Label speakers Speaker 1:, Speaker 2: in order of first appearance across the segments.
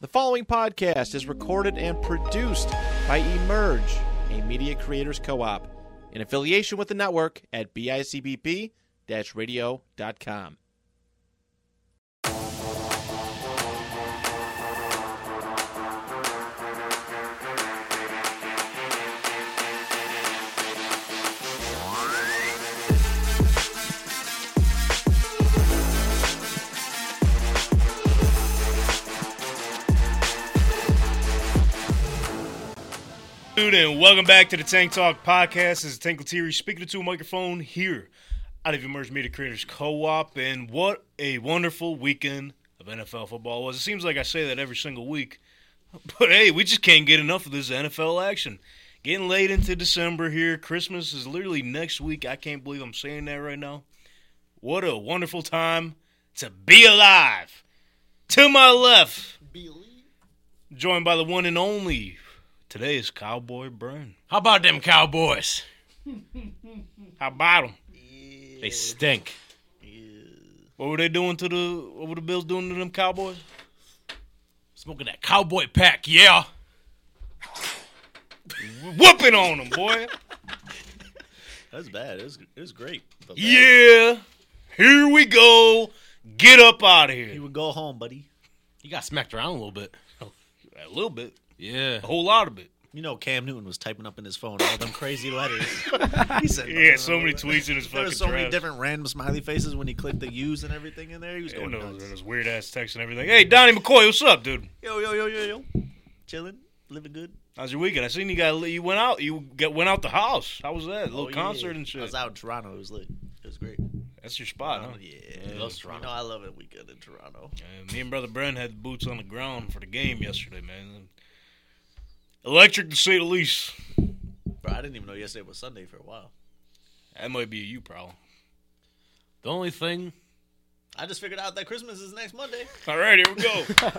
Speaker 1: The following podcast is recorded and produced by Emerge, a media creators co op, in affiliation with the network at bicbp radio.com.
Speaker 2: Dude, and welcome back to the Tank Talk Podcast. This is Tank Latiri speaking to a microphone here out of Emerge Media Creators Co-op. And what a wonderful weekend of NFL football was. It seems like I say that every single week. But hey, we just can't get enough of this NFL action. Getting late into December here. Christmas is literally next week. I can't believe I'm saying that right now. What a wonderful time to be alive. To my left, joined by the one and only. Today is Cowboy Burn.
Speaker 3: How about them Cowboys?
Speaker 2: How about them?
Speaker 3: They stink.
Speaker 2: What were they doing to the? What were the Bills doing to them Cowboys?
Speaker 3: Smoking that cowboy pack, yeah.
Speaker 2: Whooping on them, boy.
Speaker 4: That's bad. It was, it was great. But bad.
Speaker 2: yeah. Here we go. Get up out of
Speaker 4: You
Speaker 2: here.
Speaker 4: would go home, buddy.
Speaker 3: You got smacked around a little bit.
Speaker 2: A little bit,
Speaker 3: Yeah.
Speaker 2: a whole lot of it.
Speaker 4: You know Cam Newton was typing up in his phone all them crazy letters. he said,
Speaker 2: Yeah, so many tweets in his fucking
Speaker 4: There were so many
Speaker 2: draft.
Speaker 4: different random smiley faces when he clicked the U's and everything in there. He was going
Speaker 2: And those,
Speaker 4: nuts.
Speaker 2: and those weird ass texts and everything. Hey, Donnie McCoy, what's up, dude?
Speaker 4: Yo, yo, yo, yo, yo. Chilling, living good.
Speaker 2: How's your weekend? I seen you got you went out. You got went out the house. How was that? A little
Speaker 4: Oh, yeah.
Speaker 2: concert and
Speaker 4: I
Speaker 2: shit. Uh-huh.
Speaker 4: was out in Toronto. It was lit. It was great.
Speaker 2: That's your spot, huh?
Speaker 4: Oh, yeah.
Speaker 3: He loves Toronto.
Speaker 4: You know I love it weekend in Toronto.
Speaker 2: Man, me and brother Brent had the boots on the ground for the game yesterday, man. Electric to say the least.
Speaker 4: Bro, I didn't even know yesterday was Sunday for a while.
Speaker 2: That might be a you problem.
Speaker 3: The only thing,
Speaker 4: I just figured out that Christmas is next Monday.
Speaker 2: All right, here we go.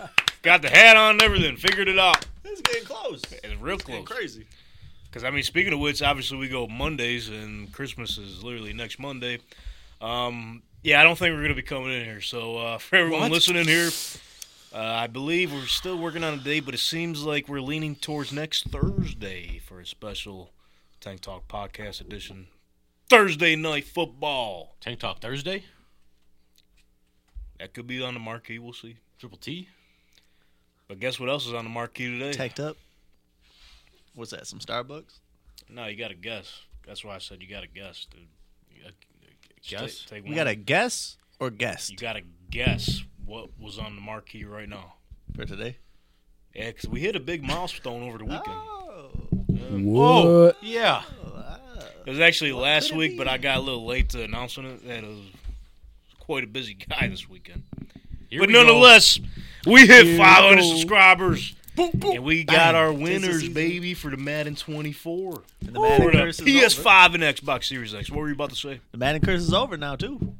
Speaker 2: Got the hat on and everything. Figured it out.
Speaker 4: It's getting close.
Speaker 2: It's real
Speaker 4: Getting
Speaker 2: close.
Speaker 4: crazy.
Speaker 2: Because I mean, speaking of which, obviously we go Mondays, and Christmas is literally next Monday. Um, yeah, I don't think we're gonna be coming in here. So uh, for everyone
Speaker 3: What?
Speaker 2: listening here, uh, I believe we're still working on a date, but it seems like we're leaning towards next Thursday for a special Tank Talk podcast edition. Thursday night football.
Speaker 3: Tank Talk Thursday,
Speaker 2: That could be on the marquee. We'll see.
Speaker 3: Triple T.
Speaker 2: But guess what else is on the marquee today?
Speaker 4: Tacked up. What's that? Some Starbucks?
Speaker 2: No, you got to guess. That's why I said you got to guess, dude. You gotta
Speaker 3: Guess.
Speaker 2: Take, take
Speaker 4: We
Speaker 2: one.
Speaker 4: got a guess or guest
Speaker 2: You got to guess what was on the marquee right now.
Speaker 4: for today.
Speaker 2: Yeah, 'cause we hit a big milestone over the weekend.
Speaker 4: Oh. Ah.
Speaker 3: Whoa. Yeah.
Speaker 2: It was actually last week, but I got a little late to announcing it. That it was quite a busy guy this weekend.
Speaker 3: Here
Speaker 2: but
Speaker 3: we go.
Speaker 2: nonetheless, we hit
Speaker 3: Here we
Speaker 2: 500
Speaker 3: go.
Speaker 2: subscribers,
Speaker 3: Boop, boop.
Speaker 2: and we got
Speaker 4: Bang.
Speaker 2: our
Speaker 4: Tis the
Speaker 2: winners,
Speaker 4: season.
Speaker 2: baby, for the Madden 24.
Speaker 4: And the
Speaker 2: For
Speaker 4: Madden
Speaker 2: the
Speaker 4: curse is over.
Speaker 2: PS5 and Xbox Series X. What were you about to say?
Speaker 4: The Madden curse is over now too.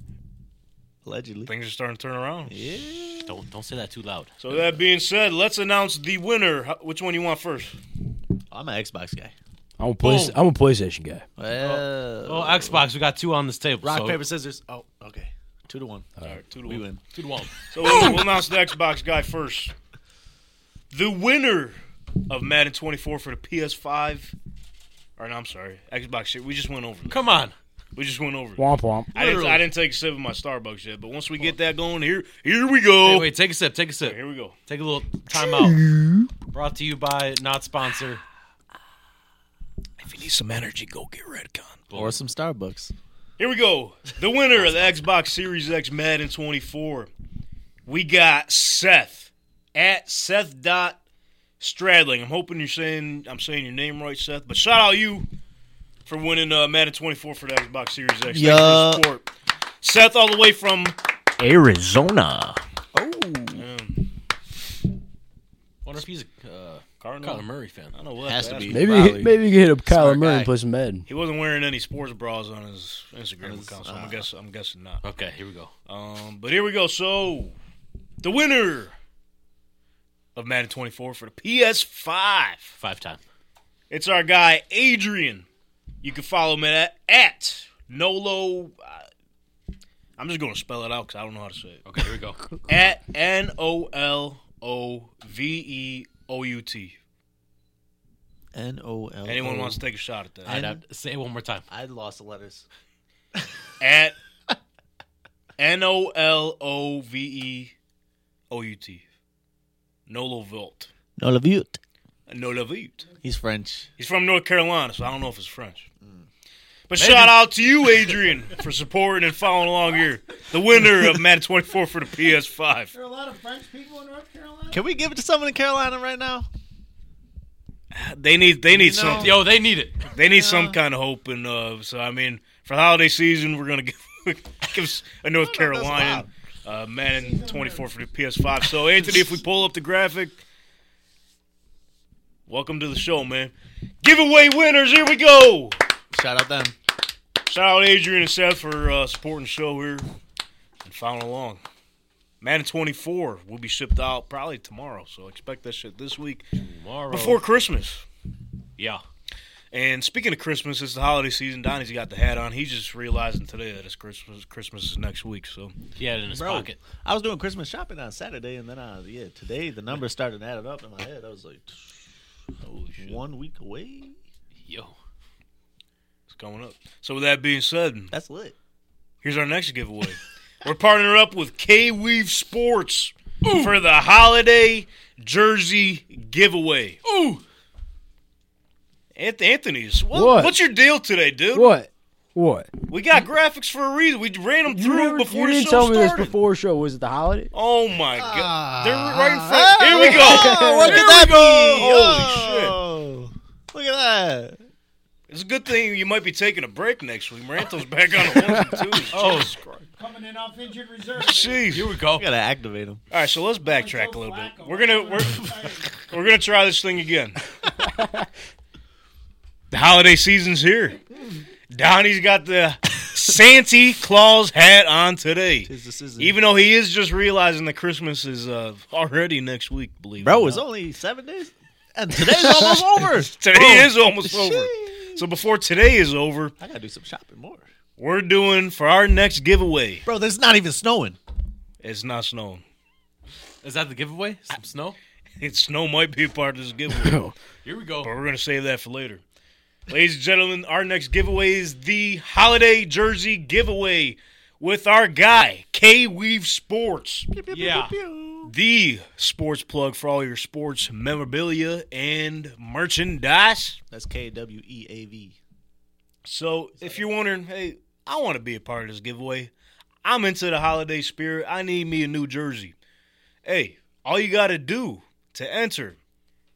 Speaker 4: Allegedly.
Speaker 2: Things are starting to turn around.
Speaker 4: Yeah.
Speaker 3: Don't don't say that too loud.
Speaker 2: So that being said, let's announce the winner. How- Which one you want first?
Speaker 4: Oh, I'm an Xbox guy.
Speaker 5: I'm a play, I'm a PlayStation guy.
Speaker 4: Well,
Speaker 3: Oh, Xbox, we got two on this table.
Speaker 4: rock
Speaker 3: so
Speaker 4: paper scissors. Oh, okay. Two to one.
Speaker 2: All right, two to
Speaker 4: we
Speaker 2: one.
Speaker 4: win.
Speaker 3: Two to one.
Speaker 2: So we'll, we'll announce the Xbox guy first. The winner of Madden 24 for the PS5, or no, I'm sorry, Xbox. Shit, we just went over. it.
Speaker 3: Come on.
Speaker 2: We just went over. it.
Speaker 5: Womp womp.
Speaker 2: I didn't. I
Speaker 3: literally.
Speaker 2: didn't take a sip of my Starbucks yet, but once we get that going, here, here we go.
Speaker 3: Hey, wait, take a sip. Take a sip.
Speaker 2: Here we go.
Speaker 3: Take a little time out. Brought to you by not sponsor.
Speaker 2: If you need some energy, go get Redcon.
Speaker 4: Or some Starbucks.
Speaker 2: Here we go. The winner of the Xbox Series X Madden 24. We got Seth at Seth dot Stradling. I'm hoping you're saying I'm saying your name right, Seth. But shout out you for winning uh, Madden 24 for the Xbox Series X. Thanks for
Speaker 4: Yeah.
Speaker 2: the support. Seth, all the way from
Speaker 3: Arizona.
Speaker 4: Oh.
Speaker 2: um,
Speaker 3: Wonder if he's a uh,
Speaker 2: Cardinal.
Speaker 3: Kyler Murray fan.
Speaker 2: I don't know what
Speaker 4: Has
Speaker 2: to
Speaker 4: to
Speaker 2: ask.
Speaker 4: be.
Speaker 5: Maybe
Speaker 4: Probably.
Speaker 5: maybe you can hit up Kyler
Speaker 4: Smart
Speaker 5: Murray
Speaker 4: guy.
Speaker 5: and play some Madden.
Speaker 2: He wasn't wearing any sports bras on his Instagram
Speaker 4: his,
Speaker 2: account, so I'm
Speaker 4: uh,
Speaker 2: guess I'm guessing not.
Speaker 3: Okay, here we go.
Speaker 2: Um, but here we go. So, the winner of Madden 24 for the PS5,
Speaker 3: Five time.
Speaker 2: it's our guy Adrian. You can follow him at, at Nolo. Uh, I'm just going to spell it out because I don't know how to say it.
Speaker 3: Okay, here we go.
Speaker 2: At N O L O V E O U T.
Speaker 4: N O L.
Speaker 2: Anyone wants to take a shot at that?
Speaker 3: I'd have to say it one more time.
Speaker 4: I lost the letters.
Speaker 2: At N O L O V E O U T. Nolo Volt.
Speaker 4: No, Levute.
Speaker 2: Nolo Volt.
Speaker 4: He's French.
Speaker 2: He's from North Carolina, so I don't know if it's French. But shout out to you, Adrian, for supporting and following along here. The winner of Madden 24 for the PS5.
Speaker 6: There are a lot of French people in North Carolina.
Speaker 4: Can we give it to someone in Carolina right now?
Speaker 2: They need they need something.
Speaker 3: Yo, Oh, they need it.
Speaker 2: They need some kind of hope and uh, so I mean for the holiday season we're gonna give, give us a North Carolina uh, Madden 24 for the PS5. So Anthony, if we pull up the graphic, welcome to the show, man. Giveaway winners, here we go.
Speaker 4: Shout out them.
Speaker 2: Shout out Adrian and Seth for uh, supporting the show here and following along. Madden 24 will be shipped out probably tomorrow, so expect that shit this week
Speaker 3: Tomorrow.
Speaker 2: before Christmas.
Speaker 3: yeah.
Speaker 2: And speaking of Christmas, it's the holiday season. Donnie's got the hat on. He's just realizing today that it's Christmas. Christmas is next week, so
Speaker 3: He had it in his
Speaker 4: Bro,
Speaker 3: pocket.
Speaker 4: I was doing Christmas shopping on Saturday, and then uh, yeah, today the numbers started to add up in my head. I was like, Oh, one week away.
Speaker 3: Yo.
Speaker 2: it's coming up. So with that being said,
Speaker 4: That's lit.
Speaker 2: here's our next giveaway. We're partnering up with K Weave Sports for the holiday jersey giveaway.
Speaker 3: Ooh.
Speaker 2: Anth- Anthony's, what,
Speaker 5: What?
Speaker 2: what's your deal today, dude?
Speaker 5: What? What?
Speaker 2: We got graphics for a reason. We ran them
Speaker 5: You,
Speaker 2: through
Speaker 5: never,
Speaker 2: before
Speaker 5: you
Speaker 2: the
Speaker 5: didn't
Speaker 2: show
Speaker 5: tell me
Speaker 2: started.
Speaker 5: this before show. Was it the holiday?
Speaker 2: Oh my god! They're right in front. Here we go.
Speaker 4: Look
Speaker 2: Here
Speaker 4: at
Speaker 2: we
Speaker 4: that.
Speaker 2: go. Holy shit!
Speaker 4: shit! Look at that.
Speaker 2: It's a good thing you might be taking a break next week. Maranto's back on the ones and twos.
Speaker 3: Oh.
Speaker 2: Jesus Christ.
Speaker 6: Coming in off injured reserve.
Speaker 2: Jeez.
Speaker 3: Here
Speaker 2: All
Speaker 3: we go.
Speaker 4: We gotta activate him.
Speaker 2: right, so let's backtrack a little bit. We're gonna we're we're gonna try this thing again. the holiday season's here. Donnie's got the Santa Claus hat on today.
Speaker 4: Tis the season.
Speaker 2: Even though he is just realizing that Christmas is uh, already next week, believe it
Speaker 4: Bro,
Speaker 2: or
Speaker 4: it's
Speaker 2: not.
Speaker 4: only seven days, and today's almost over.
Speaker 2: Today is almost over.
Speaker 4: Sheesh.
Speaker 2: So before today is over,
Speaker 4: I gotta do some shopping more.
Speaker 2: we're doing for our next giveaway.
Speaker 4: Bro, there's not even snowing.
Speaker 2: It's not snowing.
Speaker 3: Is that the giveaway? Some snow?
Speaker 2: It snow might be a part of this giveaway,
Speaker 3: Here we
Speaker 2: but
Speaker 3: go.
Speaker 2: we're gonna save that for later. Ladies and gentlemen, our next giveaway is the holiday jersey giveaway with our guy K Weave Sports,
Speaker 3: Yeah.
Speaker 2: the sports plug for all your sports memorabilia and merchandise.
Speaker 4: That's K W E A V.
Speaker 2: So if you're wondering, hey, I want to be a part of this giveaway. I'm into the holiday spirit. I need me a new jersey. Hey, all you gotta do to enter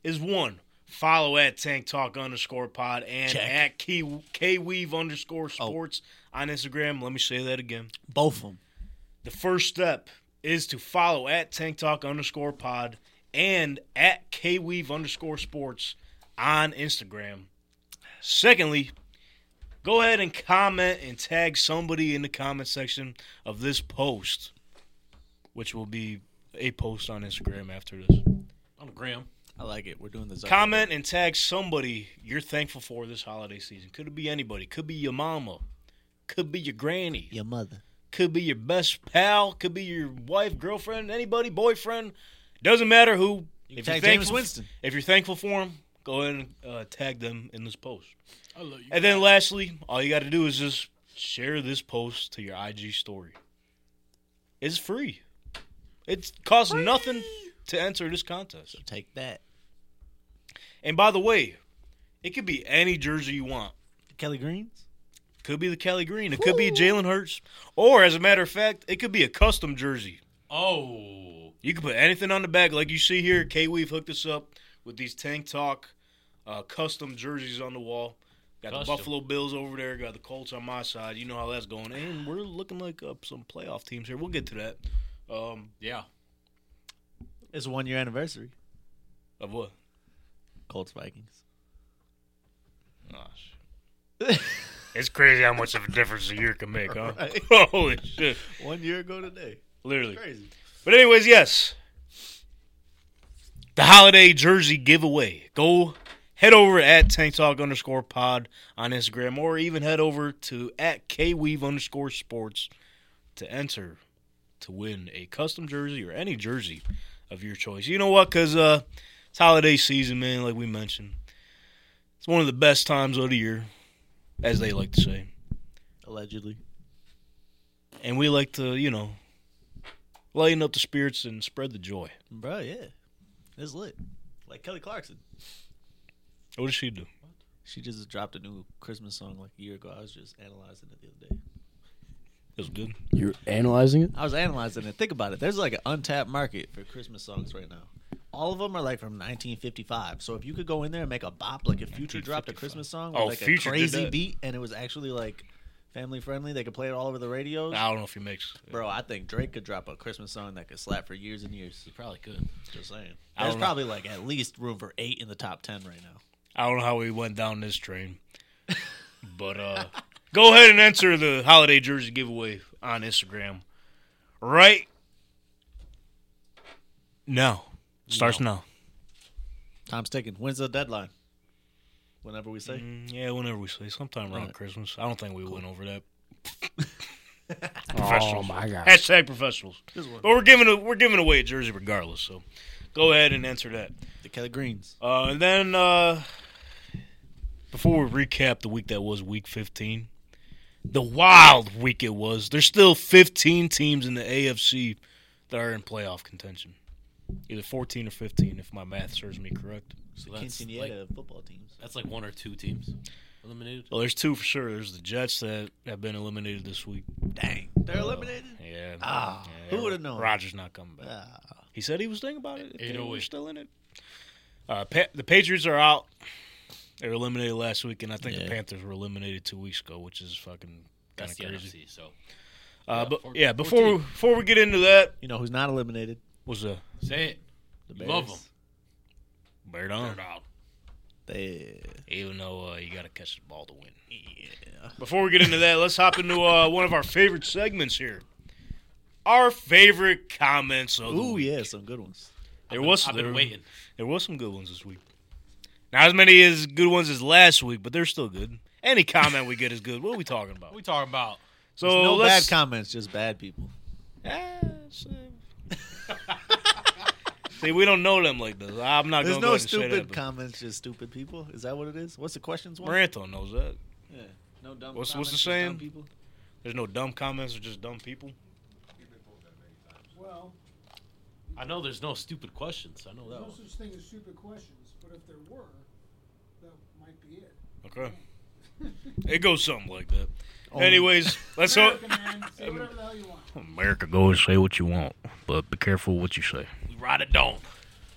Speaker 2: is one follow at Tank Talk underscore pod and at K K Weave underscore sports on Instagram. Let me say that again.
Speaker 4: Oh. Both of them.
Speaker 2: The first step is to follow at Tank Talk underscore pod and at K Weave underscore sports on Instagram. Secondly, go ahead and comment and tag somebody in the comment section of this post, which will be a post on Instagram after this.
Speaker 3: On the gram.
Speaker 4: I like it. We're doing this.
Speaker 2: Comment and tag somebody you're thankful for this holiday season. Could it be anybody? Could be your mama. Could be your granny
Speaker 4: Your mother.
Speaker 2: could be your best pal, could be your wife, girlfriend, anybody, boyfriend. Doesn't matter who.
Speaker 4: can tag James Winston.
Speaker 2: If you're thankful for him, go ahead and uh, tag them in this post.
Speaker 3: I love you.
Speaker 2: And then lastly, all you got to do is just share this post to your IG story. It's free. It costs nothing to enter this contest.
Speaker 4: Take that.
Speaker 2: And by the way, it could be any jersey you want.
Speaker 4: Kelly Greens.
Speaker 2: Could be the Kelly Green. It could be a Jalen Hurts. Or, as a matter of fact, it could be a custom jersey.
Speaker 3: Oh.
Speaker 2: You can put anything on the back, like you see here. K Weave hooked us up with these Tank Talk uh, custom jerseys on the wall. Got the
Speaker 3: Custom.
Speaker 2: Buffalo Bills over there. Got the Colts on my side. You know how that's going. And we're looking like up some playoff teams here. We'll get to that. Um,
Speaker 3: Yeah.
Speaker 4: It's a one year anniversary.
Speaker 2: of what?
Speaker 4: Colts Vikings.
Speaker 2: Nah, shit. it's crazy how much of a difference a year can make, huh? Holy shit!
Speaker 4: One year ago today.
Speaker 2: Literally.
Speaker 4: Crazy.
Speaker 2: But anyways, yes. The holiday jersey giveaway. Go head over at Tank Talk underscore pod on Instagram or even head over to at Kweave underscore sports to enter to win a custom jersey or any jersey of your choice. You know what? Because uh, it's holiday season, man. Like we mentioned, it's one of the best times of the year, as they like to say,
Speaker 4: Allegedly.
Speaker 2: and we like to, you know, lighten up the spirits and spread the joy.
Speaker 4: Bro, yeah. It's lit. Like Kelly Clarkson.
Speaker 2: What does she do?
Speaker 4: She just dropped a new Christmas song like a year ago. I was just analyzing it the other day.
Speaker 2: It was good.
Speaker 5: You're analyzing it?
Speaker 4: I was analyzing it. Think about it. There's like an untapped market for Christmas songs right now. All of them are like from 1955. So if you could go in there and make a bop, like if Future dropped a
Speaker 2: 1955.
Speaker 4: Christmas song with
Speaker 2: Oh,
Speaker 4: like
Speaker 2: Future
Speaker 4: a
Speaker 2: did
Speaker 4: crazy
Speaker 2: that.
Speaker 4: beat and it was actually like family friendly, they could play it all over the radios.
Speaker 2: I don't know if he makes.
Speaker 4: Bro, I think Drake could drop a Christmas song that could slap for years and years.
Speaker 2: He probably could.
Speaker 4: Just saying.
Speaker 2: I
Speaker 4: There's
Speaker 2: don't know.
Speaker 4: probably like at least room for eight in the top 10 right now.
Speaker 2: I don't know how we went down this train, but uh, go ahead and enter the holiday jersey giveaway on Instagram right now. Starts now.
Speaker 4: Time's ticking. When's the deadline? Whenever we say.
Speaker 2: Mm, Yeah, whenever we say sometime around
Speaker 4: Right.
Speaker 2: Christmas. I don't think we went over that.
Speaker 5: Oh my god.
Speaker 2: Hashtag professionals.
Speaker 4: This
Speaker 2: But
Speaker 4: one.
Speaker 2: we're giving a, we're giving away a jersey regardless. So go ahead and enter that.
Speaker 4: The Kelly Greens.
Speaker 2: Uh, and then uh, before we recap the week that was week 15, the wild week it was. There's still 15 teams in the AFC that are in playoff contention. Either 14 or 15, if my math serves me correct.
Speaker 3: So that's
Speaker 4: Quinceanera
Speaker 3: like,
Speaker 4: of football teams.
Speaker 3: that's like one or two teams eliminated.
Speaker 2: Well, Oh, there's two for sure. There's the Jets that have been eliminated this week.
Speaker 4: Dang. They're eliminated?
Speaker 2: Yeah.
Speaker 4: Ah, who would've known?
Speaker 2: Rogers not coming back.
Speaker 4: Ah.
Speaker 2: He said he was thinking about it.
Speaker 3: Eight
Speaker 2: They
Speaker 3: oh
Speaker 2: were
Speaker 3: eight.
Speaker 2: still in it. Uh, pa- the Patriots are out. They were eliminated last week, and I think the
Speaker 4: Yeah.
Speaker 2: Panthers were eliminated two weeks ago, which is fucking kind
Speaker 3: That's
Speaker 2: of
Speaker 3: the
Speaker 2: crazy.
Speaker 3: NFC. So
Speaker 2: Uh,
Speaker 3: Yeah,
Speaker 2: but
Speaker 3: four-
Speaker 2: yeah, before we,
Speaker 3: 14.
Speaker 2: before we get into that,
Speaker 4: You know who's not eliminated?
Speaker 2: was a
Speaker 3: say it.
Speaker 4: The
Speaker 3: You love
Speaker 4: Bears.
Speaker 2: bird on,
Speaker 3: They're out.
Speaker 4: They,
Speaker 2: even though uh, you got to catch the ball to win.
Speaker 4: yeah.
Speaker 2: Before we get into that, let's hop into uh, one of our favorite segments here. Our favorite comments of the
Speaker 4: Ooh,
Speaker 2: week.
Speaker 4: yeah, some good ones.
Speaker 2: There was
Speaker 3: I've
Speaker 2: there-
Speaker 3: been waiting.
Speaker 2: There was some good ones this week. Not as many as good ones as last week, but they're still good. Any comment we get is good. What are we talking
Speaker 3: What
Speaker 2: about?
Speaker 3: we talking about?
Speaker 2: So
Speaker 4: no
Speaker 2: let's,
Speaker 4: bad comments, just bad people.
Speaker 2: Ah, so- See, we don't know them like this. I'm not
Speaker 4: There's
Speaker 2: going to
Speaker 4: no
Speaker 2: say that.
Speaker 4: stupid
Speaker 2: but
Speaker 4: comments, just stupid people. Is that what it is? What's the questions one?
Speaker 2: Maranto knows that.
Speaker 4: Yeah. No dumb
Speaker 2: What's- what's
Speaker 4: comments,
Speaker 2: the
Speaker 4: just dumb
Speaker 2: saying?
Speaker 4: people.
Speaker 2: There's no dumb comments or just dumb people.
Speaker 6: Well,
Speaker 3: I know there's no stupid questions. I know that
Speaker 6: there's no
Speaker 3: one.
Speaker 6: such thing as stupid questions, but if there were, that might be it.
Speaker 2: Okay. It goes something like that.
Speaker 4: Oh.
Speaker 2: Anyways, let's hope
Speaker 6: America, man, say whatever the hell you want.
Speaker 2: America go and say what you want, but be careful what you say.
Speaker 3: We ride it down.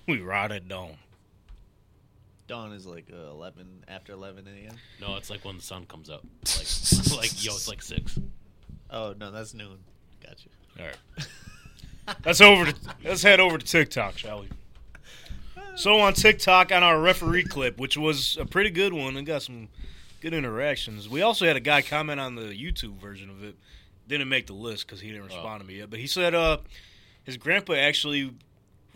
Speaker 2: We ride it down.
Speaker 4: Dawn is like uh, 11, after 11 a.m.
Speaker 3: No, it's like when the sun comes up. Like, like yo, it's like six.
Speaker 4: Oh, no, that's noon. Gotcha.
Speaker 2: All right. Let's over to let's head over to TikTok, shall we? So on TikTok, on our referee clip, which was a pretty good one and got some good interactions. We also had a guy comment on the YouTube version of it. Didn't make the list because he didn't
Speaker 3: Oh.
Speaker 2: respond to me yet. But he said uh, his grandpa actually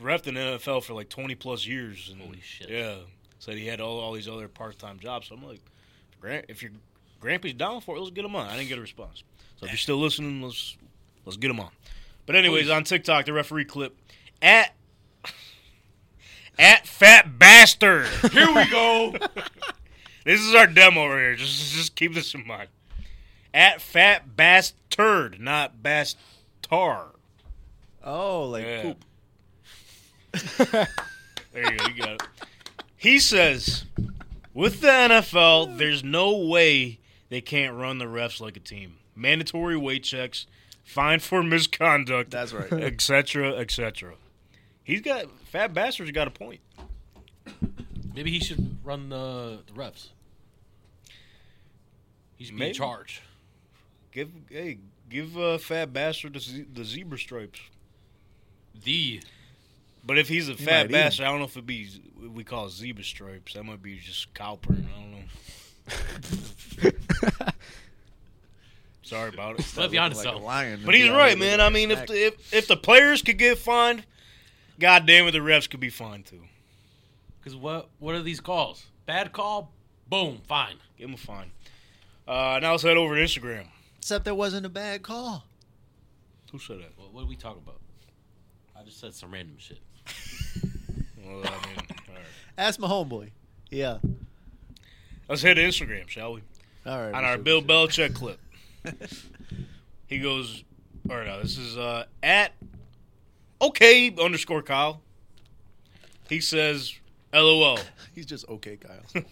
Speaker 2: repped in the NFL for like twenty plus years. And,
Speaker 3: Holy shit.
Speaker 2: Yeah, said he had all, all these other part time jobs. So I'm like, Grant, if your grandpa's down for it, let's get him on. I didn't get a response. So if you're still listening, let's let's get him on. But anyways, on TikTok, the referee clip at at fat bastard. Here we go. this is our demo right here. Just just keep this in mind. At fat bastard, not bastar.
Speaker 4: Oh, like
Speaker 2: Yeah.
Speaker 4: poop.
Speaker 2: There you go. You got it. He says, with the NFL, there's no way they can't run the refs like a team. Mandatory weight checks, fine for misconduct.
Speaker 4: That's right.
Speaker 2: Etc. Etc. He's got fat bastard's got a point.
Speaker 3: Maybe he should run the the reps. He should be
Speaker 2: Maybe.
Speaker 3: in charge.
Speaker 2: Give hey, give uh, fat bastard the, ze- the zebra stripes.
Speaker 3: The
Speaker 2: But if he's a
Speaker 4: might eat
Speaker 2: fat
Speaker 4: 'em.
Speaker 2: bastard, I don't know if it be z- we call it zebra stripes. That might be just cowpern. I don't know. Sorry about it.
Speaker 3: let's be honest
Speaker 4: Like a
Speaker 3: though.
Speaker 4: lion.
Speaker 2: But he's
Speaker 4: Yeah,
Speaker 2: right,
Speaker 4: like
Speaker 2: man.
Speaker 4: a
Speaker 2: I mean, if
Speaker 4: snack.
Speaker 2: the, if if the players could get fined, god damn it, the refs could be fined too.
Speaker 3: Because what what are these calls? Bad call, boom, fine.
Speaker 2: Give them a fine. Uh, now let's head over to Instagram.
Speaker 4: Except there wasn't a bad call.
Speaker 2: Who said that?
Speaker 3: What, what are we talking about? I just said some random shit.
Speaker 2: Well, I mean, all right.
Speaker 4: Ask my homeboy. Yeah.
Speaker 2: Let's hit Instagram, shall we?
Speaker 4: All right.
Speaker 2: on our
Speaker 4: Mr.
Speaker 2: Bill
Speaker 4: Belichick.
Speaker 2: Belichick clip. he goes, or no, this is uh, at okay underscore Kyle. He says, LOL.
Speaker 4: He's just okay, Kyle.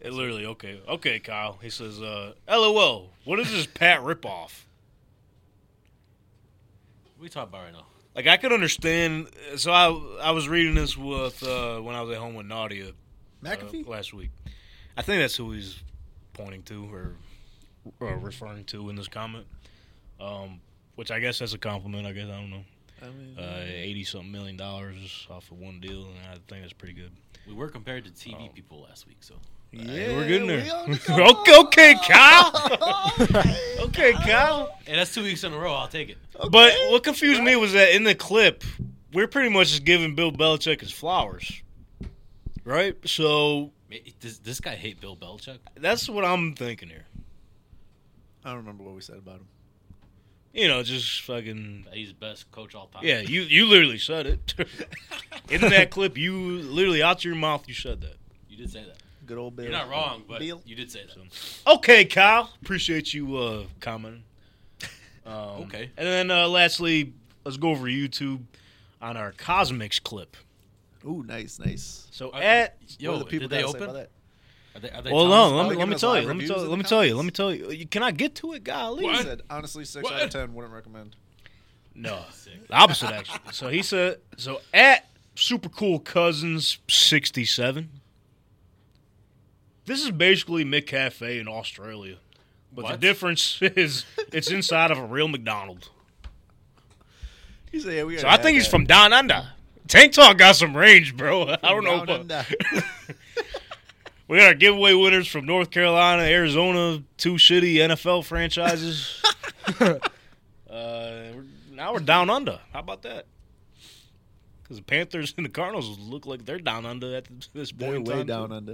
Speaker 2: It literally, okay, okay, Kyle. He says, uh, LOL, what is this Pat ripoff?
Speaker 3: What we talking about right now?
Speaker 2: Like, I could understand. So I, I was reading this with uh, when I was at home with Nadia uh,
Speaker 4: McAfee.
Speaker 2: last week. I think that's who he's pointing to or, or referring to in this comment. Um, which I guess that's a compliment. I guess I don't know.
Speaker 4: I mean,
Speaker 2: Uh, Eighty something million dollars off of one deal, and I think that's pretty good. Uh,
Speaker 3: We were compared to TV people last week, so
Speaker 2: Hey, we're getting there.
Speaker 4: we on the come
Speaker 2: okay, okay, Kyle. okay, Kyle.
Speaker 3: hey, that's two weeks in a row. I'll take it.
Speaker 2: But what confused me was that in the clip, we're pretty much just giving Bill Belichick his flowers, right? So
Speaker 3: Ma- Does this guy hate Bill Belichick?
Speaker 2: that's what I'm thinking here.
Speaker 4: I don't remember what we said about him.
Speaker 2: You know, just fucking
Speaker 3: He's the best coach all time.
Speaker 2: Yeah, you you literally said it. In that clip, you literally out your mouth you said that.
Speaker 3: you did say that.
Speaker 4: Good old Bill.
Speaker 3: You're not wrong, but
Speaker 4: Bill.
Speaker 3: you did say that.
Speaker 2: Okay, Kyle, appreciate you uh, commenting. Um,
Speaker 3: Okay.
Speaker 2: and then uh, lastly, let's go over YouTube on our Cosmics clip.
Speaker 4: Ooh, nice, nice.
Speaker 2: So
Speaker 3: Uh,
Speaker 2: at
Speaker 3: Yo,
Speaker 4: What do the people
Speaker 3: did they
Speaker 4: gotta say
Speaker 3: open?
Speaker 4: about that?
Speaker 3: Are they, are they
Speaker 2: well, no,
Speaker 3: telling us-
Speaker 2: let
Speaker 4: Tyler
Speaker 2: me let
Speaker 4: giving
Speaker 2: me
Speaker 4: us
Speaker 2: tell
Speaker 4: live
Speaker 2: you, let me
Speaker 4: reviews
Speaker 2: tell
Speaker 4: in
Speaker 2: you,
Speaker 4: the
Speaker 2: let me tell you, let me
Speaker 4: comments?
Speaker 2: tell you. You- Can I get to it, golly?
Speaker 4: He
Speaker 3: What?
Speaker 4: said honestly, six
Speaker 3: What?
Speaker 4: out of ten wouldn't recommend.
Speaker 2: No, the opposite actually. So he said, so at super cool cousins sixty seven. This is basically McCafe in Australia, but the
Speaker 3: What?
Speaker 2: difference is it's inside of a real McDonald's.
Speaker 4: He said, yeah, we.
Speaker 2: So
Speaker 4: gotta
Speaker 2: I think
Speaker 4: have
Speaker 2: he's
Speaker 4: that.
Speaker 2: from down under. Tank Talk got some range, bro. I don't know.
Speaker 4: Down
Speaker 2: But
Speaker 4: under.
Speaker 2: we got our giveaway winners from North Carolina, Arizona, two shitty NFL franchises. uh, we're- now we're down under. How about that? Because the Panthers and the Cardinals look like they're down under at this point.
Speaker 4: They're
Speaker 2: in
Speaker 4: way
Speaker 2: time,
Speaker 4: down
Speaker 2: too.
Speaker 4: under.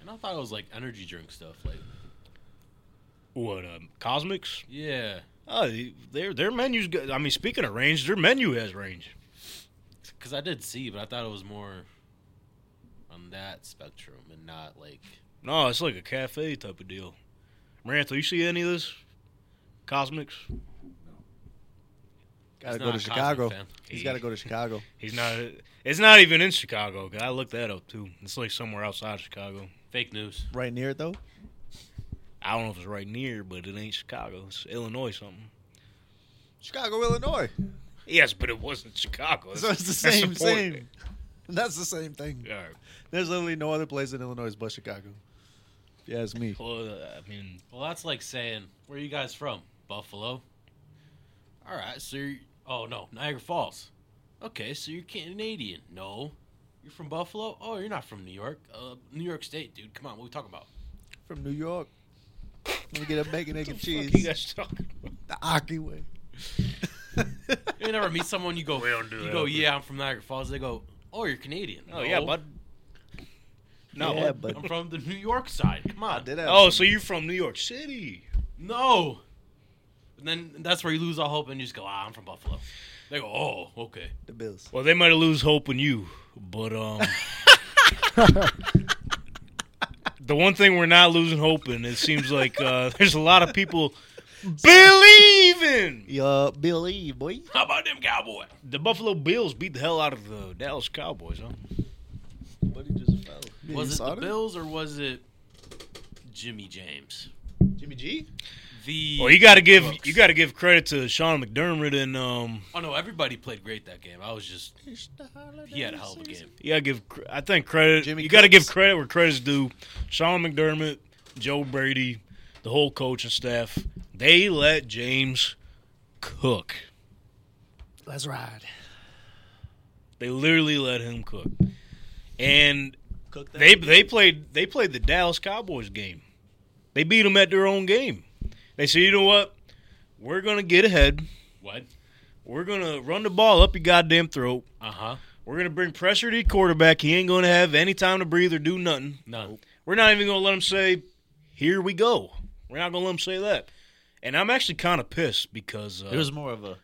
Speaker 3: And I thought it was like energy drink stuff. Like,
Speaker 2: What um, Cosmics?
Speaker 3: yeah,
Speaker 2: Oh, they- their their menu's. Good. I mean, speaking of range, their menu has range.
Speaker 3: because I did see, but I thought it was more on that spectrum and not like.
Speaker 2: No, it's like a cafe type of deal. Marantha, you see any of this? Cosmics?
Speaker 4: Gotta
Speaker 3: He's not
Speaker 4: go to
Speaker 3: a Cosmic
Speaker 4: Chicago.
Speaker 3: fan.
Speaker 4: He's got to go to Chicago.
Speaker 2: He's not. It's not even in Chicago. 'cause I looked that up too. It's like somewhere outside of Chicago.
Speaker 3: Fake news.
Speaker 4: Right near it though.
Speaker 2: I don't know if it's right near, but it ain't Chicago. It's Illinois something.
Speaker 4: Chicago, Illinois.
Speaker 2: Yes, but it wasn't Chicago.
Speaker 4: So it's the
Speaker 2: That's
Speaker 4: same,
Speaker 2: point.
Speaker 4: same. That's the same thing.
Speaker 2: All right.
Speaker 4: There's literally no other place in Illinois but Chicago. If you ask me.
Speaker 2: Well, I mean,
Speaker 3: Well, that's like saying, "Where are you guys from? Buffalo." All right, so you're, oh no, Niagara Falls. Okay, so you're Canadian. No, you're from Buffalo. Oh, you're not from New York. Uh, New York State, dude. Come on, what we talking about?
Speaker 4: From New York. We get a bacon, egg, and
Speaker 2: fuck you
Speaker 4: cheese.
Speaker 2: guys talking about?
Speaker 4: The Aki way.
Speaker 3: You never meet someone you go,
Speaker 2: We don't do
Speaker 3: you
Speaker 2: that
Speaker 3: go,
Speaker 2: over here.
Speaker 3: yeah, I'm from Niagara Falls. They go, oh, you're Canadian.
Speaker 2: Oh yeah, bud. No.
Speaker 4: Yeah,
Speaker 2: bud.
Speaker 4: but
Speaker 3: I'm from the New York side. Come on.
Speaker 4: did have
Speaker 2: Oh,
Speaker 4: some-
Speaker 2: so you're from New York City?
Speaker 3: No. And then that's where you lose all hope and you just go, ah, I'm from Buffalo. They go, oh, okay.
Speaker 4: the Bills.
Speaker 2: Well, they might lose hope in you, but um. The one thing we're not losing hope in, it seems like uh, there's a lot of people believing.
Speaker 4: Yeah, Billy boy.
Speaker 3: How about them cowboy?
Speaker 2: The Buffalo Bills beat the hell out of the Dallas Cowboys, huh?
Speaker 4: Buddy just fell.
Speaker 3: Was it the Bills or was it Jimmy James?
Speaker 4: Jimmy G?
Speaker 3: The
Speaker 2: Well, you got to give
Speaker 3: Brooks.
Speaker 2: you got to give credit to Sean McDermott and um,
Speaker 3: Oh no, everybody played great that game. I was just he had a hell of a game.
Speaker 2: you got to give cr- I think credit
Speaker 4: Jimmy
Speaker 2: you got to give
Speaker 4: Cooks.
Speaker 2: credit where credit's due. Sean McDermott, Joe Brady, the whole coaching staff, they let James cook.
Speaker 4: Let's ride.
Speaker 2: They literally let him cook, and
Speaker 4: Cook that.
Speaker 2: they they played they played the Dallas Cowboys game. They beat them at their own game. They said, you know what, we're gonna get ahead.
Speaker 3: What?
Speaker 2: We're gonna run the ball up your goddamn throat.
Speaker 3: Uh
Speaker 4: Uh-huh.
Speaker 3: huh.
Speaker 2: We're gonna bring pressure to your quarterback. He ain't gonna have any time to breathe or do nothing.
Speaker 3: None.
Speaker 2: We're not even gonna let him say, "Here we go." We're not gonna let him say that. And I'm actually kind of pissed because uh,
Speaker 4: It was more of a.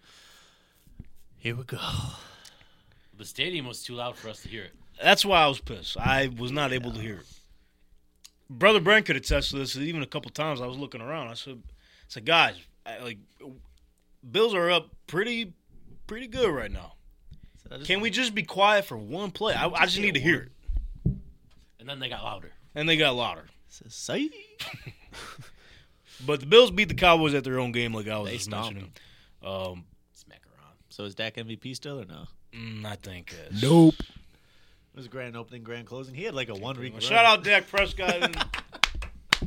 Speaker 4: Here we go.
Speaker 3: The stadium was too loud for us to hear it.
Speaker 2: That's why I was pissed. I was not able to hear it. Brother Brent could attest to this. Even a couple times I was looking around. I said, I said guys, I, like, Bills are up pretty, pretty good right now. Can we just be quiet for one play? I, I just need to hear it.
Speaker 3: And then they got louder.
Speaker 2: And they got louder.
Speaker 4: Say
Speaker 2: But the Bills beat the Cowboys at their own game, like I was
Speaker 4: They
Speaker 2: just
Speaker 4: stomped
Speaker 2: mentioning. Um,
Speaker 3: Smackaron.
Speaker 4: so is Dak MVP still or no?
Speaker 2: mm, I think. uh,
Speaker 5: Nope.
Speaker 4: It was grand opening, grand closing. He had like a one week.
Speaker 2: Well, shout out Dak Prescott and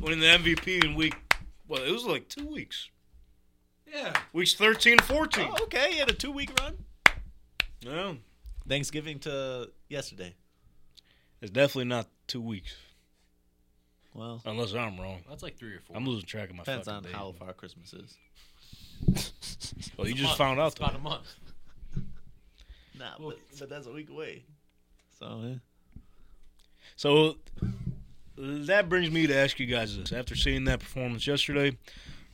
Speaker 2: winning the MVP in week. Well, it was like two weeks.
Speaker 3: Yeah.
Speaker 2: Weeks 13 and 14.
Speaker 4: Oh, okay, he had a two week run.
Speaker 2: Yeah.
Speaker 4: Thanksgiving to yesterday.
Speaker 2: It's definitely not two weeks,
Speaker 4: Well,
Speaker 2: unless I'm wrong.
Speaker 3: That's like three or 4
Speaker 2: I'm losing track of my
Speaker 4: depends
Speaker 2: fucking
Speaker 4: on
Speaker 2: days.
Speaker 4: how far Christmas is.
Speaker 2: Well, you
Speaker 3: A
Speaker 2: just
Speaker 3: month.
Speaker 2: found out,
Speaker 3: It's about
Speaker 2: though.
Speaker 3: a month.
Speaker 4: Nah,
Speaker 3: Well,
Speaker 4: but, but that's a week away. So eh,
Speaker 2: So that brings me to ask you guys this. After seeing that performance yesterday,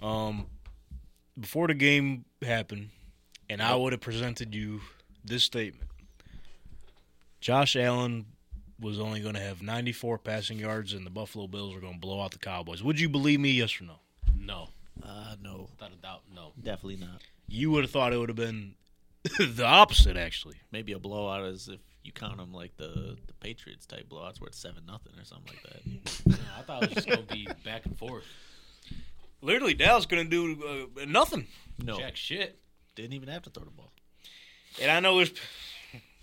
Speaker 2: um, before the game happened, and I would have presented you this statement Josh Allen was only going to have 94 passing yards, and the Buffalo Bills were going to blow out the Cowboys. Would you believe me, yes or no?
Speaker 3: No.
Speaker 4: uh, no,
Speaker 3: Without a doubt, no.
Speaker 4: definitely not.
Speaker 2: You would have thought it would have been the opposite, actually.
Speaker 4: Maybe a blowout is if you count them like the the Patriots type blowouts where it's seven nothing or something like that.
Speaker 3: No, I thought it was just going to be back and forth.
Speaker 2: Literally, Dallas going to do uh, nothing.
Speaker 4: No,
Speaker 3: Jack shit.
Speaker 4: didn't even have to throw the ball.
Speaker 2: And I know there's,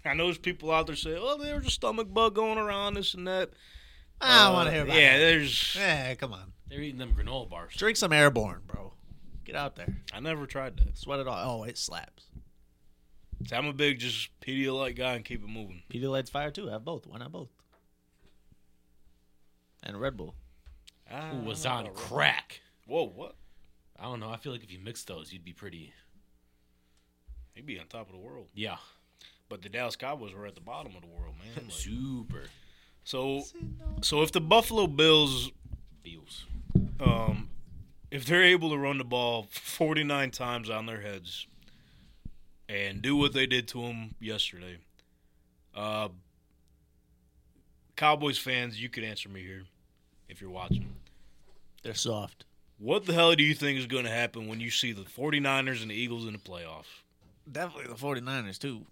Speaker 2: I know there's people out there saying, "Oh, there's a stomach bug going around, this and that."
Speaker 4: I
Speaker 2: Uh,
Speaker 4: want to hear about
Speaker 2: Yeah,
Speaker 4: it.
Speaker 2: there's.
Speaker 4: Eh, come on.
Speaker 3: They're eating them granola bars.
Speaker 4: Drink some airborne, bro. Get out there.
Speaker 2: I never tried that.
Speaker 4: Sweat it all. Oh, it slaps.
Speaker 2: So I'm a big just Pedialyte guy and keep it moving.
Speaker 4: Pedialyte's fire too. Have both. Why not both? And Red Bull.
Speaker 2: Ah,
Speaker 3: Who was on crack?
Speaker 2: Whoa, what?
Speaker 3: I don't know. I feel like if you mix those, you'd be pretty.
Speaker 2: He'd be on top of the world.
Speaker 3: Yeah.
Speaker 2: But the Dallas Cowboys were at the bottom of the world, man. Like,
Speaker 3: Super.
Speaker 2: so, so if the Buffalo Bills,
Speaker 3: Bills.
Speaker 2: um, if they're able to run the ball 49 times on their heads, and do what they did to them yesterday, uh, Cowboys fans, you could answer me here if you're watching.
Speaker 4: They're soft.
Speaker 2: What the hell do you think is going to happen when you see the 49ers and the Eagles in the playoffs?
Speaker 4: Definitely the 49ers too.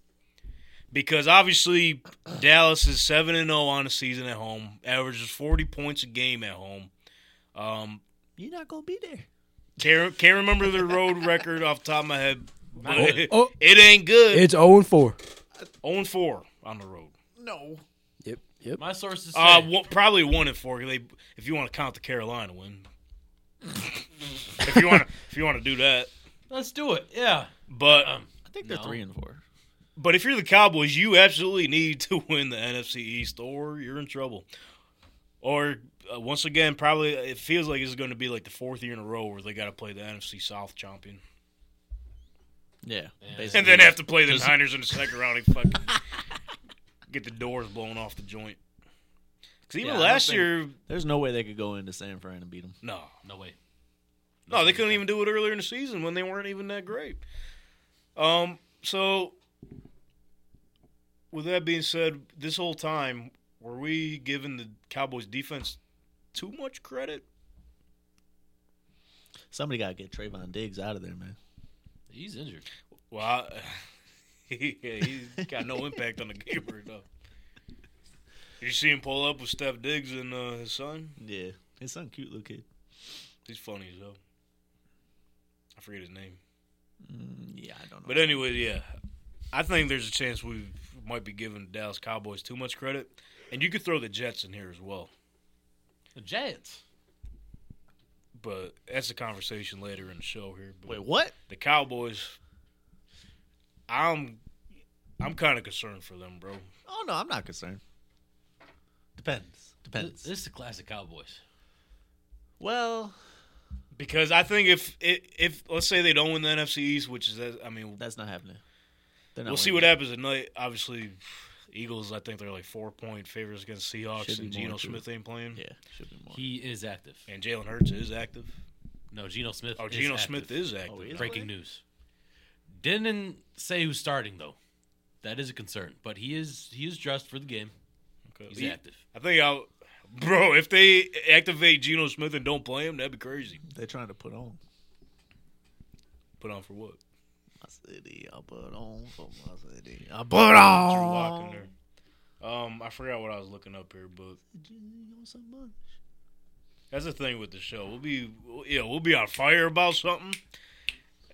Speaker 2: Because obviously Dallas is 7 and 0 on the season at home, averages 40 points a game at home. Um
Speaker 4: You're not gonna be there.
Speaker 2: can't, can't remember the road record off the top of my head. But it,
Speaker 5: Oh.
Speaker 2: it ain't good.
Speaker 5: It's 0 and 4.
Speaker 2: 0 and 4 on the road.
Speaker 4: No.
Speaker 5: Yep. Yep.
Speaker 3: My sources say.
Speaker 2: Uh one, probably 1 and 4 'cause they if you want to count the Carolina win. if you want to if you want to do that.
Speaker 3: Let's do it. Yeah.
Speaker 2: But
Speaker 3: Um,
Speaker 4: I think they're
Speaker 3: No.
Speaker 4: three and four.
Speaker 2: But if you're the Cowboys, you absolutely need to win the NFC East, or you're in trouble. Or uh, once again, probably it feels like it's going to be like the fourth year in a row where they got to play the NFC South champion,
Speaker 4: Yeah.
Speaker 3: Yeah.
Speaker 4: basically.
Speaker 2: and then have to play the Niners in the second round and fucking get the doors blown off the joint. Because
Speaker 4: Yeah, I
Speaker 2: even
Speaker 4: don't
Speaker 2: last
Speaker 4: think-
Speaker 2: year,
Speaker 4: There's no way they could go into San Fran and beat them.
Speaker 2: no,
Speaker 3: No way.
Speaker 2: no, they couldn't even do it earlier in the season when they weren't even that great. Um, so with that being said, this whole time were we giving the Cowboys defense too much credit?
Speaker 4: Somebody gotta get Trayvon Diggs out of there, man.
Speaker 3: He's injured.
Speaker 2: Well, I, yeah, he's got no impact on the game right now. You see him pull up with Steph Diggs and uh, his son.
Speaker 4: Yeah. His son, cute little kid.
Speaker 2: He's funny as hell. I forget his name.
Speaker 4: Yeah, I don't know.
Speaker 2: But anyway, yeah, I think there's a chance we might be giving the Dallas Cowboys too much credit, and you could throw the Jets in here as well.
Speaker 3: The Giants.
Speaker 2: But that's a conversation later in the show here. But
Speaker 4: Wait, what?
Speaker 2: the Cowboys, I'm, I'm kind of concerned for them, bro.
Speaker 4: Oh no, I'm not concerned. Depends.
Speaker 3: This
Speaker 4: Depends.
Speaker 3: this is the classic Cowboys.
Speaker 4: well,
Speaker 2: Because I think if if, if let's say they don't win the NFC East, which is I mean
Speaker 4: that's not happening. They're not
Speaker 2: we'll see what
Speaker 4: winning.
Speaker 2: happens tonight. Obviously, Eagles I think they're like four point favorites against Seahawks,
Speaker 4: Should be
Speaker 2: and
Speaker 4: more
Speaker 2: Geno
Speaker 4: too.
Speaker 2: Smith ain't playing,
Speaker 4: Yeah, should be more.
Speaker 3: He is active.
Speaker 2: and Jalen Hurts is active.
Speaker 3: No, Geno Smith.
Speaker 2: Oh,
Speaker 3: is
Speaker 2: Geno
Speaker 3: active.
Speaker 2: Smith is active.
Speaker 4: he is?
Speaker 3: Breaking news. Didn't say who's starting though. that is a concern. But he is he is dressed for the game.
Speaker 2: Okay.
Speaker 3: He's
Speaker 2: Yeah.
Speaker 3: active.
Speaker 2: I think I'll. Bro, if they activate Geno Smith and don't play him, that'd be crazy.
Speaker 4: They're trying to put on.
Speaker 2: Put on for what?
Speaker 4: My city, I put on for my city. I put
Speaker 2: Drew Lock in
Speaker 4: on.
Speaker 2: there. Um, I forgot what I was looking up here, but that's the thing with the show. We'll be, yeah, we'll be on fire about something.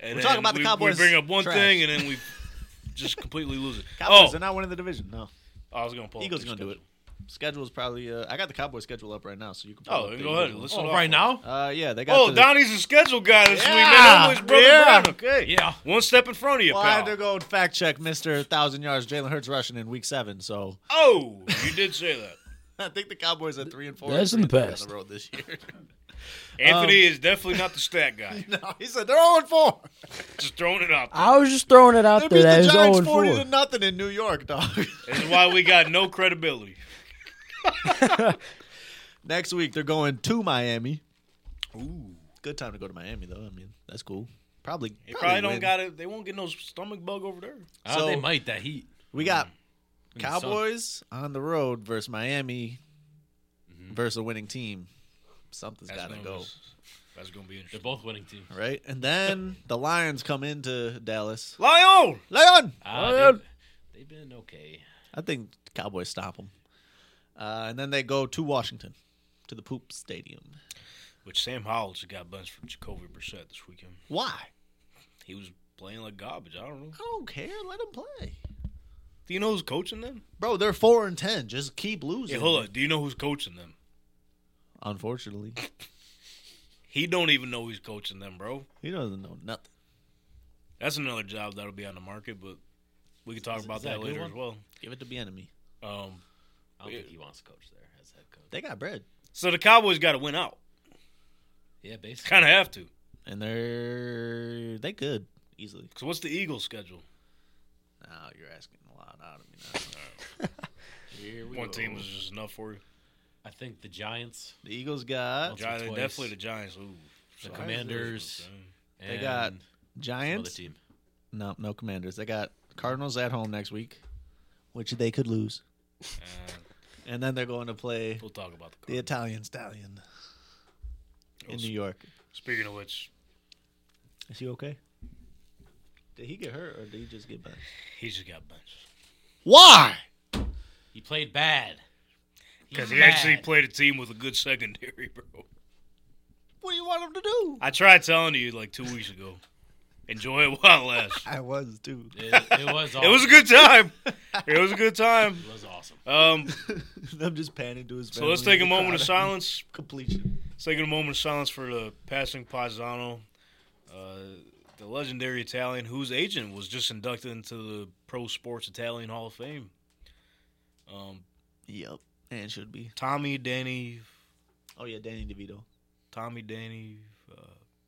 Speaker 2: And
Speaker 4: We're talking
Speaker 2: then
Speaker 4: about the
Speaker 2: we,
Speaker 4: Cowboys
Speaker 2: We bring up one
Speaker 4: trash.
Speaker 2: thing, and then we just completely lose it.
Speaker 4: Cowboys
Speaker 2: oh,
Speaker 4: are not winning the division. No,
Speaker 2: I was gonna pull. up
Speaker 4: Eagles
Speaker 2: their
Speaker 4: gonna do it.
Speaker 2: schedule.
Speaker 4: Schedule is probably. Uh, I got the Cowboys schedule up right now, so you can. pull
Speaker 2: Oh,
Speaker 4: up
Speaker 2: then
Speaker 4: the
Speaker 2: go ahead.
Speaker 4: individual
Speaker 2: Let's
Speaker 4: list.
Speaker 3: Oh,
Speaker 2: off
Speaker 3: right
Speaker 2: on-
Speaker 3: now?
Speaker 4: Uh, yeah, they got.
Speaker 2: Oh,
Speaker 4: the,
Speaker 2: Donnie's a schedule guy this week, man.
Speaker 4: Yeah.
Speaker 2: I'm his brother
Speaker 4: Yeah.
Speaker 2: Brown. Okay,
Speaker 3: Yeah.
Speaker 2: one step in front of you,
Speaker 4: Well, I had
Speaker 2: pal.
Speaker 4: to go and fact check Mister Thousand Yards Jalen Hurts rushing in Week Seven, so
Speaker 2: Oh, you did say that.
Speaker 4: I think the Cowboys are three and four.
Speaker 5: That's in the
Speaker 4: Three and three
Speaker 5: past.
Speaker 4: on the road this year.
Speaker 2: Anthony is definitely not the stat guy.
Speaker 4: no, he said they're zero and four.
Speaker 2: Just throwing it out. There.
Speaker 5: I was just throwing it
Speaker 4: They
Speaker 5: out
Speaker 4: beat
Speaker 5: there. That
Speaker 4: the
Speaker 5: is
Speaker 4: Giants
Speaker 5: 0
Speaker 4: forty to
Speaker 5: and 4.
Speaker 4: nothing in New York, dog.
Speaker 2: This is why we got no credibility.
Speaker 4: Next week they're going to Miami. Ooh, good time to go to Miami though. I mean, that's cool. Probably.
Speaker 2: They probably don't
Speaker 4: win.
Speaker 2: got it. They won't get no stomach bug over there.
Speaker 3: Ah, they
Speaker 4: So-
Speaker 3: might that heat.
Speaker 4: Mm, We got
Speaker 3: mean, some.
Speaker 4: Cowboys on the road versus Miami versus a winning team. Something's got to
Speaker 2: gonna
Speaker 4: go,
Speaker 2: be- That's gonna be
Speaker 3: They're
Speaker 2: interesting.
Speaker 3: both winning teams.
Speaker 4: right? And then the Lions come into Dallas.
Speaker 2: Lion.
Speaker 4: Lion!
Speaker 3: Ah, they've, they've been okay.
Speaker 4: I think Cowboys stop them. Uh, and then they go to Washington, to the Poop Stadium.
Speaker 2: Which Sam Howell's got bunched for Jacoby Brissett this weekend.
Speaker 4: Why?
Speaker 2: He was playing like garbage. I don't know.
Speaker 4: I don't care. Let them play,
Speaker 2: Do you know who's coaching them?
Speaker 4: bro. They're four and ten. Just keep losing.
Speaker 2: Yeah, hold on. Do you know who's coaching them?
Speaker 4: Unfortunately,
Speaker 2: He don't even know who's coaching them, bro.
Speaker 4: he doesn't know nothing.
Speaker 2: That's another job that'll be on the market, but we can talk
Speaker 3: Is-
Speaker 2: about
Speaker 3: is that
Speaker 2: that,
Speaker 3: a good
Speaker 2: later
Speaker 3: one?
Speaker 2: as well.
Speaker 4: Give it to the enemy.
Speaker 2: Um,
Speaker 3: I don't
Speaker 2: Yeah.
Speaker 3: think he wants to coach there as head coach.
Speaker 4: They got bread,
Speaker 2: so the Cowboys got to win out.
Speaker 3: Yeah, basically.
Speaker 2: Kind of have to.
Speaker 4: and they're they could easily.
Speaker 2: Cause what's the Eagles' schedule?
Speaker 4: Now you're asking a lot out of me. Now.
Speaker 3: Here we
Speaker 2: One
Speaker 3: go.
Speaker 2: team is just enough for you.
Speaker 3: I think the Giants.
Speaker 4: The Eagles got
Speaker 3: Once or
Speaker 2: Giants,
Speaker 3: twice.
Speaker 2: definitely the Giants. Ooh,
Speaker 3: The
Speaker 2: sorry.
Speaker 3: Commanders.
Speaker 2: uh,
Speaker 4: They
Speaker 3: and
Speaker 4: got
Speaker 3: some Other
Speaker 4: Giants.
Speaker 3: team.
Speaker 4: No, no Commanders. They got Cardinals at home next week, which they could lose,
Speaker 2: Uh,
Speaker 4: and then they're going to play
Speaker 2: we'll talk about the.
Speaker 4: the
Speaker 2: Cardinals.
Speaker 4: Italian Stallion in New York.
Speaker 2: Speaking of which,
Speaker 4: Is he okay? Did he get hurt or did he just get benched?
Speaker 2: he just got benched
Speaker 4: Why?
Speaker 3: He played bad.
Speaker 2: because
Speaker 3: He's
Speaker 2: he actually
Speaker 3: bad.
Speaker 2: played a team with a good secondary, bro.
Speaker 4: What do you want him to do?
Speaker 2: I tried telling you like two weeks ago. Enjoy it while it lasts.
Speaker 4: I was too.
Speaker 3: It, it was. Awesome.
Speaker 2: It was a good time. It was a good time.
Speaker 3: It was awesome.
Speaker 2: Um,
Speaker 4: I'm just panning to his.
Speaker 2: so let's take a moment of silence.
Speaker 4: Completion.
Speaker 2: Let's take a moment of silence for the passing Paisano, uh, the legendary Italian whose agent was just inducted into the Pro Sports Italian Hall of Fame. Um,
Speaker 4: Yep, and should be.
Speaker 2: Tommy, Danny,
Speaker 4: Oh yeah, Danny DeVito.
Speaker 2: Tommy Danny, uh,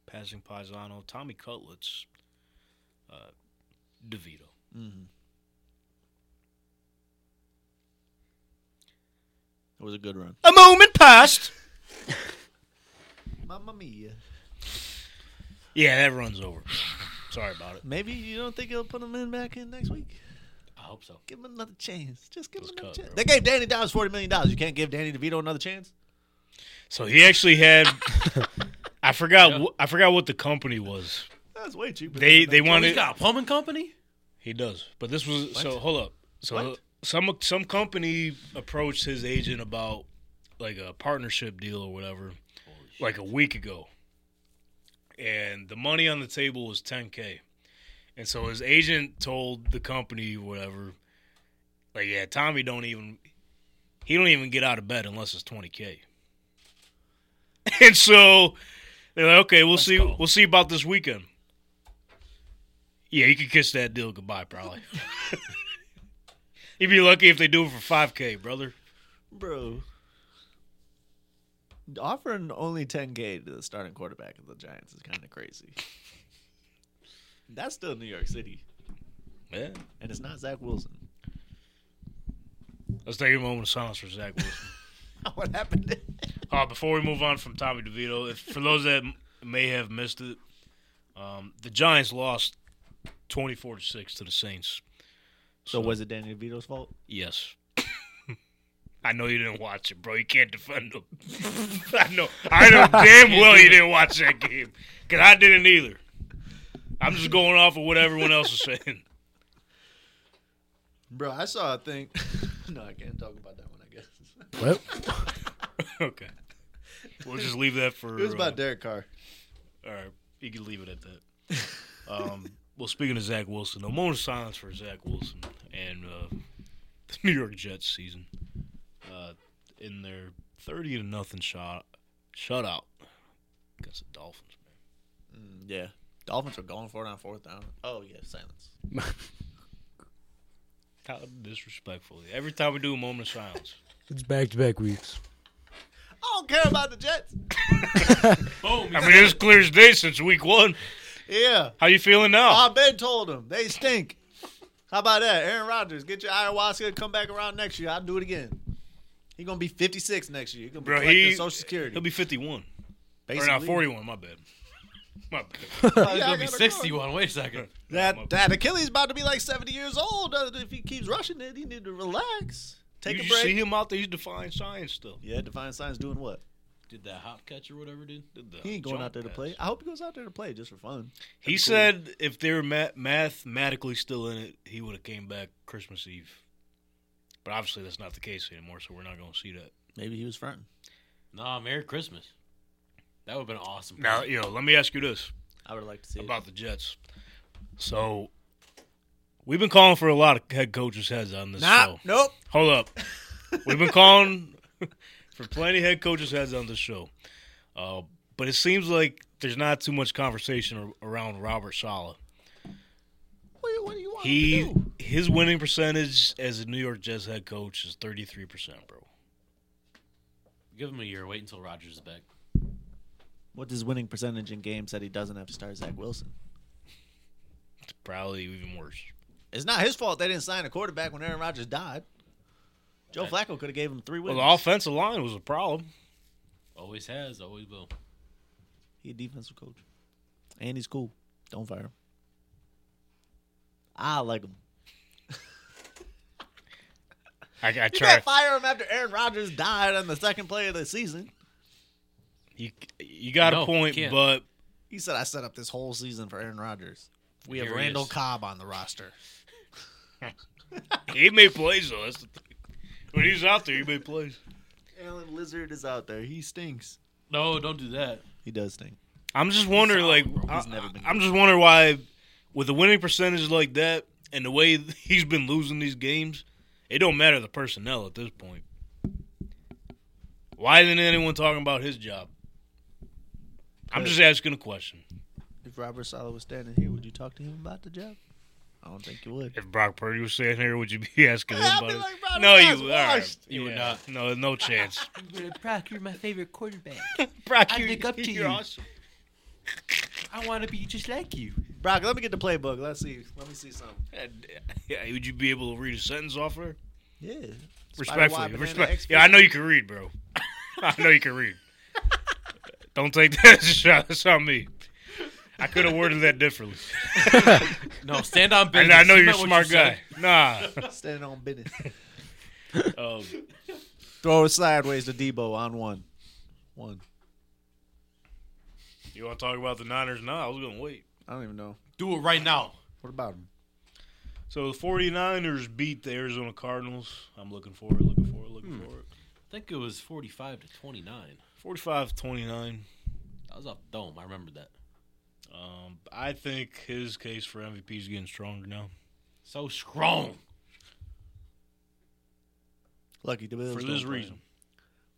Speaker 2: Passing Paisano, Tommy Cutlets, uh, DeVito.
Speaker 4: Mm. It was a good run.
Speaker 2: A moment passed.
Speaker 4: Mamma mia.
Speaker 2: Yeah, that runs over. Sorry about it.
Speaker 4: Maybe you don't think he'll put him in back in next week.
Speaker 3: I hope so.
Speaker 4: Give him another chance. Just give
Speaker 2: It was
Speaker 4: him another
Speaker 2: cut,
Speaker 4: chance.
Speaker 2: bro.
Speaker 4: They gave Danny Dimes forty million dollars. You can't give Danny DeVito another chance.
Speaker 2: So he actually had. I forgot. wh- I forgot what the company was.
Speaker 4: That's way cheaper.
Speaker 2: They they
Speaker 3: Well,
Speaker 2: wanted.
Speaker 3: he's got a plumbing company.
Speaker 2: He does, but this was so. Hold up. So
Speaker 4: What?
Speaker 2: some some company approached his agent about like a partnership deal or whatever, like a week ago, and the money on the table was 10k, and so his agent told the company whatever, like yeah, Tommy don't even he don't even get out of bed unless it's 20k, and so they're like okay, we'll see
Speaker 3: go.
Speaker 2: we'll see about this weekend. Yeah, you could kiss that deal goodbye, probably. You'd be lucky if they do it for five k, brother.
Speaker 4: bro. Offering only 10k to the starting quarterback of the Giants is kind of crazy. That's still New York City,
Speaker 2: Yeah.
Speaker 4: and it's not Zach Wilson.
Speaker 2: Let's take a moment of silence for Zach Wilson.
Speaker 4: what happened?
Speaker 2: Uh, before we move on from Tommy DeVito, if, for those that m- may have missed it, um, the Giants lost twenty-four to six to the Saints.
Speaker 4: So was it Danny DeVito's fault?
Speaker 2: Yes. I know you didn't watch it, bro. You can't defend them. I know. I know damn well you didn't watch that game because I didn't either. I'm just going off of what everyone else is saying.
Speaker 4: Bro, I saw a thing. no, I can't talk about that one. I guess
Speaker 5: Well,
Speaker 2: okay. We'll just leave that for.
Speaker 4: it was
Speaker 2: uh,
Speaker 4: about Derek Carr.
Speaker 2: All right, you can leave it at that. Um, well, speaking of Zach Wilson, a moment of silence for Zach Wilson and uh, the New York Jets season uh, in their thirty to nothing shot shutout against the Dolphins. Man.
Speaker 4: Yeah, Dolphins were going for it on fourth down. Oh yeah, silence.
Speaker 2: How disrespectfully! Every time we do a moment of silence,
Speaker 5: it's back to back weeks.
Speaker 4: I don't care about the Jets.
Speaker 3: Boom.
Speaker 2: I mean it's clear as day since week one.
Speaker 4: Yeah,
Speaker 2: How you feeling now?
Speaker 4: I've been told them they stink. How about that, Aaron Rodgers? Get your ayahuasca. Come back around next year. I'll do it again. He gonna be 56 next year. He's gonna be
Speaker 2: Bro,
Speaker 4: collecting
Speaker 2: he-
Speaker 4: Social Security.
Speaker 2: He'll be fifty-one or
Speaker 4: Basically.
Speaker 2: not forty-one. My bad. My bad.
Speaker 4: Yeah, I
Speaker 3: He's gonna be
Speaker 4: gotta go.
Speaker 3: 61. Wait a second.
Speaker 2: My
Speaker 4: That
Speaker 2: bad.
Speaker 4: that Achilles about to be like 70 years old. Uh, If he keeps rushing it, he need to relax. Take
Speaker 2: Did
Speaker 4: a
Speaker 2: you
Speaker 4: break.
Speaker 2: see him out there? He's defying science still.
Speaker 4: Yeah, Divine Sign's doing what?
Speaker 3: Did that hop catch or whatever, dude?
Speaker 2: Did the
Speaker 4: He ain't going
Speaker 2: jump
Speaker 4: out there to
Speaker 2: pass.
Speaker 4: play. I hope he goes out there to play just for fun.
Speaker 2: Uh, He said if they were ma- mathematically still in it, he would have came back Christmas Eve. But obviously, that's not the case anymore, so we're not going to see that.
Speaker 4: Maybe he was fronting.
Speaker 3: Nah, Merry Christmas. That would have been an awesome.
Speaker 2: Now,
Speaker 3: present.
Speaker 2: yo, let me ask you this
Speaker 4: I would like to see
Speaker 2: about the Jets. So, we've been calling for a lot of head coaches' heads on
Speaker 4: it.
Speaker 2: this
Speaker 4: Nah,
Speaker 2: show.
Speaker 4: nope.
Speaker 2: Hold up. We've been calling for plenty of head coaches' heads on this show. Uh, but it seems like there's not too much conversation ar- around Robert Sala.
Speaker 4: What, do you- what do you want him
Speaker 2: He
Speaker 4: to do?
Speaker 2: his winning percentage as a New York Jets head coach is thirty three percent, bro.
Speaker 3: Give him a year. Wait until Rogers is back.
Speaker 4: What's his winning percentage in games that he doesn't have to start Zach Wilson?
Speaker 2: It's probably even worse.
Speaker 4: It's not his fault they didn't sign a quarterback when Aaron Rodgers died. Joe Flacco could have gave him three
Speaker 2: Well,
Speaker 4: wins.
Speaker 2: the offensive line was a problem.
Speaker 3: Always has. Always will.
Speaker 4: He a defensive coach. And he's cool. Don't fire him. I like him.
Speaker 2: I, I
Speaker 4: You
Speaker 2: try.
Speaker 4: can't fire him after Aaron Rodgers died on the second play of the season.
Speaker 2: You you got
Speaker 3: No,
Speaker 2: a point,
Speaker 3: can't.
Speaker 2: but
Speaker 4: He said, I set up this whole season for Aaron Rodgers. We have
Speaker 3: Here he
Speaker 4: Randall
Speaker 3: is.
Speaker 4: Cobb on the roster.
Speaker 2: he made plays though. That's the thing. When he's out there, he made plays.
Speaker 4: Alan Lizard is out there. He stinks.
Speaker 3: No, don't do that.
Speaker 4: He does stink.
Speaker 2: I'm just wondering, like, I,
Speaker 4: He's never been
Speaker 2: am just wondering why, with a winning percentage like that and the way he's been losing these games, it don't matter the personnel at this point. Why isn't anyone talking about his job? I'm just asking a question.
Speaker 4: If Robert Sala was standing here, would you talk to him about the job? I don't think you would.
Speaker 2: If Brock Purdy was sitting here, would you be asking him
Speaker 4: I'd
Speaker 2: about
Speaker 4: be
Speaker 2: it?
Speaker 4: like, "Bro,
Speaker 2: no,
Speaker 4: the
Speaker 2: you
Speaker 4: guy's
Speaker 2: would. All right.
Speaker 4: washed."
Speaker 3: You would
Speaker 2: Yeah.
Speaker 3: not.
Speaker 2: No, no chance.
Speaker 3: Brock, you're my favorite quarterback.
Speaker 2: Brock,
Speaker 3: I
Speaker 2: you,
Speaker 3: look up to
Speaker 2: you're
Speaker 3: you.
Speaker 2: awesome.
Speaker 3: I want to be just like you.
Speaker 4: Brock, let me get the playbook. Let's see. Let me see something.
Speaker 2: Yeah, would you be able to read a sentence off her?
Speaker 4: Yeah.
Speaker 2: Respectfully,
Speaker 4: Spider-wide banana
Speaker 2: respect.
Speaker 4: expert.
Speaker 2: Yeah, I know you can read, bro. I know you can read. Don't take that as a shot. That's on me. I could have worded that differently.
Speaker 3: No, stand on
Speaker 2: And
Speaker 3: business.
Speaker 2: I know
Speaker 3: You
Speaker 2: you're a
Speaker 3: meant what
Speaker 2: smart
Speaker 3: you said.
Speaker 2: guy. Nah.
Speaker 4: Standing on business.
Speaker 2: Um,
Speaker 4: Throw it sideways to Debo on one. One.
Speaker 2: you want to talk about the Niners? Nah, I was going to wait.
Speaker 4: I don't even know.
Speaker 3: Do it right now.
Speaker 4: What about him?
Speaker 2: So the 49ers beat the Arizona Cardinals. I'm looking forward, looking forward, looking forward.
Speaker 3: I think it was 45 to 29.
Speaker 2: 45 29.
Speaker 3: That was off the dome. I remember that.
Speaker 2: Um, I think his case for MVP is getting stronger now.
Speaker 3: So strong.
Speaker 4: Lucky the Bills.
Speaker 2: For
Speaker 4: don't
Speaker 2: this
Speaker 4: play
Speaker 2: reason.
Speaker 4: him.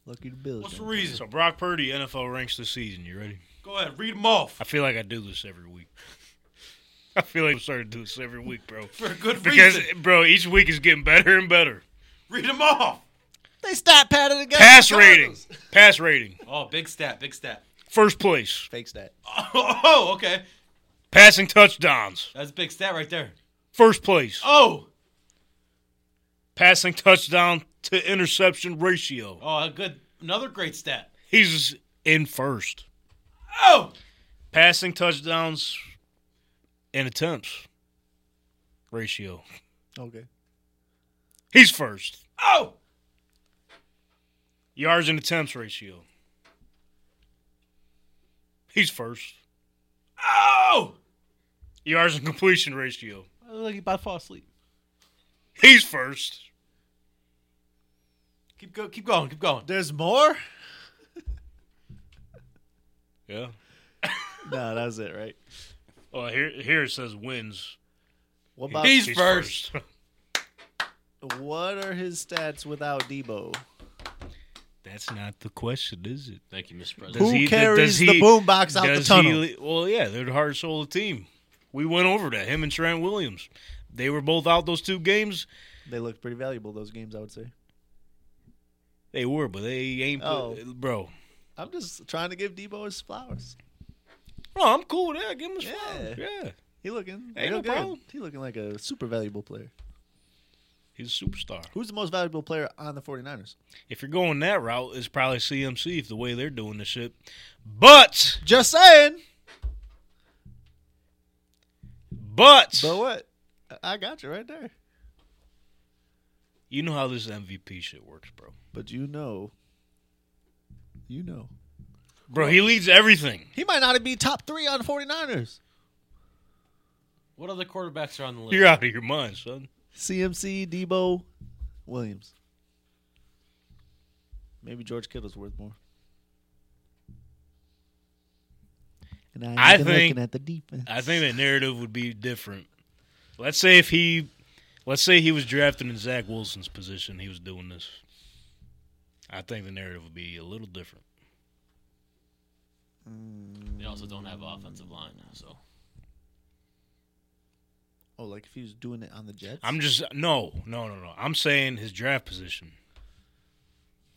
Speaker 4: Lucky the Bills.
Speaker 3: What's the
Speaker 4: don't.
Speaker 3: reason?
Speaker 2: So Brock Purdy, NFL ranks this season. You ready?
Speaker 3: Go ahead, read them off.
Speaker 2: I feel like I do this every week. I feel like I'm starting to do this every week, bro.
Speaker 3: For a good
Speaker 2: Because,
Speaker 3: reason.
Speaker 2: bro, each week is getting better and better.
Speaker 3: Read them off.
Speaker 4: They stat padded again.
Speaker 2: Pass rating. Pass rating.
Speaker 3: Oh, big stat, big stat.
Speaker 2: First place.
Speaker 4: Fake stat.
Speaker 3: Oh, okay.
Speaker 2: Passing touchdowns.
Speaker 3: That's a big stat right there.
Speaker 2: First place.
Speaker 3: Oh,
Speaker 2: Passing touchdown to interception ratio.
Speaker 3: oh, a good, another great stat.
Speaker 2: He's in first.
Speaker 3: Oh,
Speaker 2: Passing touchdowns and attempts ratio.
Speaker 4: Okay.
Speaker 2: He's first.
Speaker 3: Oh!
Speaker 2: Yards and attempts ratio. He's first.
Speaker 3: Oh!
Speaker 2: Yards and completion ratio.
Speaker 3: I look like about to fall asleep.
Speaker 2: He's first.
Speaker 3: Keep go, keep going, keep going.
Speaker 4: There's more?
Speaker 2: Yeah.
Speaker 4: No, that was it, right?
Speaker 2: Well, Oh, here here it says wins.
Speaker 4: What about
Speaker 3: He's first.
Speaker 4: what are his stats without Debo?
Speaker 2: That's not the question, is it?
Speaker 3: Thank you, Mr. President.
Speaker 2: Does
Speaker 4: Who
Speaker 2: he- does
Speaker 4: carries
Speaker 2: he-
Speaker 4: the boombox out the
Speaker 2: Does
Speaker 4: tunnel?
Speaker 2: he? Well, yeah, they're the heart and soul of the team. We went over that. Him and Trent Williams. They were both out those two games.
Speaker 4: They look pretty valuable those games, I would say.
Speaker 2: They were, but they ain't.
Speaker 4: Oh.
Speaker 2: put- bro.
Speaker 4: I'm just trying to give Debo his flowers.
Speaker 2: No, I'm cool with that. Give him a yeah.
Speaker 4: Yeah.
Speaker 2: Yeah,
Speaker 4: He looking
Speaker 2: Ain't
Speaker 4: real
Speaker 2: no
Speaker 4: good.
Speaker 2: problem.
Speaker 4: He looking like a super valuable player.
Speaker 2: he's a superstar.
Speaker 4: Who's the most valuable player on the 49ers?
Speaker 2: If you're going that route, it's probably CMC if the way they're doing this shit. But,
Speaker 4: Just saying.
Speaker 2: but,
Speaker 4: But what? I- I got you right there.
Speaker 2: you know how this MVP shit works, bro.
Speaker 4: But you know, you know.
Speaker 2: Bro, he leads everything.
Speaker 4: He might not be top three on the 49ers.
Speaker 3: What other quarterbacks are on the list?
Speaker 2: You're out of your mind, son.
Speaker 4: CMC, Debo, Williams. Maybe George Kittle's worth more. And ain't
Speaker 2: I
Speaker 4: even
Speaker 2: think-
Speaker 4: looking at the defense.
Speaker 2: I think the narrative would be different. Let's say if he, let's say he was drafted in Zach Wilson's position, he was doing this. I think the narrative would be a little different.
Speaker 3: They also don't have offensive line, so
Speaker 4: Oh, like if he was doing it on the Jets.
Speaker 2: I'm just no, no, no, no. I'm saying his draft position.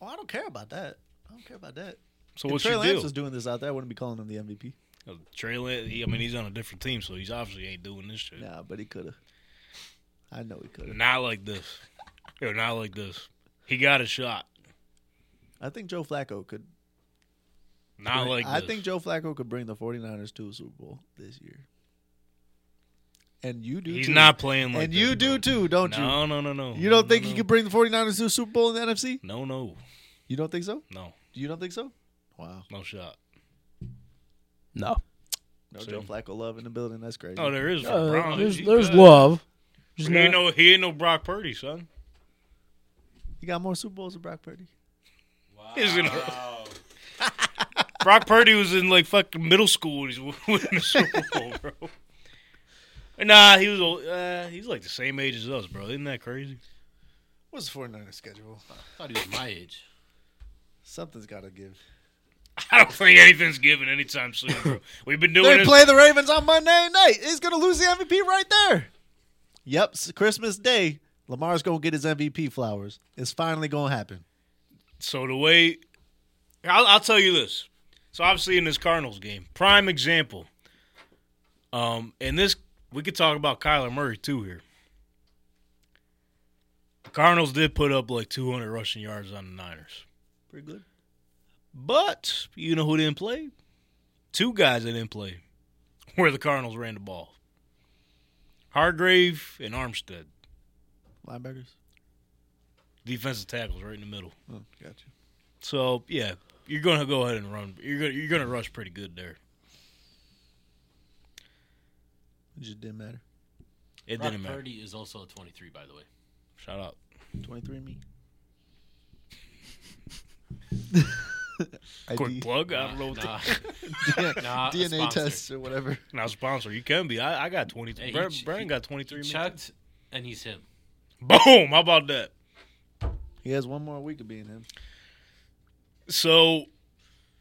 Speaker 4: Oh, I don't care about that. I don't care about that.
Speaker 2: So
Speaker 4: if
Speaker 2: what's
Speaker 4: Trey
Speaker 2: your
Speaker 4: Lance
Speaker 2: deal? Uh,
Speaker 4: was doing this out there, I wouldn't be calling him the MVP.
Speaker 2: Trey Lance, he, I mean, he's on a different team, so he's obviously ain't doing this shit.
Speaker 4: Nah, but he could have. I know he could have.
Speaker 2: Not like this. Yo, not like this. He got a shot.
Speaker 4: I think Joe Flacco could.
Speaker 2: Not like
Speaker 4: I
Speaker 2: this.
Speaker 4: think Joe Flacco could bring the 49ers to a Super Bowl this year. And you do.
Speaker 2: he's
Speaker 4: too.
Speaker 2: not playing like
Speaker 4: and
Speaker 2: this,
Speaker 4: you
Speaker 2: bro.
Speaker 4: do too, don't you?
Speaker 2: No, no, no, no.
Speaker 4: You don't
Speaker 2: No,
Speaker 4: think
Speaker 2: no,
Speaker 4: he
Speaker 2: no.
Speaker 4: could bring the 49ers to a Super Bowl in the NFC?
Speaker 2: No, no,
Speaker 4: You don't think so?
Speaker 2: no,
Speaker 4: You don't think so? Wow.
Speaker 2: no shot.
Speaker 5: No.
Speaker 4: No
Speaker 2: See?
Speaker 4: Joe Flacco love in the building. That's crazy.
Speaker 3: Oh,
Speaker 2: No, there is for
Speaker 5: Uh,
Speaker 2: Brown.
Speaker 5: there's
Speaker 2: He
Speaker 5: there's
Speaker 2: good.
Speaker 5: love. Just
Speaker 2: He ain't
Speaker 5: not-
Speaker 2: no, he ain't no Brock Purdy, son.
Speaker 4: He got more Super Bowls than Brock Purdy.
Speaker 2: He's in a- Brock Purdy was in like fucking middle school. when He's winning the Super Bowl, bro. Nah, he was old- uh, he's like the same age as us, bro. Isn't that crazy?
Speaker 4: What's the 49ers schedule?
Speaker 3: I thought he was my age.
Speaker 4: Something's got to give.
Speaker 2: I don't think anything's given anytime soon, bro. We've been doing
Speaker 4: They
Speaker 2: this.
Speaker 4: play the Ravens on Monday night. He's going to lose the MVP right there. Yep, s- Christmas Day. Lamar's going to get his MVP flowers. It's finally going to happen.
Speaker 2: So the way, I'll, I'll tell you this. So obviously in this Cardinals game, prime example. Um, and this we could talk about Kyler Murray too here. The Cardinals did put up like 200 rushing yards on the Niners,
Speaker 4: Pretty good.
Speaker 2: but you know who didn't play? Two guys that didn't play, where the Cardinals ran the ball. Hargrave and Armstead,
Speaker 4: Linebackers.
Speaker 2: defensive tackles, right in the middle.
Speaker 4: Oh, gotcha.
Speaker 2: So yeah, you're gonna go ahead and run. You're gonna you're gonna rush pretty good there.
Speaker 4: It just didn't matter.
Speaker 2: It
Speaker 3: Brock
Speaker 2: didn't matter.
Speaker 3: Purdy is also a 23, by the way.
Speaker 2: Shut up.
Speaker 4: 23 me.
Speaker 2: Quick plug. I don't know.
Speaker 3: Nah,
Speaker 2: What to-
Speaker 3: nah. Nah, a
Speaker 4: DNA
Speaker 3: sponsor.
Speaker 4: tests or whatever.
Speaker 2: Now sponsor, you can be. I, I got twenty three.
Speaker 3: Hey,
Speaker 2: Brandon
Speaker 3: he ch-
Speaker 2: got twenty three.
Speaker 3: He chucked, and he's him.
Speaker 2: Boom! How about that?
Speaker 4: He has one more week of being him.
Speaker 2: So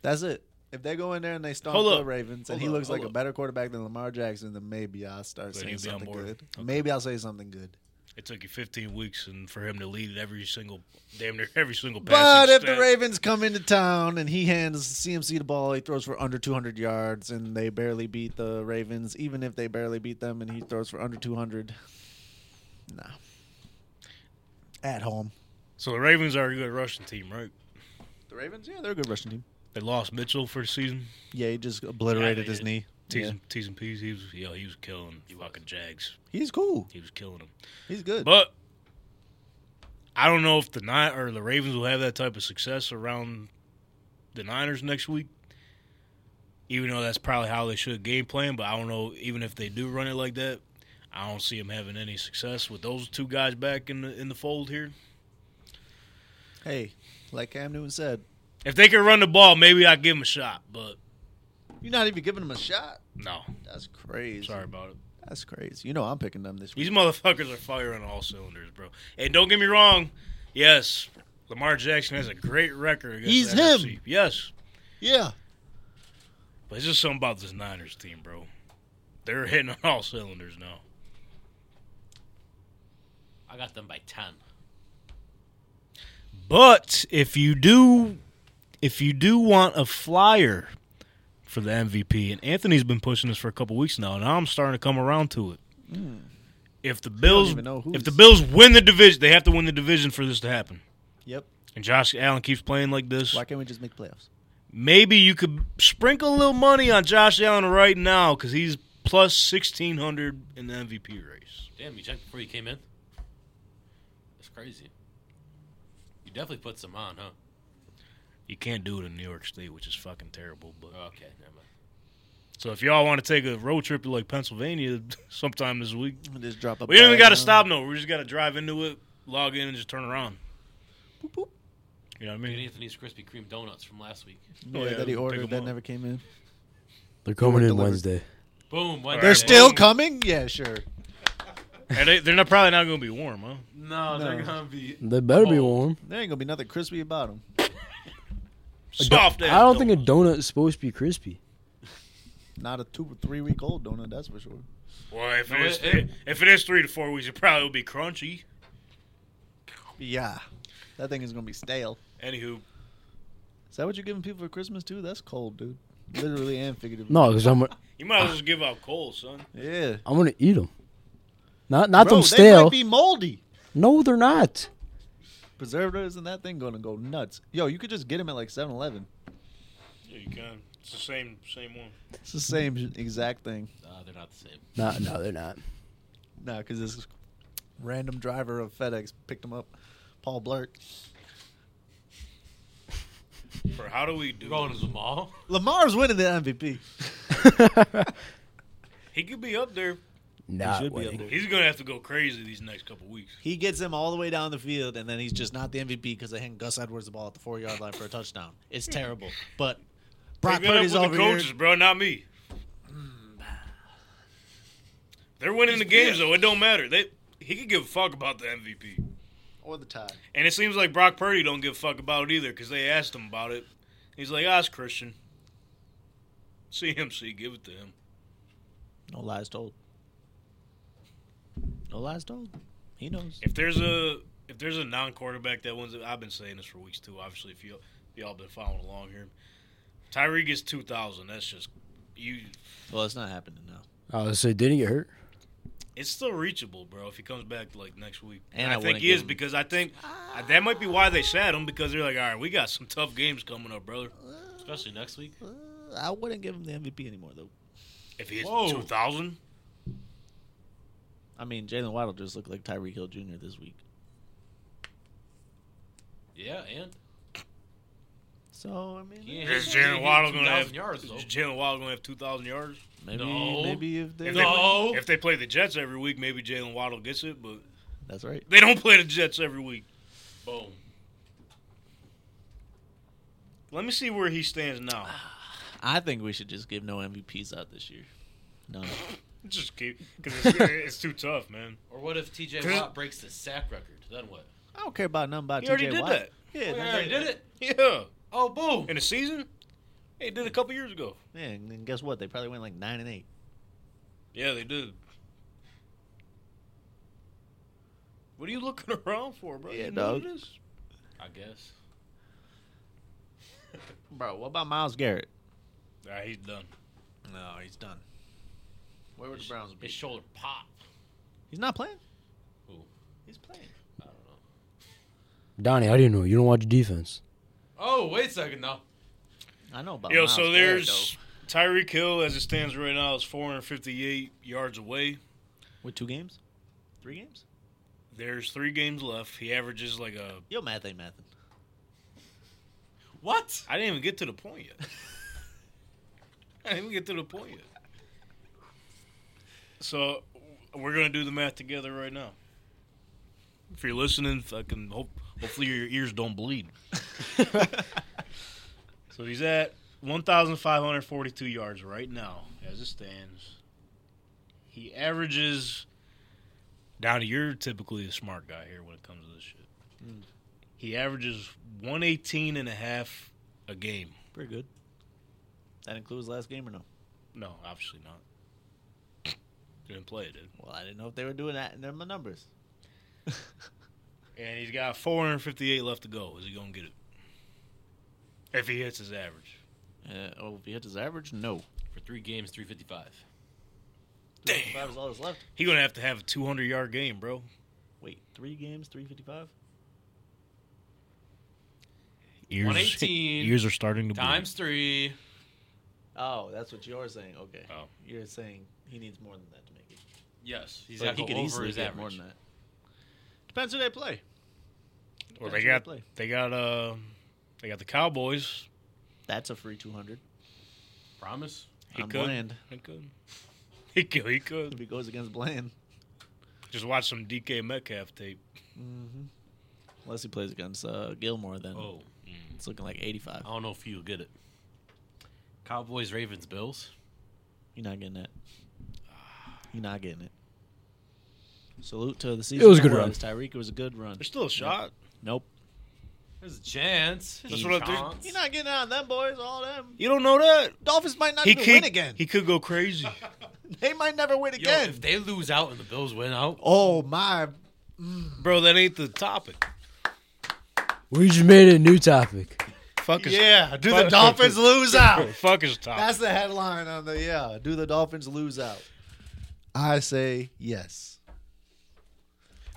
Speaker 4: That's it. If they go in there and they stomp
Speaker 2: Hold
Speaker 4: the
Speaker 2: up.
Speaker 4: Ravens and
Speaker 2: Hold
Speaker 4: he
Speaker 2: up,
Speaker 4: looks
Speaker 2: hold
Speaker 4: like a
Speaker 2: up.
Speaker 4: better quarterback than Lamar Jackson, then maybe I'll start
Speaker 2: Then
Speaker 4: saying
Speaker 2: you'll be on
Speaker 4: something
Speaker 2: board.
Speaker 4: good.
Speaker 2: Okay.
Speaker 4: Maybe I'll say something good.
Speaker 2: it took you fifteen weeks, and for him to lead every single, damn near every single.
Speaker 4: But
Speaker 2: passing
Speaker 4: if the
Speaker 2: stat.
Speaker 4: Ravens come into town and he hands CMC the ball, he throws for under 200 yards and they barely beat the Ravens, even if they barely beat them and he throws for under 200, nah. At home.
Speaker 2: so the Ravens are a good rushing team, right?
Speaker 4: The Ravens, yeah, they're a good rushing team.
Speaker 2: They lost Mitchell for the season.
Speaker 4: Yeah, he just obliterated
Speaker 2: Yeah,
Speaker 4: his
Speaker 2: they-
Speaker 4: knee.
Speaker 2: T's,
Speaker 4: Yeah.
Speaker 2: and, T's and P's. He was, yo, he was killing fucking Jags.
Speaker 4: He's cool.
Speaker 2: He was killing them.
Speaker 4: He's good.
Speaker 2: But I don't know if the nine or the Ravens will have that type of success around the Niners next week. Even though that's probably how they should game plan, but I don't know. Even if they do run it like that, I don't see them having any success with those two guys back in the in the fold here.
Speaker 4: Hey, like Cam Newton said,
Speaker 2: If they can run the ball, maybe I give them a shot. But
Speaker 4: you're not even giving him a shot.
Speaker 2: no,
Speaker 4: That's crazy.
Speaker 2: sorry about it.
Speaker 4: That's crazy. You know I'm picking them this
Speaker 2: These
Speaker 4: week.
Speaker 2: motherfuckers are firing all cylinders, bro. And don't get me wrong, yes, Lamar Jackson has a great record. Against
Speaker 4: He's
Speaker 2: the NFC.
Speaker 4: him.
Speaker 2: Yes,
Speaker 4: yeah.
Speaker 2: But it's just something about this Niners team, bro. They're hitting on all cylinders now.
Speaker 3: I got them by ten.
Speaker 2: But if you do, if you do want a flyer for the MVP, and Anthony's been pushing this for a couple weeks now, and I'm starting to come around to it. If the Bills,
Speaker 4: Hmm. even know who's-
Speaker 2: if the Bills win the division, they have to win the division for this to happen.
Speaker 4: Yep.
Speaker 2: And Josh Allen keeps playing like this.
Speaker 4: Why can't we just make playoffs?
Speaker 2: maybe you could sprinkle a little money on Josh Allen right now because he's plus sixteen hundred in the MVP race.
Speaker 3: Damn, you checked before you came in. That's crazy. You definitely put some on, huh?
Speaker 2: You can't do it in New York State, which is fucking terrible. But
Speaker 3: Oh, Okay, never mind.
Speaker 2: so if y'all want to take a road trip to like Pennsylvania sometime this week,
Speaker 4: We'll just drop a
Speaker 2: we don't even
Speaker 4: bag
Speaker 2: got to
Speaker 4: on-
Speaker 2: stop. No, we just got to drive into it, log in, and just turn around.
Speaker 4: Boop, boop.
Speaker 2: You know what I
Speaker 3: Get
Speaker 2: mean?
Speaker 3: Anthony's Krispy Kreme donuts from last week.
Speaker 4: Yeah,
Speaker 2: Oh, yeah,
Speaker 4: that he
Speaker 2: pick
Speaker 4: ordered
Speaker 2: 'em
Speaker 4: that
Speaker 2: up.
Speaker 4: never came in.
Speaker 5: They're coming in
Speaker 4: delivered.
Speaker 5: Wednesday.
Speaker 3: Boom. Wednesday.
Speaker 4: They're still
Speaker 2: Boom.
Speaker 4: coming? Yeah, sure.
Speaker 2: And they, they're not probably not going to be warm, huh?
Speaker 3: No, they're
Speaker 4: No.
Speaker 3: gonna be.
Speaker 5: They better be
Speaker 3: Oh.
Speaker 5: warm.
Speaker 4: There ain't gonna be nothing crispy about them.
Speaker 2: Soft.
Speaker 5: I don't think a donut is supposed to be crispy.
Speaker 4: Not a two or three week old donut, that's for sure.
Speaker 2: Well, if
Speaker 3: No,
Speaker 2: it is,
Speaker 3: it- it-
Speaker 2: if it is three to four weeks, it probably will be crunchy.
Speaker 4: Yeah. That thing is gonna be stale.
Speaker 2: Anywho,
Speaker 4: Is that what you're giving people for Christmas too? That's cold, dude. Literally and figuratively.
Speaker 5: No, because I'm
Speaker 2: you might as well just give out cold, son.
Speaker 4: Yeah.
Speaker 5: I'm gonna eat them. Not not
Speaker 4: Bro,
Speaker 5: them
Speaker 4: They
Speaker 5: stale.
Speaker 4: might be moldy.
Speaker 5: no, they're not.
Speaker 4: Preservatives and that thing gonna go nuts. Yo, you could just get them at like 7-Eleven.
Speaker 2: Yeah, you can. It's the same same one.
Speaker 4: It's the same sh- exact thing.
Speaker 3: Uh, they're not the same.
Speaker 5: No, no, they're not.
Speaker 4: No, because this random driver of FedEx picked him up, Paul Blart.
Speaker 2: For how do we do?
Speaker 3: You're going to the mall.
Speaker 4: Lamar's winning the MVP.
Speaker 2: He could be up there.
Speaker 5: not
Speaker 2: should be up
Speaker 5: winning.
Speaker 2: there. He's gonna have to go crazy these next couple weeks.
Speaker 4: He gets him all the way down the field, and then he's just not the MVP because they hand Gus Edwards the ball at the four yard line for a touchdown. It's terrible. But Brock
Speaker 2: Take that up
Speaker 4: Purdy's
Speaker 2: with
Speaker 4: over
Speaker 2: the coaches,
Speaker 4: here.
Speaker 2: bro, not me. They're winning the games though. It don't matter. They he could give a fuck about the MVP,
Speaker 4: Or the tie.
Speaker 2: and it seems like Brock Purdy don't give a fuck about it either because they asked him about it. He's like, "Ah, it's Christian. CMC, give it to him."
Speaker 4: No lies told. No lies told. He knows.
Speaker 2: If there's a if there's a non quarterback that wins, it- I've been saying this for weeks too. Obviously, if you if y'all been following along here, Tyreek gets two thousand. That's just you.
Speaker 4: Well, it's not happening now.
Speaker 5: I was gonna say, didn't get hurt.
Speaker 2: It's still reachable, bro. If he comes back like next week,
Speaker 4: And I
Speaker 2: I, think
Speaker 4: wouldn't
Speaker 2: he
Speaker 4: give
Speaker 2: is
Speaker 4: him-
Speaker 2: because I think uh, that might be why they sat him because they're like, all right, we got some tough games coming up, brother.
Speaker 3: Especially next week.
Speaker 4: Uh, I wouldn't give him the MVP anymore, though.
Speaker 2: If he hits
Speaker 3: Whoa.
Speaker 2: two thousand,
Speaker 4: I mean, Jalen Waddle just looked like Tyreek Hill Jr. this week.
Speaker 3: Yeah, and
Speaker 4: So, I mean,
Speaker 3: Yeah.
Speaker 2: is
Speaker 3: He's gonna
Speaker 2: Jalen Waddle
Speaker 3: get
Speaker 2: gonna have
Speaker 3: 2,000 yards, though.
Speaker 2: Jalen Waddle gonna have two thousand yards?
Speaker 4: maybe,
Speaker 3: No.
Speaker 4: maybe if they.
Speaker 2: If
Speaker 3: No.
Speaker 2: They, if they play the Jets every week, maybe Jalen Waddle gets it, but
Speaker 4: That's right.
Speaker 2: they don't play the Jets every week.
Speaker 3: boom.
Speaker 2: Let me see where he stands now.
Speaker 4: I think we should just give no MVPs out this year. No.
Speaker 2: Just keep because it's, it's too tough, man.
Speaker 3: Or what if T.J.
Speaker 2: Cause-
Speaker 3: Watt breaks the sack record? Then what?
Speaker 4: I don't care about nothing about
Speaker 2: He
Speaker 4: TJ
Speaker 2: already did
Speaker 4: Watt.
Speaker 2: that.
Speaker 4: Yeah,
Speaker 3: We
Speaker 4: no,
Speaker 3: already
Speaker 4: no.
Speaker 3: did it.
Speaker 2: Yeah,
Speaker 3: Oh, boom.
Speaker 2: in a season, he did a couple years ago.
Speaker 4: Yeah, and and guess what? They probably went like nine and eight.
Speaker 2: Yeah, they did. What are you looking around for, bro?
Speaker 4: Yeah,
Speaker 2: you know
Speaker 4: dog.
Speaker 2: this?
Speaker 3: I guess.
Speaker 4: Bro, what about Miles Garrett?
Speaker 2: All right, he's done.
Speaker 4: No, he's done. Where would the Browns be?
Speaker 3: His shoulder pop.
Speaker 4: He's not playing.
Speaker 3: Who?
Speaker 4: He's playing.
Speaker 3: I don't know.
Speaker 5: Donnie, I didn't know. You don't watch defense.
Speaker 3: Oh, wait a second now.
Speaker 4: I know about.
Speaker 2: Yo,
Speaker 4: Miles
Speaker 2: so
Speaker 4: Garrett,
Speaker 2: there's Tyreek Hill as it stands right now is 458 yards away.
Speaker 4: though. with two games, three games.
Speaker 2: There's three games left. He averages like a.
Speaker 4: Yo, math ain't mathing.
Speaker 3: What?
Speaker 2: I didn't even get to the point yet. I didn't even get to the point yet. So we're gonna do the math together right now. If you're listening, fucking hope hopefully your ears don't bleed. so he's at 1,542 yards right now, as it stands. He averages. Donnie, you're typically a smart guy here when it comes to this shit. He averages 118 and a half a game.
Speaker 4: Pretty good. That includes last game or no?
Speaker 2: No, obviously not. Didn't play it, dude.
Speaker 4: Well, I didn't know if they were doing that in their numbers.
Speaker 2: And he's got 458 left to go. Is he going to get it? If he hits his average.
Speaker 4: Uh, oh, if he hits his average, no.
Speaker 3: For three games, 355.
Speaker 4: Damn. is all that's left.
Speaker 2: He's going to have to have a 200 yard game, bro.
Speaker 4: Wait, three games, three fifty-five.
Speaker 2: Ears,
Speaker 3: 118
Speaker 2: Ears are starting to bleed.
Speaker 3: Times three.
Speaker 4: Oh, that's what you're saying. Okay.
Speaker 2: Oh.
Speaker 4: You're saying he needs more than that to make it.
Speaker 3: Yes. He's
Speaker 4: But
Speaker 3: got to go over his average.
Speaker 4: more than that. Depends who they play.
Speaker 2: Well,
Speaker 4: Depends
Speaker 2: they
Speaker 4: who
Speaker 2: got
Speaker 4: play.
Speaker 2: they got uh they got the Cowboys.
Speaker 4: That's a free two hundred.
Speaker 3: Promise?
Speaker 2: He
Speaker 4: I'm
Speaker 2: could.
Speaker 4: bland.
Speaker 2: He could. He could. He
Speaker 4: If
Speaker 2: could.
Speaker 4: he goes against bland,
Speaker 2: Just watch some DK Metcalf tape.
Speaker 4: unless he plays against uh, Gilmore, then
Speaker 3: Oh,
Speaker 4: it's looking like eighty-five.
Speaker 2: Oh.
Speaker 3: I don't know if you'll get it. Cowboys, Ravens, Bills.
Speaker 4: You're not getting that. You're not getting it. Salute to the season.
Speaker 5: It was a good
Speaker 4: awards.
Speaker 5: run.
Speaker 4: Tyreek. It was a good run.
Speaker 2: There's still a shot.
Speaker 4: Nope.
Speaker 3: There's a chance.
Speaker 2: That's
Speaker 3: There's a
Speaker 2: what I'm-
Speaker 3: chance.
Speaker 4: You're not getting out of them boys. All them.
Speaker 2: You don't know that.
Speaker 4: Dolphins might not
Speaker 2: He
Speaker 4: even
Speaker 2: could
Speaker 4: win again.
Speaker 2: He could go crazy.
Speaker 4: they might never win
Speaker 3: Yo,
Speaker 4: again.
Speaker 3: if they lose out and the Bills win out,
Speaker 4: oh my!
Speaker 2: Bro, that ain't the topic.
Speaker 5: We just made a new topic.
Speaker 2: Fuck his
Speaker 4: Yeah. Do the
Speaker 2: Fuck.
Speaker 4: Dolphins lose out?
Speaker 2: Fuck his topic.
Speaker 4: That's the headline on the yeah. Do the Dolphins lose out? I say yes.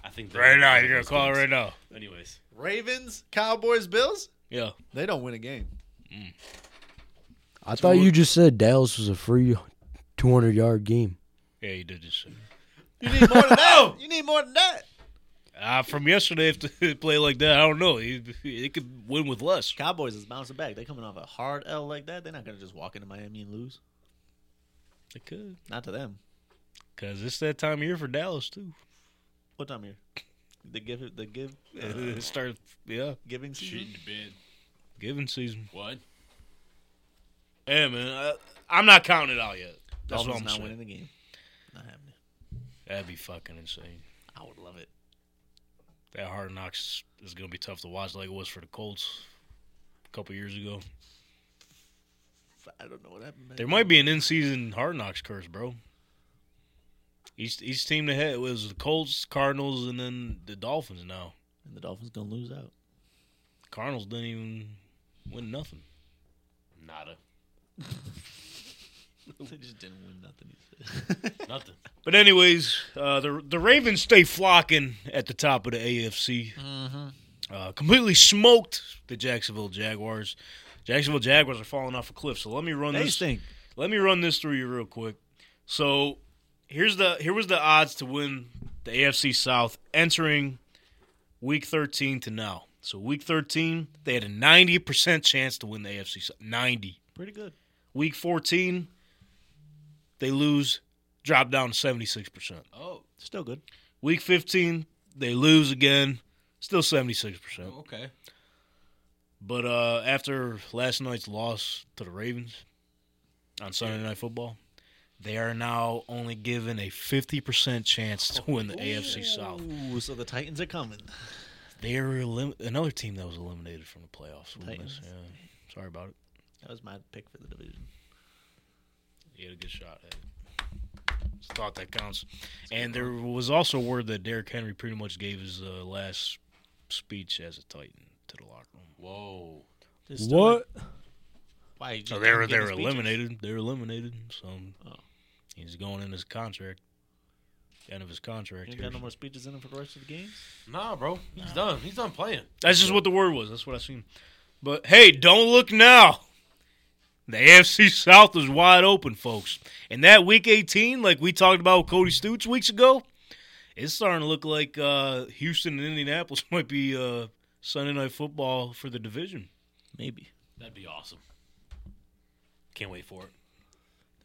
Speaker 3: I think they're
Speaker 2: right
Speaker 3: gonna
Speaker 2: now,
Speaker 3: win
Speaker 2: you're gonna
Speaker 3: those
Speaker 2: call it
Speaker 3: games.
Speaker 2: right now.
Speaker 3: Anyways,
Speaker 4: Ravens, Cowboys, Bills.
Speaker 2: Yeah.
Speaker 4: They don't win a game.
Speaker 5: I thought you just said Dallas was a free 200 yard game.
Speaker 2: Yeah, you did just say.
Speaker 4: You need more than that. You need more than that.
Speaker 2: Uh, from yesterday, if they play like that, I don't know. He, he could win with less.
Speaker 4: Cowboys is bouncing back. They coming off a hard L like that. They're not gonna just walk into Miami and lose.
Speaker 2: They could.
Speaker 4: Not to them.
Speaker 2: Because it's that time of year for Dallas, too.
Speaker 4: What time here? The give the give uh,
Speaker 2: Uh, it starts, yeah,
Speaker 4: giving season.
Speaker 3: to bed.
Speaker 2: giving season.
Speaker 3: What?
Speaker 2: Hey, man, I, I'm not counting it out yet. That's
Speaker 4: Dolphins
Speaker 2: what I'm
Speaker 4: not
Speaker 2: saying.
Speaker 4: winning the game. Not happening.
Speaker 2: That'd be fucking insane.
Speaker 4: I would love it.
Speaker 2: That hard knocks is going to be tough to watch like it was for the Colts a couple years ago.
Speaker 4: I don't know what happened. man.
Speaker 2: There might be an in-season hard knocks curse, bro. Each each team that had it was the Colts, Cardinals, and then the Dolphins. Now
Speaker 4: And the Dolphins gonna lose out.
Speaker 2: Cardinals didn't even win nothing.
Speaker 3: Nada.
Speaker 4: they just didn't win nothing.
Speaker 3: Nothing.
Speaker 2: But anyways, uh, the the Ravens stay flocking at the top of the AFC. Uh, completely smoked the Jacksonville Jaguars. Jacksonville Jaguars are falling off a cliff. So let me run
Speaker 4: They
Speaker 2: this.
Speaker 4: stink.
Speaker 2: Let me run this through you real quick. So here's the here was the odds to win the AFC South entering week 13 to now. So week 13, they had a 90% chance to win the AFC South. 90.
Speaker 4: Pretty good.
Speaker 2: Week 14, they lose, drop down to 76%.
Speaker 3: Oh,
Speaker 4: Still good.
Speaker 2: Week 15, they lose again, still 76%.
Speaker 3: okay.
Speaker 2: But uh, after last night's loss to the Ravens on Sunday Night Football, they are now only given a 50% chance to win the AFC South.
Speaker 4: Ooh, so the Titans are coming.
Speaker 2: They are elim- another team that was eliminated from the playoffs. We
Speaker 4: Titans.
Speaker 2: missed, yeah. Sorry about it.
Speaker 4: That was my pick for the division.
Speaker 2: He had a good shot at it. Just thought that counts. And there was also word that Derrick Henry pretty much gave his uh, last speech as a Titan to the locker room.
Speaker 3: Whoa.
Speaker 5: What?
Speaker 4: Why? you
Speaker 2: So
Speaker 4: just
Speaker 2: Oh, they were
Speaker 4: didn't give
Speaker 2: they're
Speaker 4: a speech?
Speaker 2: eliminated. They're eliminated. So
Speaker 4: Oh.
Speaker 2: he's going in his contract. End of his contract.
Speaker 4: You ain't
Speaker 2: here.
Speaker 4: got no more speeches in him for the rest of the games.
Speaker 3: Nah, bro. He's done. He's done playing.
Speaker 2: That's just what the word was. That's what I seen. But hey, don't look now. The AFC South is wide open, folks. And that week 18, like we talked about with Cody Stoops weeks ago, It's starting to look like uh, Houston and Indianapolis might be uh, Sunday night football for the division.
Speaker 4: Maybe
Speaker 3: That'd be awesome. Can't wait for it.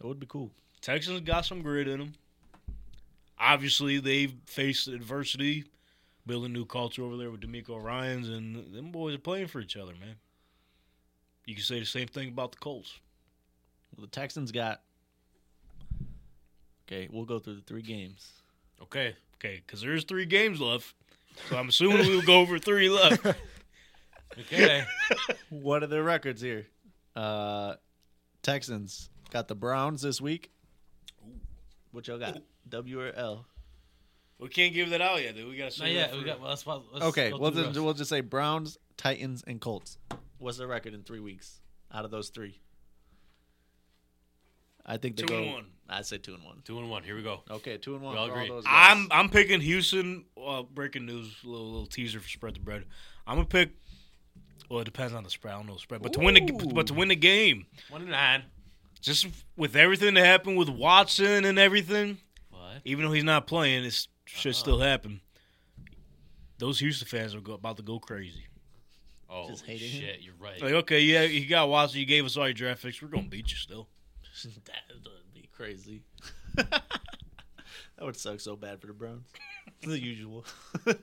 Speaker 4: that would be cool.
Speaker 2: Texans got some grit in them. Obviously, they've faced adversity, building new culture over there with D'Amico Ryan's, and them boys are playing for each other, man. You can say the same thing about the Colts.
Speaker 4: Well, the Texans got. Okay, we'll go through the three games.
Speaker 2: Okay, okay, because there's three games left, so I'm assuming we'll go over three left.
Speaker 3: Okay.
Speaker 4: What are their records here? Uh, Texans got the Browns this week. What y'all got? W or L?
Speaker 2: We can't give that out yet. Dude. We got to
Speaker 3: Not
Speaker 2: save
Speaker 3: yet.
Speaker 2: that
Speaker 3: We
Speaker 2: for-
Speaker 3: got. Well, that's why. Let's
Speaker 4: Okay,
Speaker 3: go
Speaker 4: we'll
Speaker 3: through the
Speaker 4: just,
Speaker 3: rest.
Speaker 4: we'll just say Browns, Titans, and Colts. What's their record in three weeks out of those three? I think they
Speaker 2: Two
Speaker 4: go.
Speaker 2: and one.
Speaker 4: I'd say two and one.
Speaker 3: two and one. Here we go.
Speaker 4: Okay, two and one.
Speaker 3: We all
Speaker 4: for all
Speaker 3: agree.
Speaker 4: those guys.
Speaker 2: I'm I'm picking Houston. Uh, breaking news, little little teaser for spread the bread. I'm gonna pick. Well, it depends on the spread. I don't know the spread, but to win the but, but to win the game,
Speaker 3: One and nine.
Speaker 2: just with everything that happened with Watson and everything,
Speaker 3: What?
Speaker 2: even though he's not playing, it
Speaker 3: Uh-uh.
Speaker 2: should still happen. Those Houston fans are go, about to go crazy.
Speaker 3: Oh
Speaker 4: Just hating him.
Speaker 3: shit! You're right.
Speaker 2: Like, okay, yeah, you got Watson. You gave us all your draft picks. We're gonna beat you still.
Speaker 4: that would be crazy. that would suck so bad for the Browns. the usual.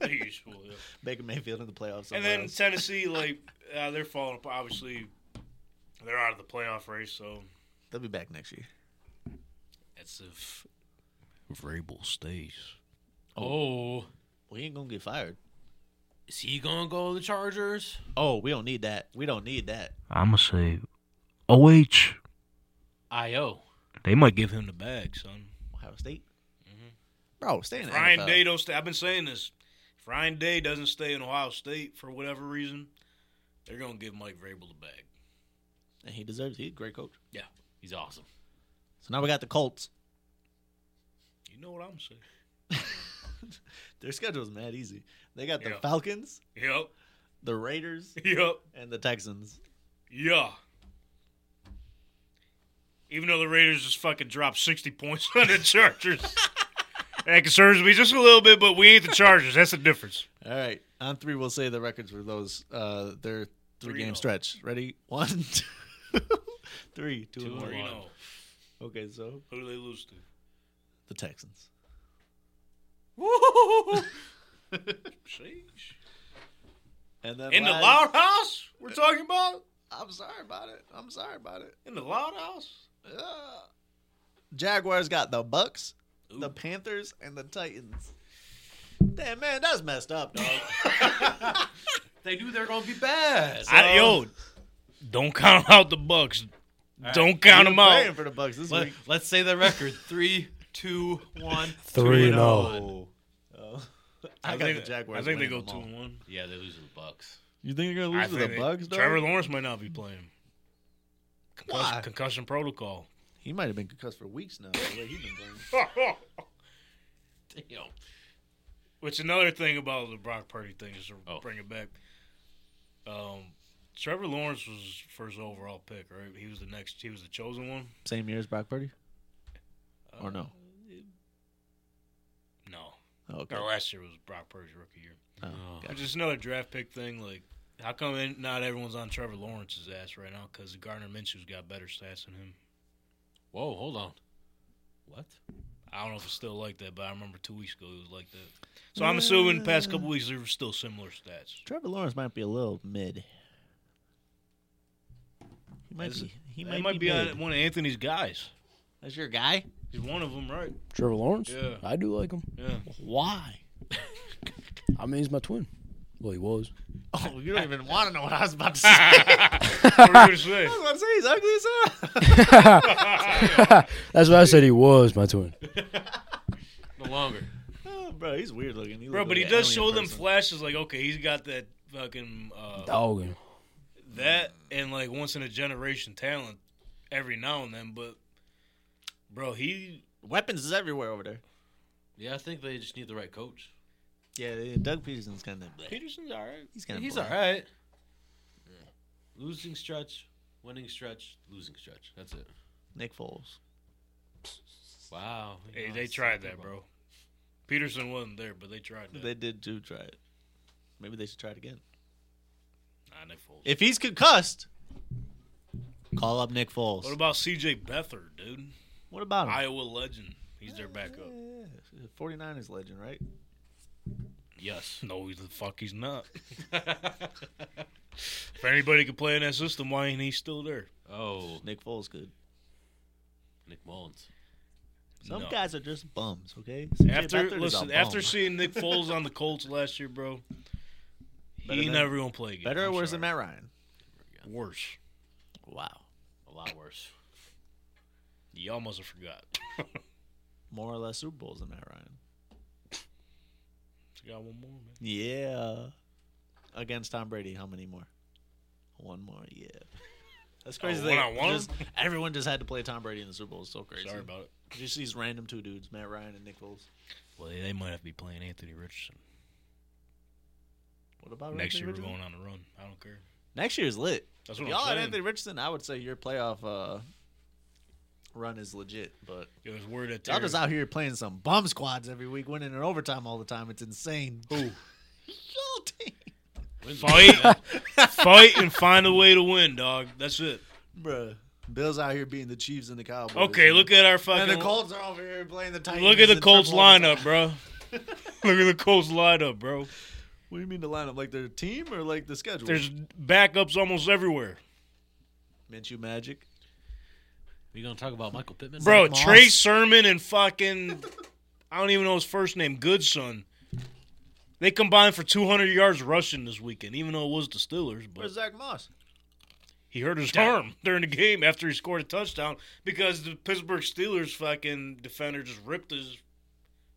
Speaker 2: Usual, yeah.
Speaker 4: Baker Mayfield in the playoffs.
Speaker 2: And
Speaker 4: somewhere
Speaker 2: then
Speaker 4: else.
Speaker 2: Tennessee, like uh, they're falling. apart. Obviously, they're out of the playoff race. So
Speaker 4: they'll be back next year.
Speaker 2: That's if Vrabel stays.
Speaker 3: Oh,
Speaker 4: We ain't gonna get fired.
Speaker 3: is he gonna go to the Chargers?
Speaker 4: Oh, we don't need that. We don't need that.
Speaker 2: I'ma say OH.
Speaker 3: Io.
Speaker 2: They might give him the bag, son.
Speaker 4: Ohio State. Bro, stay in the
Speaker 2: Mm-hmm. Ryan
Speaker 4: NFL.
Speaker 2: Day don't stay I've been saying this. If Ryan Day doesn't stay in Ohio State for whatever reason, they're gonna give Mike Vrabel the bag.
Speaker 4: and he deserves. He's a great coach.
Speaker 3: Yeah, he's awesome.
Speaker 4: So now we got the Colts.
Speaker 2: You know what I'm saying?
Speaker 4: Their schedule's mad easy. They got the
Speaker 2: Yeah.
Speaker 4: Falcons,
Speaker 2: Yep.
Speaker 4: the Raiders,
Speaker 2: Yep.
Speaker 4: and the Texans.
Speaker 2: Yeah. Even though the Raiders just fucking dropped 60 points on the Chargers. that concerns me just a little bit, but we ain't the Chargers. That's the difference.
Speaker 4: All right, on three, we'll say the records for those. Uh, their three, game
Speaker 2: 3-0.
Speaker 4: stretch. Ready? One, two, three, two,
Speaker 3: Two
Speaker 4: and
Speaker 3: and oh.
Speaker 4: one.
Speaker 3: one.
Speaker 2: You know,
Speaker 4: Okay, so
Speaker 2: who do they lose to?
Speaker 4: the Texans.
Speaker 2: Sheesh.
Speaker 4: And then
Speaker 2: In the
Speaker 4: last-
Speaker 2: loud house? We're talking about?
Speaker 4: I'm sorry about it. I'm sorry about it.
Speaker 2: In the loud house?
Speaker 4: Uh, Jaguars got the Bucks, the
Speaker 2: Ooh.
Speaker 4: Panthers, and the Titans. Damn man, that's messed up, dog.
Speaker 3: They knew they're gonna be bad.
Speaker 2: I, yo, don't count out the Bucks. Don't count them
Speaker 4: Praying
Speaker 2: out.
Speaker 4: for the Bucks this
Speaker 3: Let,
Speaker 4: week.
Speaker 3: us say the record: three, two, one,
Speaker 5: Three
Speaker 3: two
Speaker 5: and oh.
Speaker 3: one.
Speaker 4: Oh. I, got the Jaguars.
Speaker 2: I think they go
Speaker 4: winning
Speaker 2: two
Speaker 4: them all.
Speaker 2: and one.
Speaker 3: Yeah, they lose to the Bucks.
Speaker 4: You think you're gonna
Speaker 2: I
Speaker 4: lose to the
Speaker 2: think they-
Speaker 4: Bucks, dog?
Speaker 2: Trevor Lawrence might not be playing. Concussion,
Speaker 4: Why?
Speaker 2: concussion protocol.
Speaker 4: He might have been concussed for weeks now. the way he's been playing.
Speaker 3: Damn.
Speaker 2: Which another thing about the Brock Purdy thing is to
Speaker 3: Oh.
Speaker 2: bring it back. Um, Trevor Lawrence was first overall pick, right? He was the next. He was the chosen one.
Speaker 4: Same year as Brock Purdy, or no?
Speaker 2: No,
Speaker 4: Oh, okay.
Speaker 2: or last year was Brock Purdy's rookie year.
Speaker 4: Oh,
Speaker 2: Which is another draft pick thing. Like, how come in- not everyone's on Trevor Lawrence's ass right now? Because Gardner Minshew's got better stats than him.
Speaker 3: Whoa, hold on. What?
Speaker 2: I don't know if it's still like that, but I remember two weeks ago it was like that. So I'm assuming the past couple weeks they're still similar stats.
Speaker 4: Trevor Lawrence might be a little mid. He might
Speaker 2: That's-
Speaker 4: be. He
Speaker 2: He
Speaker 4: might,
Speaker 2: might be,
Speaker 4: be,
Speaker 2: on
Speaker 4: mid.
Speaker 2: one of Anthony's guys.
Speaker 4: That's your guy.
Speaker 2: He's one of them, right?
Speaker 5: Trevor Lawrence?
Speaker 2: Yeah.
Speaker 5: I do like him.
Speaker 2: Yeah.
Speaker 5: Why? I mean, he's my twin. Well, he was.
Speaker 4: Oh, you don't even want to know what I was about to say. I
Speaker 2: what are you gonna say?
Speaker 4: was about to say he's ugly as hell.
Speaker 5: That's why I said he was my twin.
Speaker 3: No longer.
Speaker 4: oh, bro, he's weird looking. He
Speaker 2: Bro,
Speaker 4: look
Speaker 2: but he
Speaker 4: like an
Speaker 2: does
Speaker 4: alien
Speaker 2: show them
Speaker 4: person.
Speaker 2: flashes like, okay, he's got that fucking uh,
Speaker 5: Dog him.
Speaker 2: that and like once in a generation talent every now and then, but bro, he
Speaker 4: Weapons is everywhere over there.
Speaker 3: Yeah, I think they just need the right coach.
Speaker 4: Yeah, Doug Peterson's kind of.
Speaker 2: Peterson's alright.
Speaker 4: He's kind of.
Speaker 3: He's all right. Losing stretch, winning stretch, losing stretch. That's it.
Speaker 4: Nick Foles.
Speaker 3: Wow.
Speaker 2: Hey, they tried that, bro. Peterson wasn't there, but they tried that.
Speaker 4: They did do try it. Maybe they should try it again.
Speaker 2: nah, Nick Foles.
Speaker 4: If he's concussed, call up Nick Foles.
Speaker 2: What about C.J. Beathard, dude?
Speaker 4: What about him?
Speaker 2: Iowa legend. He's their backup.
Speaker 7: Yeah, 49ers legend, right?
Speaker 3: Yes.
Speaker 2: No, he's the fuck. He's not. If anybody could play in that system, why ain't he still there?
Speaker 3: oh,
Speaker 4: Nick Foles could.
Speaker 3: Nick Mullins.
Speaker 4: Some
Speaker 2: No.
Speaker 4: guys are just bums, okay? CJ Beathard is
Speaker 2: After
Speaker 4: a
Speaker 2: listen,
Speaker 4: bum.
Speaker 2: after seeing Nick Foles on the Colts last year, bro,
Speaker 7: Better
Speaker 2: he
Speaker 7: than-
Speaker 2: never gonna play again.
Speaker 7: Better or
Speaker 2: I'm
Speaker 7: worse
Speaker 2: sorry.
Speaker 7: than Matt Ryan?
Speaker 2: Worse.
Speaker 4: wow,
Speaker 3: A lot worse.
Speaker 2: You almost have forgot.
Speaker 4: more or less Super Bowls than Matt Ryan.
Speaker 2: Still got one more, man.
Speaker 4: Yeah, against Tom Brady, how many more? One more, yeah. That's crazy.
Speaker 2: Oh,
Speaker 4: they-
Speaker 2: one-on-one?
Speaker 4: just- everyone just had to play Tom Brady in the Super Bowl. It's so crazy.
Speaker 2: Sorry about it.
Speaker 4: Just these random two dudes, Matt Ryan and Nick Foles.
Speaker 2: Well, they, they might have to be playing Anthony Richardson
Speaker 4: What about
Speaker 2: next
Speaker 4: Anthony
Speaker 2: year. We're
Speaker 4: Richardson?
Speaker 2: going on a run. I don't care.
Speaker 4: Next year is lit.
Speaker 2: That's
Speaker 4: If
Speaker 2: what
Speaker 4: y'all
Speaker 2: I'm
Speaker 4: had
Speaker 2: saying.
Speaker 4: Anthony Richardson, I would say your playoff uh, run is legit. But
Speaker 2: It was word that
Speaker 4: y'all
Speaker 2: Terry-
Speaker 4: just out here playing some bum squads every week, winning in overtime all the time. It's insane. Who? Y'all team.
Speaker 2: fight, fight, and find a way to win, dog. That's it.
Speaker 4: Bruh. Bills out here beating the Chiefs and the Cowboys.
Speaker 2: Okay, look at our fucking.
Speaker 4: And the Colts are over here playing the Titans.
Speaker 2: Look at the
Speaker 4: and
Speaker 2: Colts
Speaker 4: triple overtime.
Speaker 2: lineup, bro. Look at the Colts lineup, bro.
Speaker 4: What do you mean the lineup? Like their team or like the schedule?
Speaker 2: There's backups almost everywhere,
Speaker 4: Minshew Magic.
Speaker 3: We gonna talk about Michael Pittman?
Speaker 2: bro.
Speaker 4: Moss.
Speaker 2: Trey Sermon and fucking I don't even know his first name. Goodson. They combined for 200 yards rushing this weekend, even though it was the Steelers. But
Speaker 4: Where's Zach Moss?
Speaker 2: he hurt his arm during the game after he scored a touchdown because the Pittsburgh Steelers fucking defender just ripped his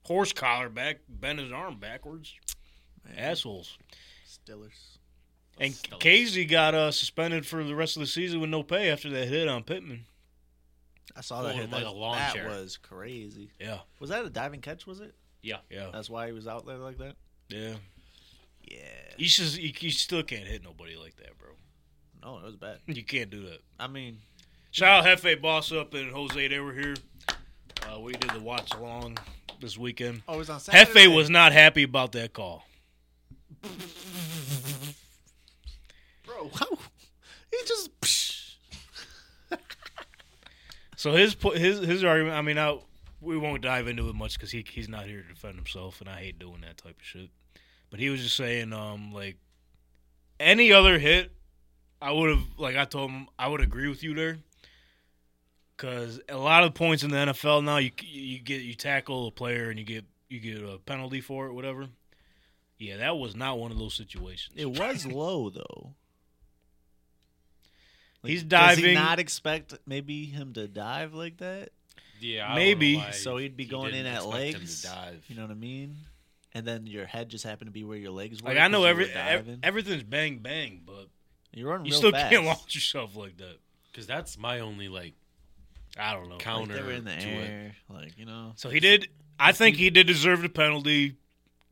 Speaker 2: horse collar back, bent his arm backwards. Assholes.
Speaker 4: Steelers.
Speaker 2: And
Speaker 3: Steelers.
Speaker 2: Casey got uh, suspended for the rest of the season with no pay after that hit on Pittman.
Speaker 4: I saw that
Speaker 3: Folded
Speaker 4: hit.
Speaker 3: like
Speaker 4: that
Speaker 3: a lawn
Speaker 4: that
Speaker 3: chair.
Speaker 4: was crazy.
Speaker 2: Yeah,
Speaker 4: Was that a diving catch? Was it?
Speaker 3: Yeah.
Speaker 2: yeah,
Speaker 4: That's why he was out there like that.
Speaker 2: yeah.
Speaker 4: Yeah.
Speaker 2: You just you, you still can't hit nobody like that, bro.
Speaker 4: No, it was bad.
Speaker 2: You can't do that.
Speaker 4: I mean,
Speaker 2: Shout out Hefe Boss up and Jose. They were here. Uh, we did the watch along this weekend.
Speaker 4: oh, it was on Saturday.
Speaker 2: Hefe was not happy about that call.
Speaker 4: bro. he just.
Speaker 2: So his po- his his argument. I mean, I we won't dive into it much because he he's not here to defend himself, and I hate doing that type of shit. But he was just saying, um, like any other hit, I would have like I told him I would agree with you there. Because a lot of points in the NFL now, you you get you tackle a player and you get you get a penalty for it, whatever. Yeah, that was not one of those situations.
Speaker 4: It was low though.
Speaker 2: He's
Speaker 4: Does he
Speaker 2: diving.
Speaker 4: not expect maybe him to dive like that?
Speaker 3: Yeah. I
Speaker 2: Maybe.
Speaker 3: don't know why
Speaker 4: So he'd be
Speaker 3: he
Speaker 4: going in
Speaker 3: didn't
Speaker 4: at
Speaker 3: expect him to
Speaker 4: legs.
Speaker 3: dive.
Speaker 4: You know what I mean? And then your head just happened to be where your legs were.
Speaker 2: like I
Speaker 4: 'cause
Speaker 2: know
Speaker 4: you
Speaker 2: every
Speaker 3: e-,
Speaker 4: were
Speaker 2: ev-
Speaker 4: diving.
Speaker 2: everything's bang bang, but
Speaker 4: You're running
Speaker 2: you
Speaker 4: real
Speaker 2: still
Speaker 4: fast.
Speaker 2: can't launch yourself like that.
Speaker 3: Because that's my only like
Speaker 2: I don't know.
Speaker 4: Like,
Speaker 3: counter.
Speaker 4: they were in the
Speaker 3: to it.
Speaker 4: air, like you know.
Speaker 2: So he did. I think he did deserve the penalty,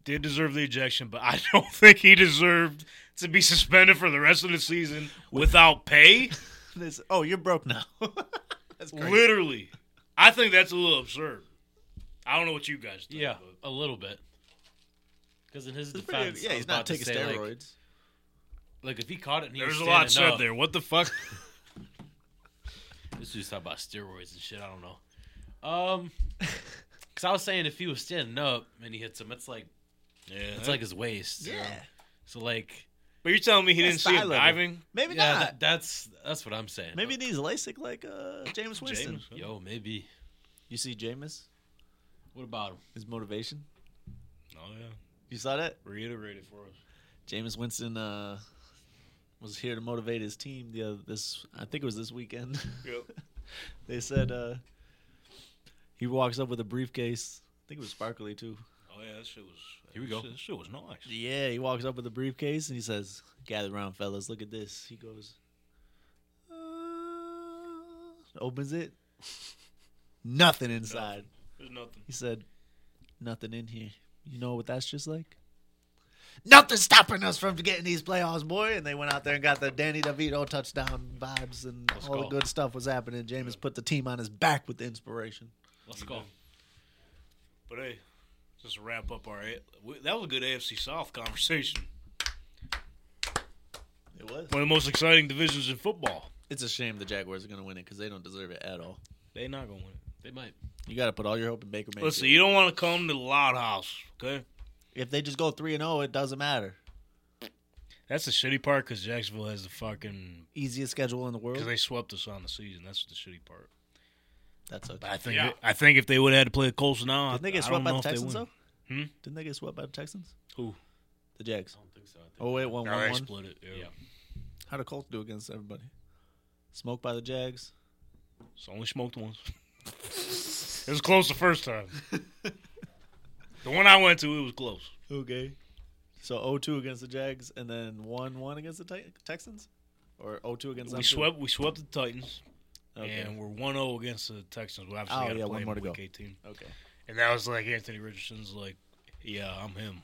Speaker 2: did deserve the ejection, but I don't think he deserved to be suspended for the rest of the season without pay.
Speaker 4: This, oh, you're broke now. That's crazy.
Speaker 2: Literally, I think that's a little absurd. I don't know what you guys think.
Speaker 3: Yeah,
Speaker 2: but
Speaker 3: a little bit. Because in his
Speaker 4: It's pretty-
Speaker 3: defense,
Speaker 4: yeah,
Speaker 3: I was
Speaker 4: he's
Speaker 3: about
Speaker 4: not
Speaker 3: to
Speaker 4: taking
Speaker 3: say, like-
Speaker 4: steroids.
Speaker 3: Like, if he caught it, and he was
Speaker 2: there's a lot
Speaker 3: standing
Speaker 2: said
Speaker 3: up,
Speaker 2: there. What the fuck?
Speaker 3: This dude's talking about steroids and shit. I don't know. Um, because I was saying if he was standing up and he hits him, it's like
Speaker 2: Yeah,
Speaker 3: it's like his waist. you know?
Speaker 4: yeah,
Speaker 3: So like,
Speaker 2: But you're telling me he didn't
Speaker 4: That's
Speaker 2: see
Speaker 4: eye
Speaker 2: him
Speaker 4: level.
Speaker 2: diving?
Speaker 4: maybe
Speaker 3: yeah,
Speaker 4: not.
Speaker 3: that, that's that's what I'm saying.
Speaker 4: maybe these LASIK like uh, James Winston.
Speaker 2: James.
Speaker 3: Yo, maybe.
Speaker 4: You see Jameis,
Speaker 3: What about him?
Speaker 4: his motivation.
Speaker 2: Oh yeah,
Speaker 4: You saw that?
Speaker 2: reiterate it for us.
Speaker 4: Jameis Winston uh, was here to motivate his team the other this I think it was this weekend. they said uh, he walks up with a briefcase. I think it was sparkly too.
Speaker 2: Oh yeah, that shit was.
Speaker 3: Here we go.
Speaker 2: That shit was nice.
Speaker 4: Yeah, he walks up with a briefcase and he says, "Gather around, fellas. Look at this." He goes, uh, opens it, nothing inside.
Speaker 2: There's nothing.
Speaker 4: He said, "Nothing in here. You know what that's just like? Nothing stopping us from getting these playoffs, boy." And they went out there and got the Danny DeVito touchdown vibes, and
Speaker 3: Let's
Speaker 4: all
Speaker 3: go.
Speaker 4: the good stuff was happening. Jameis put the team on his back with the inspiration.
Speaker 3: Let's go.
Speaker 2: But hey, Just to wrap up our. we- That was a good AFC South conversation.
Speaker 4: It was.
Speaker 2: One of the most exciting divisions in football.
Speaker 4: It's a shame the Jaguars are going to win it because they don't deserve it at all.
Speaker 2: They not gonna win it.
Speaker 3: They might.
Speaker 4: You got to put all your hope in Baker Mayfield.
Speaker 2: Listen, you don't want to come to the Loud House, okay?
Speaker 4: if they just go three and zero, it doesn't matter.
Speaker 2: That's the shitty part because Jacksonville has the fucking
Speaker 4: Easiest schedule in the world.
Speaker 2: because they swept us on the season. That's the shitty part.
Speaker 4: That's okay.
Speaker 2: But I think
Speaker 3: Yeah.
Speaker 2: it- I think if they would have had to play the Colts now,
Speaker 4: Didn't they get
Speaker 2: I
Speaker 4: swept
Speaker 2: don't
Speaker 4: by
Speaker 2: know
Speaker 4: the
Speaker 2: if they
Speaker 4: Texans
Speaker 2: win.
Speaker 4: though?
Speaker 2: Hmm?
Speaker 4: Didn't they get swept by the Texans?
Speaker 2: Who?
Speaker 4: The Jags.
Speaker 3: I don't think so. I think
Speaker 4: Oh wait, one
Speaker 2: Nah,
Speaker 4: one
Speaker 2: they
Speaker 4: one.
Speaker 2: split it. Yeah.
Speaker 3: Yeah.
Speaker 4: How the Colts do against everybody? Smoked by the Jags.
Speaker 2: It's only smoked once. it was close the first time. the one I went to, it was close.
Speaker 4: Okay. So 0-2 against the Jags and then 1-1 against the Ti- Texans? Or 0-2 against them
Speaker 2: we
Speaker 4: too?
Speaker 2: swept. We swept the Titans,
Speaker 4: Okay.
Speaker 2: and we're 1-0 against the Texans. We obviously
Speaker 4: Oh,
Speaker 2: got to
Speaker 4: yeah,
Speaker 2: play
Speaker 4: one
Speaker 2: them
Speaker 4: more
Speaker 2: in
Speaker 4: to
Speaker 2: week
Speaker 4: go.
Speaker 2: 18.
Speaker 4: okay.
Speaker 2: And that was like Anthony Richardson's, like, yeah, I'm him,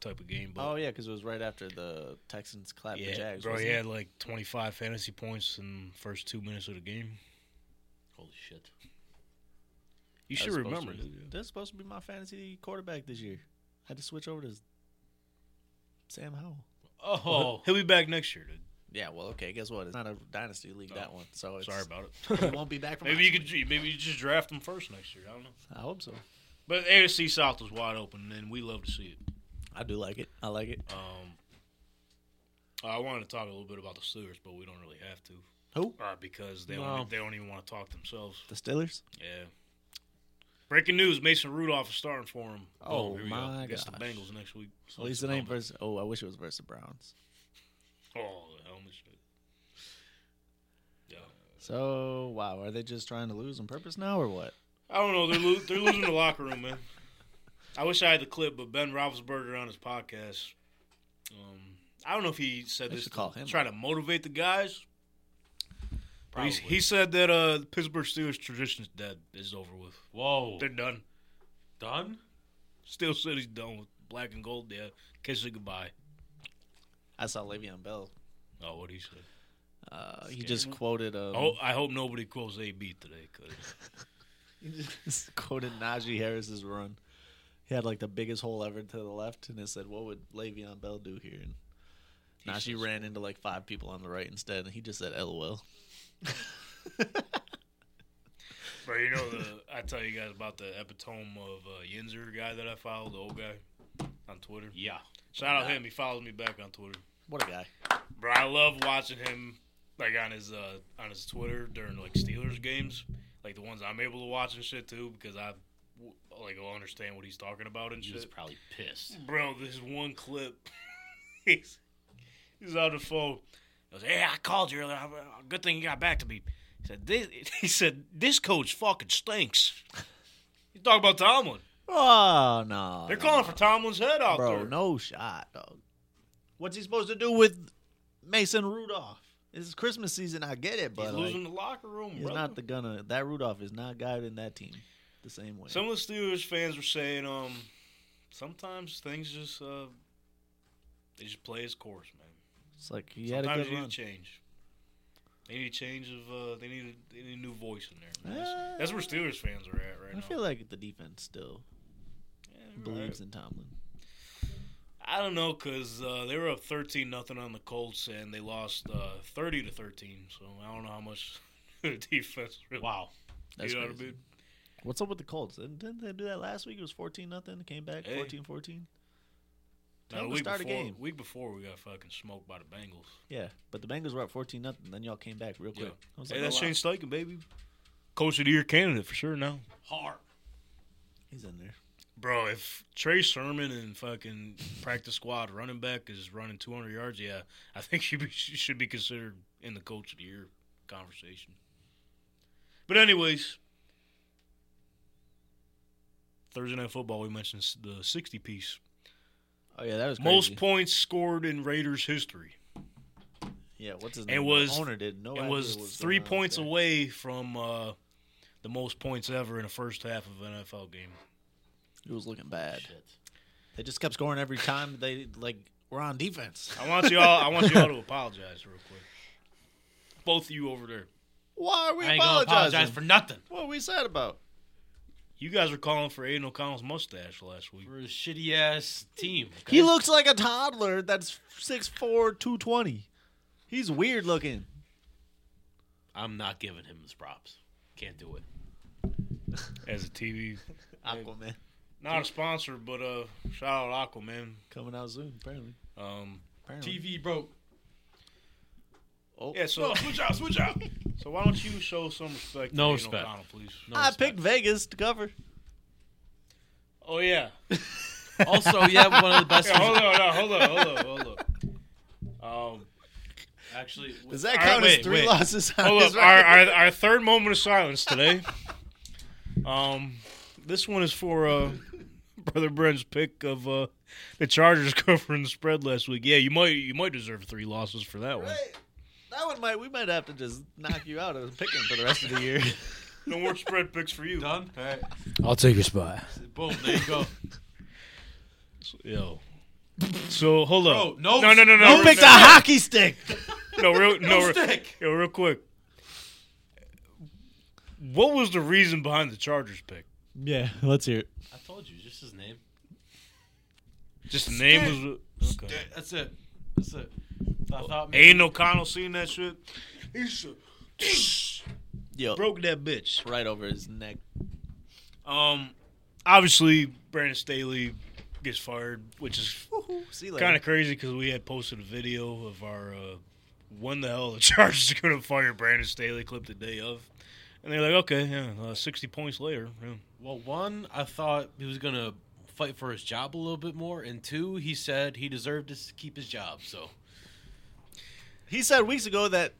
Speaker 2: type of game. But
Speaker 4: Oh yeah, cuz it was right after the Texans clapped
Speaker 2: yeah,
Speaker 4: the Jags.
Speaker 2: bro, he
Speaker 4: wasn't it?
Speaker 2: had like 25 fantasy points in the first two minutes of the game.
Speaker 3: Holy shit.
Speaker 2: You
Speaker 4: That's
Speaker 2: should
Speaker 4: supposed
Speaker 2: remember.
Speaker 4: to-
Speaker 2: this, yeah.
Speaker 4: That's supposed to be my fantasy quarterback this year. I had to switch over to Sam Howell.
Speaker 3: Oh.
Speaker 2: He'll be back next year, dude.
Speaker 4: Yeah, well, okay. Guess what? It's not a dynasty league that one, so it's,
Speaker 2: Sorry about it.
Speaker 4: he won't be back from.
Speaker 2: Maybe you could. Maybe you just draft him first next year. I don't know.
Speaker 4: I hope so.
Speaker 2: But AFC South is wide open, and we love to see it.
Speaker 4: I do like it. I like it.
Speaker 2: Um, I wanted to talk a little bit about the Steelers, but we don't really have to.
Speaker 4: Who?
Speaker 2: Uh, because they
Speaker 3: No.
Speaker 2: don't, they don't even want to talk themselves.
Speaker 4: The Steelers.
Speaker 2: Yeah. Breaking news: Mason Rudolph is starting for him.
Speaker 4: Oh,
Speaker 2: here we
Speaker 4: my
Speaker 2: Against the
Speaker 4: gosh.
Speaker 2: Bengals next week. So
Speaker 4: At least it
Speaker 2: it's
Speaker 4: ain't
Speaker 2: helmet.
Speaker 4: versus. Oh, I wish it was versus the Browns.
Speaker 2: Oh, the helmet shit. Yeah.
Speaker 4: So wow, are they just trying to lose on purpose now or what?
Speaker 2: I don't know. They're lo- they're losing the locker room, man. I wish I had the clip, but Ben Roethlisberger on his podcast. Um, I don't know if he said
Speaker 4: They
Speaker 2: this
Speaker 4: should call
Speaker 2: to
Speaker 4: him.
Speaker 2: try to motivate the guys. But
Speaker 3: Probably.
Speaker 2: he's- He said that uh, the Pittsburgh Steelers tradition is dead. It's over with.
Speaker 3: Whoa.
Speaker 2: They're done.
Speaker 3: done?
Speaker 2: Steel City's done with black and gold. Yeah, kiss it goodbye.
Speaker 4: I saw Le'Veon Bell.
Speaker 2: Oh, what he said.
Speaker 4: Uh, he just quoted um,
Speaker 2: Oh, I hope nobody quotes AB today. Cause
Speaker 4: he just quoted Najee Harris's run. He had like the biggest hole ever to the left, and it said, "What would Le'Veon Bell do here?" And Najee ran into like five people on the right instead, and he just said, "LOL."
Speaker 2: Bro, you know the I tell you guys about the epitome of uh, Yinzer guy that I follow, the old guy on Twitter.
Speaker 3: Yeah.
Speaker 2: Shout out him. He follows me back on Twitter.
Speaker 4: What a guy!
Speaker 2: Bro, I love watching him like on his uh on his Twitter during like Steelers games, like the ones I'm able to watch and shit too, because I w- like will understand what he's talking about and
Speaker 3: He was
Speaker 2: shit.
Speaker 3: probably pissed.
Speaker 2: Bro, this is one clip. he's he's on the phone. He goes, "Hey, I called you earlier. I- I- Good thing you got back to me." He said, "This," he said, "This coach fucking stinks." You talk about Tomlin.
Speaker 4: Oh no,
Speaker 2: They're
Speaker 4: no,
Speaker 2: calling for Tomlin's head out
Speaker 4: bro,
Speaker 2: there.
Speaker 4: no shot, dog. What's he supposed to do with Mason Rudolph? It's Christmas season. I get it,
Speaker 2: he's
Speaker 4: but like,
Speaker 2: losing the locker room.
Speaker 4: he's
Speaker 2: brother.
Speaker 4: not the gunner. That Rudolph is not guiding that team the same way.
Speaker 2: Some of the Steelers fans were saying, um, sometimes things just uh, they just play its course, man.
Speaker 4: it's like he had a
Speaker 2: sometimes
Speaker 4: good
Speaker 2: you need
Speaker 4: run.
Speaker 2: a change. They need a change of uh, they need a, they need a new voice in there. man.
Speaker 4: Ah.
Speaker 2: That's, that's where Steelers fans are at right
Speaker 4: I
Speaker 2: now.
Speaker 4: feel like the defense still
Speaker 2: Yeah, you're
Speaker 4: believes
Speaker 2: right.
Speaker 4: in Tomlin.
Speaker 2: I don't know because uh, they were up thirteen nothing on the Colts and they lost uh, thirty to thirteen. So I don't know how much the defense. Really,
Speaker 3: Wow.
Speaker 4: That's
Speaker 2: you know what I
Speaker 4: crazy.
Speaker 2: mean?
Speaker 4: What's up with the Colts? Didn't, didn't they do that last week? It was fourteen nothing. Came back
Speaker 2: Hey.
Speaker 4: 14 14
Speaker 2: Now,
Speaker 4: Tell them
Speaker 2: the
Speaker 4: to
Speaker 2: week
Speaker 4: start a
Speaker 2: before,
Speaker 4: game.
Speaker 2: Week before we got fucking smoked by the Bengals.
Speaker 4: Yeah, but the Bengals were up fourteen nothing. Then y'all came back real quick. I was
Speaker 2: Hey,
Speaker 4: like,
Speaker 2: that's
Speaker 4: oh, wow.
Speaker 2: Shane Steichen, baby. Coach of the year candidate for sure now.
Speaker 3: Hard.
Speaker 4: He's in there.
Speaker 2: Bro, if Trey Sermon and fucking practice squad running back is running 200 yards, yeah, I think she, be, she should be considered in the coach of the year conversation. But anyways, Thursday night football we mentioned s- the 60 piece.
Speaker 4: Oh yeah, that was crazy.
Speaker 2: Most points scored in Raiders history.
Speaker 4: Yeah, what's his
Speaker 2: It
Speaker 4: name? The
Speaker 2: was-
Speaker 4: owner did no.
Speaker 2: it
Speaker 4: idea
Speaker 2: was,
Speaker 4: what was
Speaker 2: three
Speaker 4: going on out
Speaker 2: points
Speaker 4: there.
Speaker 2: away from uh, the most points ever in the first half of an NFL game.
Speaker 4: It was looking bad.
Speaker 3: Shit.
Speaker 4: They just kept scoring every time they like were on defense.
Speaker 2: I want y'all. I want y'all to apologize real quick. Both of you over there.
Speaker 4: Why are we
Speaker 3: I ain't gonna
Speaker 4: apologizing?
Speaker 3: apologize for nothing.
Speaker 4: what are we sad about?
Speaker 2: You guys were calling for Aiden O'Connell's mustache last week.
Speaker 3: We're a shitty ass team. okay?
Speaker 4: He looks like a toddler that's 6'4", 220. He's weird looking.
Speaker 3: I'm not giving him his props. Can't do it.
Speaker 2: As a TV,
Speaker 4: Aquaman.
Speaker 2: not a sponsor, but uh, shout out Aquaman.
Speaker 4: Coming out soon, apparently.
Speaker 2: Um,
Speaker 4: apparently.
Speaker 3: TV broke.
Speaker 2: yeah, so Oh. switch out, switch out. So why don't you show some respect?
Speaker 3: No
Speaker 2: to Aiden
Speaker 3: respect.
Speaker 2: O'Connell, please.
Speaker 3: No,
Speaker 4: I
Speaker 3: it's not.
Speaker 4: picked Vegas to cover.
Speaker 2: Oh yeah.
Speaker 3: Also, yeah, one of the best.
Speaker 2: Yeah, hold on, no, hold on, hold on, hold on. Um,
Speaker 3: Actually,
Speaker 4: Does
Speaker 2: All
Speaker 4: that
Speaker 2: right,
Speaker 4: count
Speaker 2: wait,
Speaker 4: as three
Speaker 2: wait.
Speaker 4: losses? on
Speaker 2: Hold
Speaker 4: his
Speaker 2: up, our,
Speaker 4: record?
Speaker 2: our, our third moment of silence today. Um, this one is for uh, brother Brent's pick of uh, the Chargers covering the spread last week. Yeah, you might you might deserve three losses for that one.
Speaker 4: Hey, that one might. We might have to just knock you out of picking for the rest of the year.
Speaker 2: No more spread picks for you.
Speaker 3: done. All right.
Speaker 5: I'll take your spot.
Speaker 3: Boom. There you go.
Speaker 2: Yo. So hold up.
Speaker 3: Bro, no-
Speaker 2: no, no, no, no.
Speaker 4: You picked a hockey stick.
Speaker 2: no, real, no, real-
Speaker 3: stick.
Speaker 2: Yo, real quick. What was the reason behind the Chargers pick?
Speaker 4: Yeah, let's hear it.
Speaker 3: I told you, just his name.
Speaker 2: Just the name was okay.
Speaker 3: That's it. That's it. I thought maybe
Speaker 2: Ain't O'Connell seen that shit. He's
Speaker 4: Yo,
Speaker 2: broke that bitch.
Speaker 4: right over his neck.
Speaker 2: Um, obviously Brandon Staley gets fired, which is
Speaker 4: Woo-hoo. See, like,
Speaker 2: kind of crazy because we had posted a video of our uh, when the hell the Chargers are going to fire Brandon Staley clip the day of, and they're like, okay, yeah, uh, sixty points later. Yeah.
Speaker 3: Well, one, I thought he was gonna fight for his job a little bit more, and two, he said he deserved to s- keep his job. So
Speaker 4: he said weeks ago that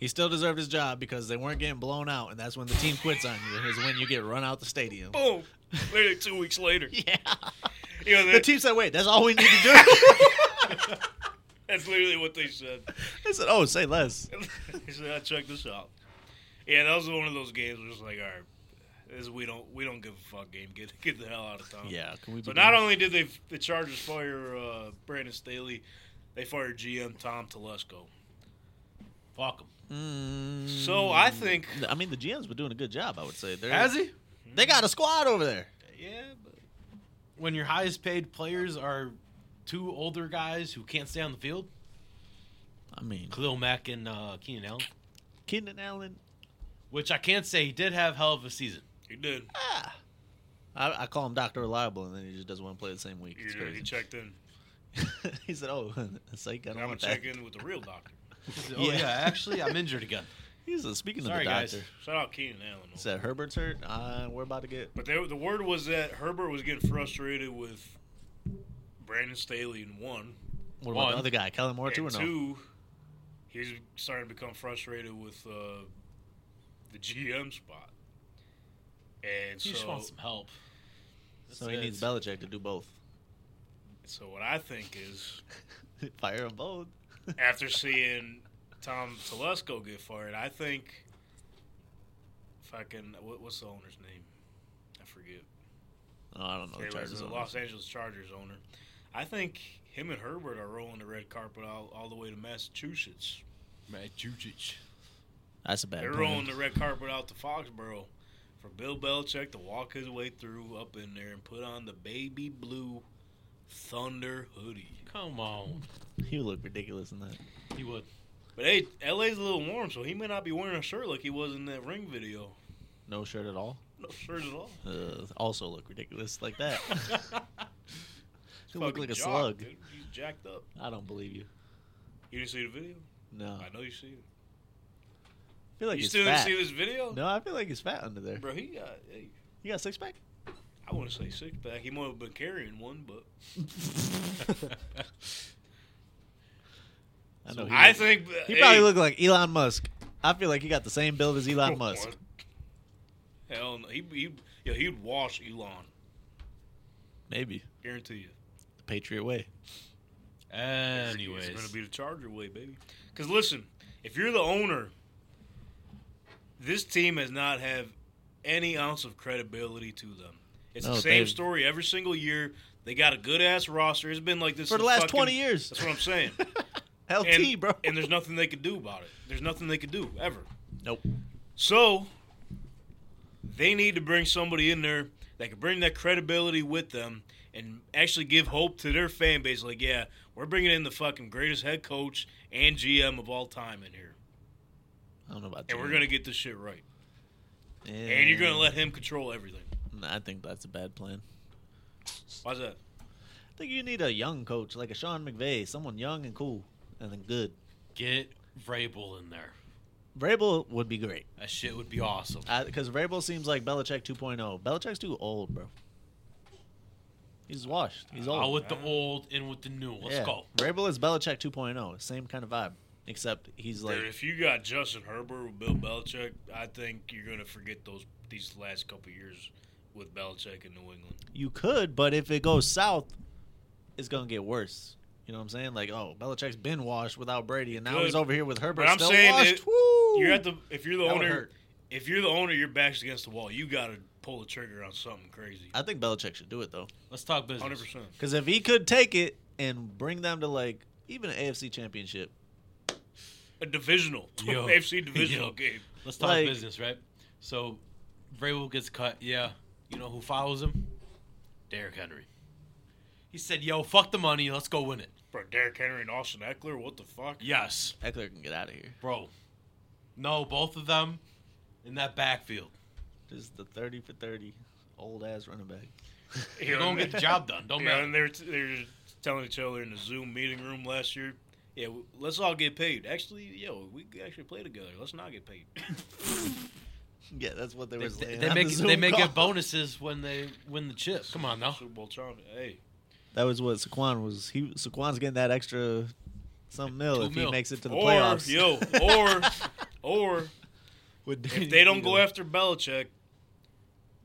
Speaker 4: he still deserved his job because they weren't getting blown out, and that's when the team quits on you. Is when you get run out the stadium.
Speaker 2: Boom. Literally two weeks later.
Speaker 4: Yeah.
Speaker 2: You know,
Speaker 4: The
Speaker 2: that,
Speaker 4: team said, "Wait, that's all we need to do."
Speaker 2: that's literally what they said.
Speaker 4: they said, "Oh, say less."
Speaker 2: they said, "Ah, check this out. Yeah, that was one of those games where it's like, all right, this we don't we don't give a fuck game. Get get the hell out of town.
Speaker 4: Yeah, can we?
Speaker 2: So
Speaker 4: be
Speaker 2: not
Speaker 4: done?
Speaker 2: only did they the Chargers fire uh, Brandon Staley, they fired GM Tom Telesco.
Speaker 3: fuck him.
Speaker 2: So I think
Speaker 4: mm, I mean, the GM's been doing a good job. I would say. They're,
Speaker 3: he?
Speaker 4: They got a squad over there.
Speaker 2: yeah, but
Speaker 3: When your highest paid players are two older guys who can't stay on the field,
Speaker 4: I mean,
Speaker 3: Khalil Mack and uh, Keenan Allen,
Speaker 4: Keenan Allen.
Speaker 3: which I can't say he did have hell of a season.
Speaker 2: he did.
Speaker 4: Ah. I, I call him Doctor Reliable, and then he just doesn't want to play the same week.
Speaker 2: He,
Speaker 4: It's
Speaker 2: did. He
Speaker 4: crazy.
Speaker 2: checked in.
Speaker 4: he said, "Oh, psych, I
Speaker 2: I'm
Speaker 4: don't
Speaker 2: gonna
Speaker 4: want that."
Speaker 2: check in with the real doctor.
Speaker 3: He said, oh yeah.
Speaker 4: Yeah.
Speaker 3: actually, I'm injured again.
Speaker 4: He said, "Speaking
Speaker 3: Sorry,
Speaker 4: of the
Speaker 3: guys.
Speaker 4: doctor,
Speaker 2: Shout out Keenan Allen.
Speaker 4: he
Speaker 2: though.
Speaker 4: said Herbert's hurt. Uh, we're about to get
Speaker 2: But they, the word was that Herbert was getting frustrated with Brandon Staley in one,
Speaker 4: what about
Speaker 3: One.
Speaker 4: the other guy, Kellen Moore, too, or
Speaker 2: and
Speaker 4: no?"
Speaker 2: two, he was starting to become frustrated with uh, the GM spot. And
Speaker 3: He just
Speaker 2: so,
Speaker 3: wants some help.
Speaker 4: so
Speaker 3: That's
Speaker 4: he
Speaker 3: it.
Speaker 4: needs Belichick to do both.
Speaker 2: so what I think is
Speaker 4: Fire them both.
Speaker 2: after seeing Tom Telesco get fired, I think fucking what, what's the owner's name? I forget.
Speaker 4: Oh, I don't know. The
Speaker 2: Anyways,
Speaker 4: Chargers
Speaker 2: the
Speaker 4: owner.
Speaker 2: Los Angeles Chargers owner. I think him and Herbert are rolling the red carpet all, all the way to Massachusetts.
Speaker 3: Matt Jukic.
Speaker 4: That's a bad.
Speaker 2: They're
Speaker 4: plan.
Speaker 2: rolling the red carpet out to Foxborough for Bill Belichick to walk his way through up in there and put on the baby blue Thunder hoodie.
Speaker 3: Come on,
Speaker 4: He would look ridiculous in that.
Speaker 3: he would.
Speaker 2: But hey, LA's a little warm, so he may not be wearing a shirt like he was in that ring video.
Speaker 4: No shirt at all.
Speaker 2: No shirt at all.
Speaker 4: Uh, also look ridiculous like that. he look
Speaker 2: Fucking
Speaker 4: like a
Speaker 2: jock,
Speaker 4: slug.
Speaker 2: Dude. He's jacked up.
Speaker 4: I don't believe you.
Speaker 2: You didn't see the video?
Speaker 4: No,
Speaker 2: I know you see it.
Speaker 4: I feel like
Speaker 2: you
Speaker 4: he's
Speaker 2: still
Speaker 4: Uh, fat.
Speaker 2: didn't see this video?
Speaker 4: No, I feel like he's fat under there.
Speaker 2: Bro, he got, hey,
Speaker 4: You got six pack?
Speaker 2: I want to say six pack. He might have been carrying one, but
Speaker 4: I know. Oh, He,
Speaker 2: I
Speaker 4: look-
Speaker 2: think
Speaker 4: he probably looked like Elon Musk. I feel like he got the same build as Elon Musk.
Speaker 2: Hell no. He, he, yeah, he'd wash Elon.
Speaker 4: Maybe
Speaker 2: Guarantee you.
Speaker 4: the Patriot way.
Speaker 3: Anyways,
Speaker 2: It's going to be the Charger way, baby. Because listen, if you're the owner, this team has not have any ounce of credibility to them. It's
Speaker 4: No,
Speaker 2: the same
Speaker 4: they-
Speaker 2: story every single year. They got a good ass roster. It's been like this
Speaker 4: For the
Speaker 2: since
Speaker 4: last
Speaker 2: fucking-
Speaker 4: 20 years.
Speaker 2: That's what I'm saying.
Speaker 4: LT,
Speaker 2: and,
Speaker 4: bro.
Speaker 2: and there's nothing they could do about it. There's nothing they could do ever.
Speaker 4: nope.
Speaker 2: So They need to bring somebody in there that can bring that credibility with them and actually give hope to their fan base. Like, yeah, we're bringing in the fucking greatest head coach and GM of all time in here,
Speaker 4: I don't know about
Speaker 2: and
Speaker 4: that.
Speaker 2: we're gonna get this shit right.
Speaker 4: Yeah.
Speaker 2: And you're gonna let him control everything.
Speaker 4: Nah, I think that's a bad plan.
Speaker 2: Why's that?
Speaker 4: I think you need a young coach, like a Sean McVay, someone young and cool and then good.
Speaker 3: Get Vrabel in there.
Speaker 4: Vrabel would be great
Speaker 3: That shit would be awesome.
Speaker 4: because Uh, Vrabel seems like Belichick 2.0. Belichick's too old, bro. He's washed. He's old.
Speaker 3: Out with the old, in with the new. Let's
Speaker 4: Yeah.
Speaker 3: go.
Speaker 4: Vrabel is Belichick 2.0. Same kind of vibe, except he's like
Speaker 2: Dude, if you got Justin Herbert with Bill Belichick, I think you're gonna forget those these last couple years with Belichick in New England.
Speaker 4: you could, but if it goes south, it's gonna get worse. You know what I'm saying? Like, oh, Belichick's been washed without Brady, and now
Speaker 2: Good.
Speaker 4: he's over here with Herbert.
Speaker 2: But I'm
Speaker 4: still
Speaker 2: saying
Speaker 4: washed.
Speaker 2: it-
Speaker 4: Woo!
Speaker 2: You're at the if you're the
Speaker 4: That would
Speaker 2: owner,
Speaker 4: hurt.
Speaker 2: if you're the owner, your back's against the wall. You gotta pull the trigger on something crazy.
Speaker 4: I think Belichick should do it though,
Speaker 3: Let's talk business.
Speaker 2: Hundred percent.
Speaker 4: because if he could take it and bring them to like even an AFC championship,
Speaker 2: A divisional,
Speaker 3: Yo.
Speaker 2: AFC divisional
Speaker 3: Yo.
Speaker 2: game.
Speaker 3: Let's talk
Speaker 4: Like-
Speaker 3: business, right? So, Vrabel gets cut. Yeah. You know who follows him? Derrick Henry. He said, "Yo, fuck the money. Let's go win it."
Speaker 2: Bro, Derrick Henry and Austin Eckler, what the fuck?
Speaker 3: Yes,
Speaker 4: Eckler can get out of here.
Speaker 3: bro. No, both of them in that backfield.
Speaker 4: Just the 30 for 30, old ass running back.
Speaker 3: You're gonna get the job done. Don't
Speaker 2: Yeah,
Speaker 3: matter.
Speaker 2: and they're they're telling each other in the Zoom meeting room last year. Yeah, w- let's all get paid. Actually, yo, we could actually play together. Let's not get paid.
Speaker 4: Yeah, that's what they, were
Speaker 3: They,
Speaker 4: saying.
Speaker 3: they
Speaker 4: on
Speaker 3: make
Speaker 4: the
Speaker 3: they
Speaker 4: Zoom
Speaker 3: make
Speaker 4: call.
Speaker 3: it bonuses when they win the chip. Come on now.
Speaker 2: Super Bowl champ. Hey,
Speaker 4: That was what Saquon was. He Saquon's getting that extra some mil
Speaker 3: Two
Speaker 4: if
Speaker 3: mil.
Speaker 4: he makes it to the
Speaker 2: or
Speaker 4: playoffs.
Speaker 2: yo, or or
Speaker 4: With
Speaker 2: if they don't go
Speaker 4: Eagle.
Speaker 2: after Belichick,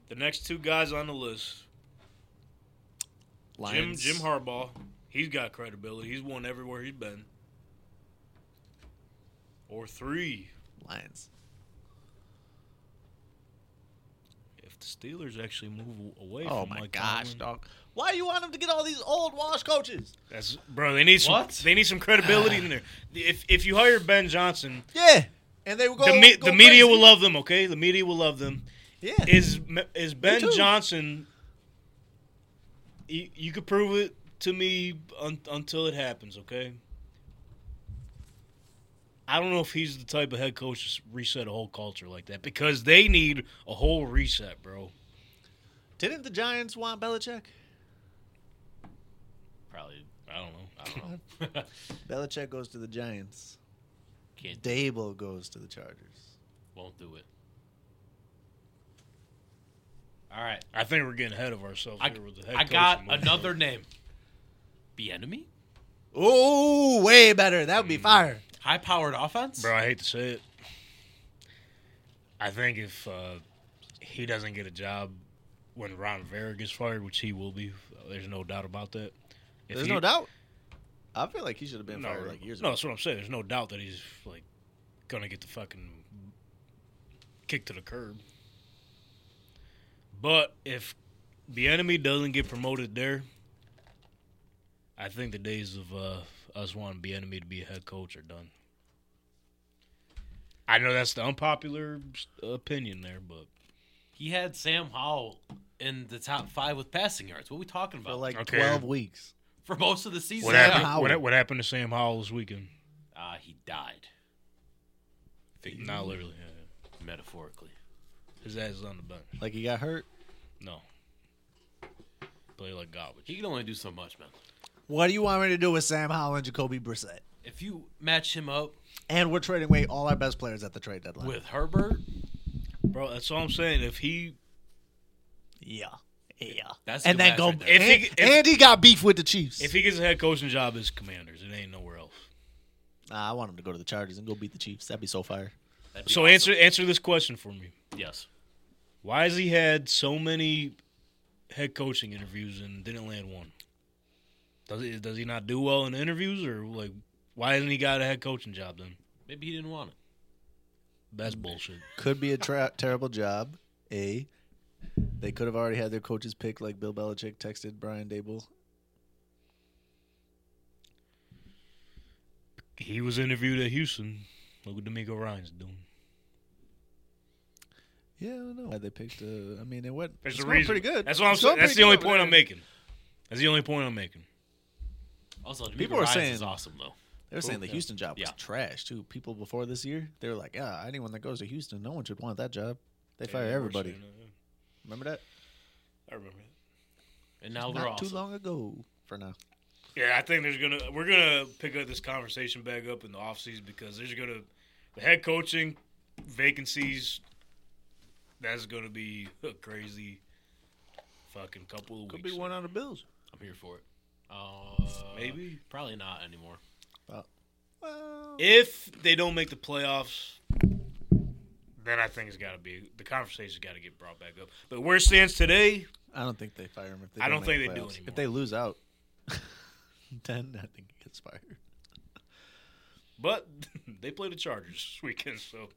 Speaker 2: the next two guys on the list
Speaker 4: Lions.
Speaker 2: Jim Jim Harbaugh, he's got credibility. He's won everywhere he's been. Or three,
Speaker 4: Lions.
Speaker 2: if the Steelers actually move away.
Speaker 4: Oh
Speaker 2: from
Speaker 4: my
Speaker 2: Mike
Speaker 4: gosh,
Speaker 2: Tomlin.
Speaker 4: dog! Why you want him to get all these old wash coaches?
Speaker 2: That's bro. They need some.
Speaker 3: What?
Speaker 2: They need some credibility in there. If if you hire Ben Johnson,
Speaker 4: Yeah, and they will go.
Speaker 2: the, me,
Speaker 4: go
Speaker 2: the media
Speaker 4: crazy.
Speaker 2: will love them. Okay, the media will love them.
Speaker 4: Yeah,
Speaker 2: Is is Ben
Speaker 4: too.
Speaker 2: Johnson? You, you could prove it to me un, until it happens. Okay. I don't know if he's the type of head coach to reset a whole culture like that because they need a whole reset, bro.
Speaker 4: didn't the Giants want Belichick?
Speaker 3: Probably.
Speaker 2: I don't know.
Speaker 3: I don't know.
Speaker 4: Belichick goes to the Giants.
Speaker 3: Can't.
Speaker 4: Dable goes to the Chargers.
Speaker 3: Won't do it. All right.
Speaker 2: I think we're getting ahead of ourselves.
Speaker 3: I,
Speaker 2: here with the head
Speaker 3: I
Speaker 2: coach
Speaker 3: got
Speaker 2: move.
Speaker 3: another name. Be enemy.
Speaker 4: Oh, way better. That would be fire.
Speaker 3: High powered offense.
Speaker 2: Bro, I hate to say it. I think if uh, he doesn't get a job when Ron Rivera gets fired, which he will be, uh, there's no doubt about that. If
Speaker 4: There's
Speaker 2: he-
Speaker 4: no doubt. I feel like he should have been
Speaker 2: No,
Speaker 4: fired like years
Speaker 2: no,
Speaker 4: ago.
Speaker 2: that's what I'm saying. There's no doubt that he's like gonna get the fucking kicked to the curb. But if the enemy doesn't get promoted there, I think the days of uh, us wanting the enemy to be a head coach are done. I know that's the unpopular opinion there, but
Speaker 3: He had Sam Howell in the top five with passing yards. What are we talking
Speaker 4: For
Speaker 3: about?
Speaker 4: like
Speaker 2: Okay.
Speaker 4: twelve weeks.
Speaker 3: for most of the season.
Speaker 2: what
Speaker 3: yeah.
Speaker 2: happened? What, what happened to Sam Howell this weekend?
Speaker 3: Ah, he died.
Speaker 2: Not literally. yeah.
Speaker 3: Metaphorically.
Speaker 2: His ass is on the bench.
Speaker 4: Like he got hurt.
Speaker 2: No, play like garbage.
Speaker 3: He can only do so much, man.
Speaker 8: What do you want me to do with Sam Holland, Jacoby Brissett?
Speaker 3: If you match him up
Speaker 8: And we're trading away all our best players at the trade deadline.
Speaker 3: with Herbert,
Speaker 2: Bro, that's all I'm saying. If he
Speaker 8: yeah. Yeah.
Speaker 3: that's
Speaker 8: And
Speaker 3: good
Speaker 8: then
Speaker 3: match
Speaker 8: go-
Speaker 3: right there.
Speaker 2: if
Speaker 8: And,
Speaker 2: he if,
Speaker 8: and he got beef with the Chiefs.
Speaker 2: if he gets a head coaching job as commanders, it ain't nowhere else.
Speaker 4: Nah, I want him to go to the Chargers and go beat the Chiefs. That'd be so fire.
Speaker 3: That'd be
Speaker 2: So
Speaker 3: awesome.
Speaker 2: answer answer this question for me.
Speaker 3: yes.
Speaker 2: Why has he had so many head coaching interviews and didn't land one? Does he does he not do well in interviews or like why hasn't he got a head coaching job then?
Speaker 3: Maybe he didn't want it.
Speaker 2: That's bullshit.
Speaker 4: Could be a tra- terrible job. A. They could have already had their coaches picked, like Bill Belichick texted Brian Dable.
Speaker 2: He was interviewed at Houston. Look what D'Amico Ryan's doing.
Speaker 4: Yeah, I don't know why they picked. Uh, I mean, it went.
Speaker 2: There's
Speaker 4: it's
Speaker 2: a
Speaker 4: going
Speaker 2: reason.
Speaker 4: pretty good.
Speaker 2: That's what I'm
Speaker 4: It's going
Speaker 2: saying. That's
Speaker 4: pretty
Speaker 2: the only
Speaker 4: good
Speaker 2: point
Speaker 4: over
Speaker 2: I'm
Speaker 4: there.
Speaker 2: making. That's the only point I'm making.
Speaker 3: Also,
Speaker 4: People
Speaker 3: people
Speaker 4: are
Speaker 3: are
Speaker 4: saying-
Speaker 3: is awesome though.
Speaker 4: They were saying the Houston job was
Speaker 3: Yeah.
Speaker 4: trash too. People before this year, they were like, "Yeah, anyone that goes to Houston, no one should want that job. They fire everybody." Remember that?
Speaker 2: I remember. that.
Speaker 3: And now they're
Speaker 4: Not
Speaker 3: awesome.
Speaker 4: too long ago. For now,
Speaker 2: Yeah, I think there's gonna we're gonna pick up this conversation back up in the offseason because there's gonna the head coaching vacancies. That's gonna be a crazy fucking couple of weeks.
Speaker 4: on the Bills.
Speaker 3: I'm here for it. Uh,
Speaker 2: Maybe.
Speaker 3: Probably not anymore.
Speaker 4: Well,
Speaker 2: If they don't make the playoffs, then I think it's got to be the conversation's got to get brought back up. But where it stands today,
Speaker 4: I don't think they fire him. If they
Speaker 2: I don't think
Speaker 4: make
Speaker 2: they do
Speaker 4: playoffs.
Speaker 2: anymore.
Speaker 4: If they lose out, then I think he gets fired.
Speaker 2: but they play the Chargers this weekend, so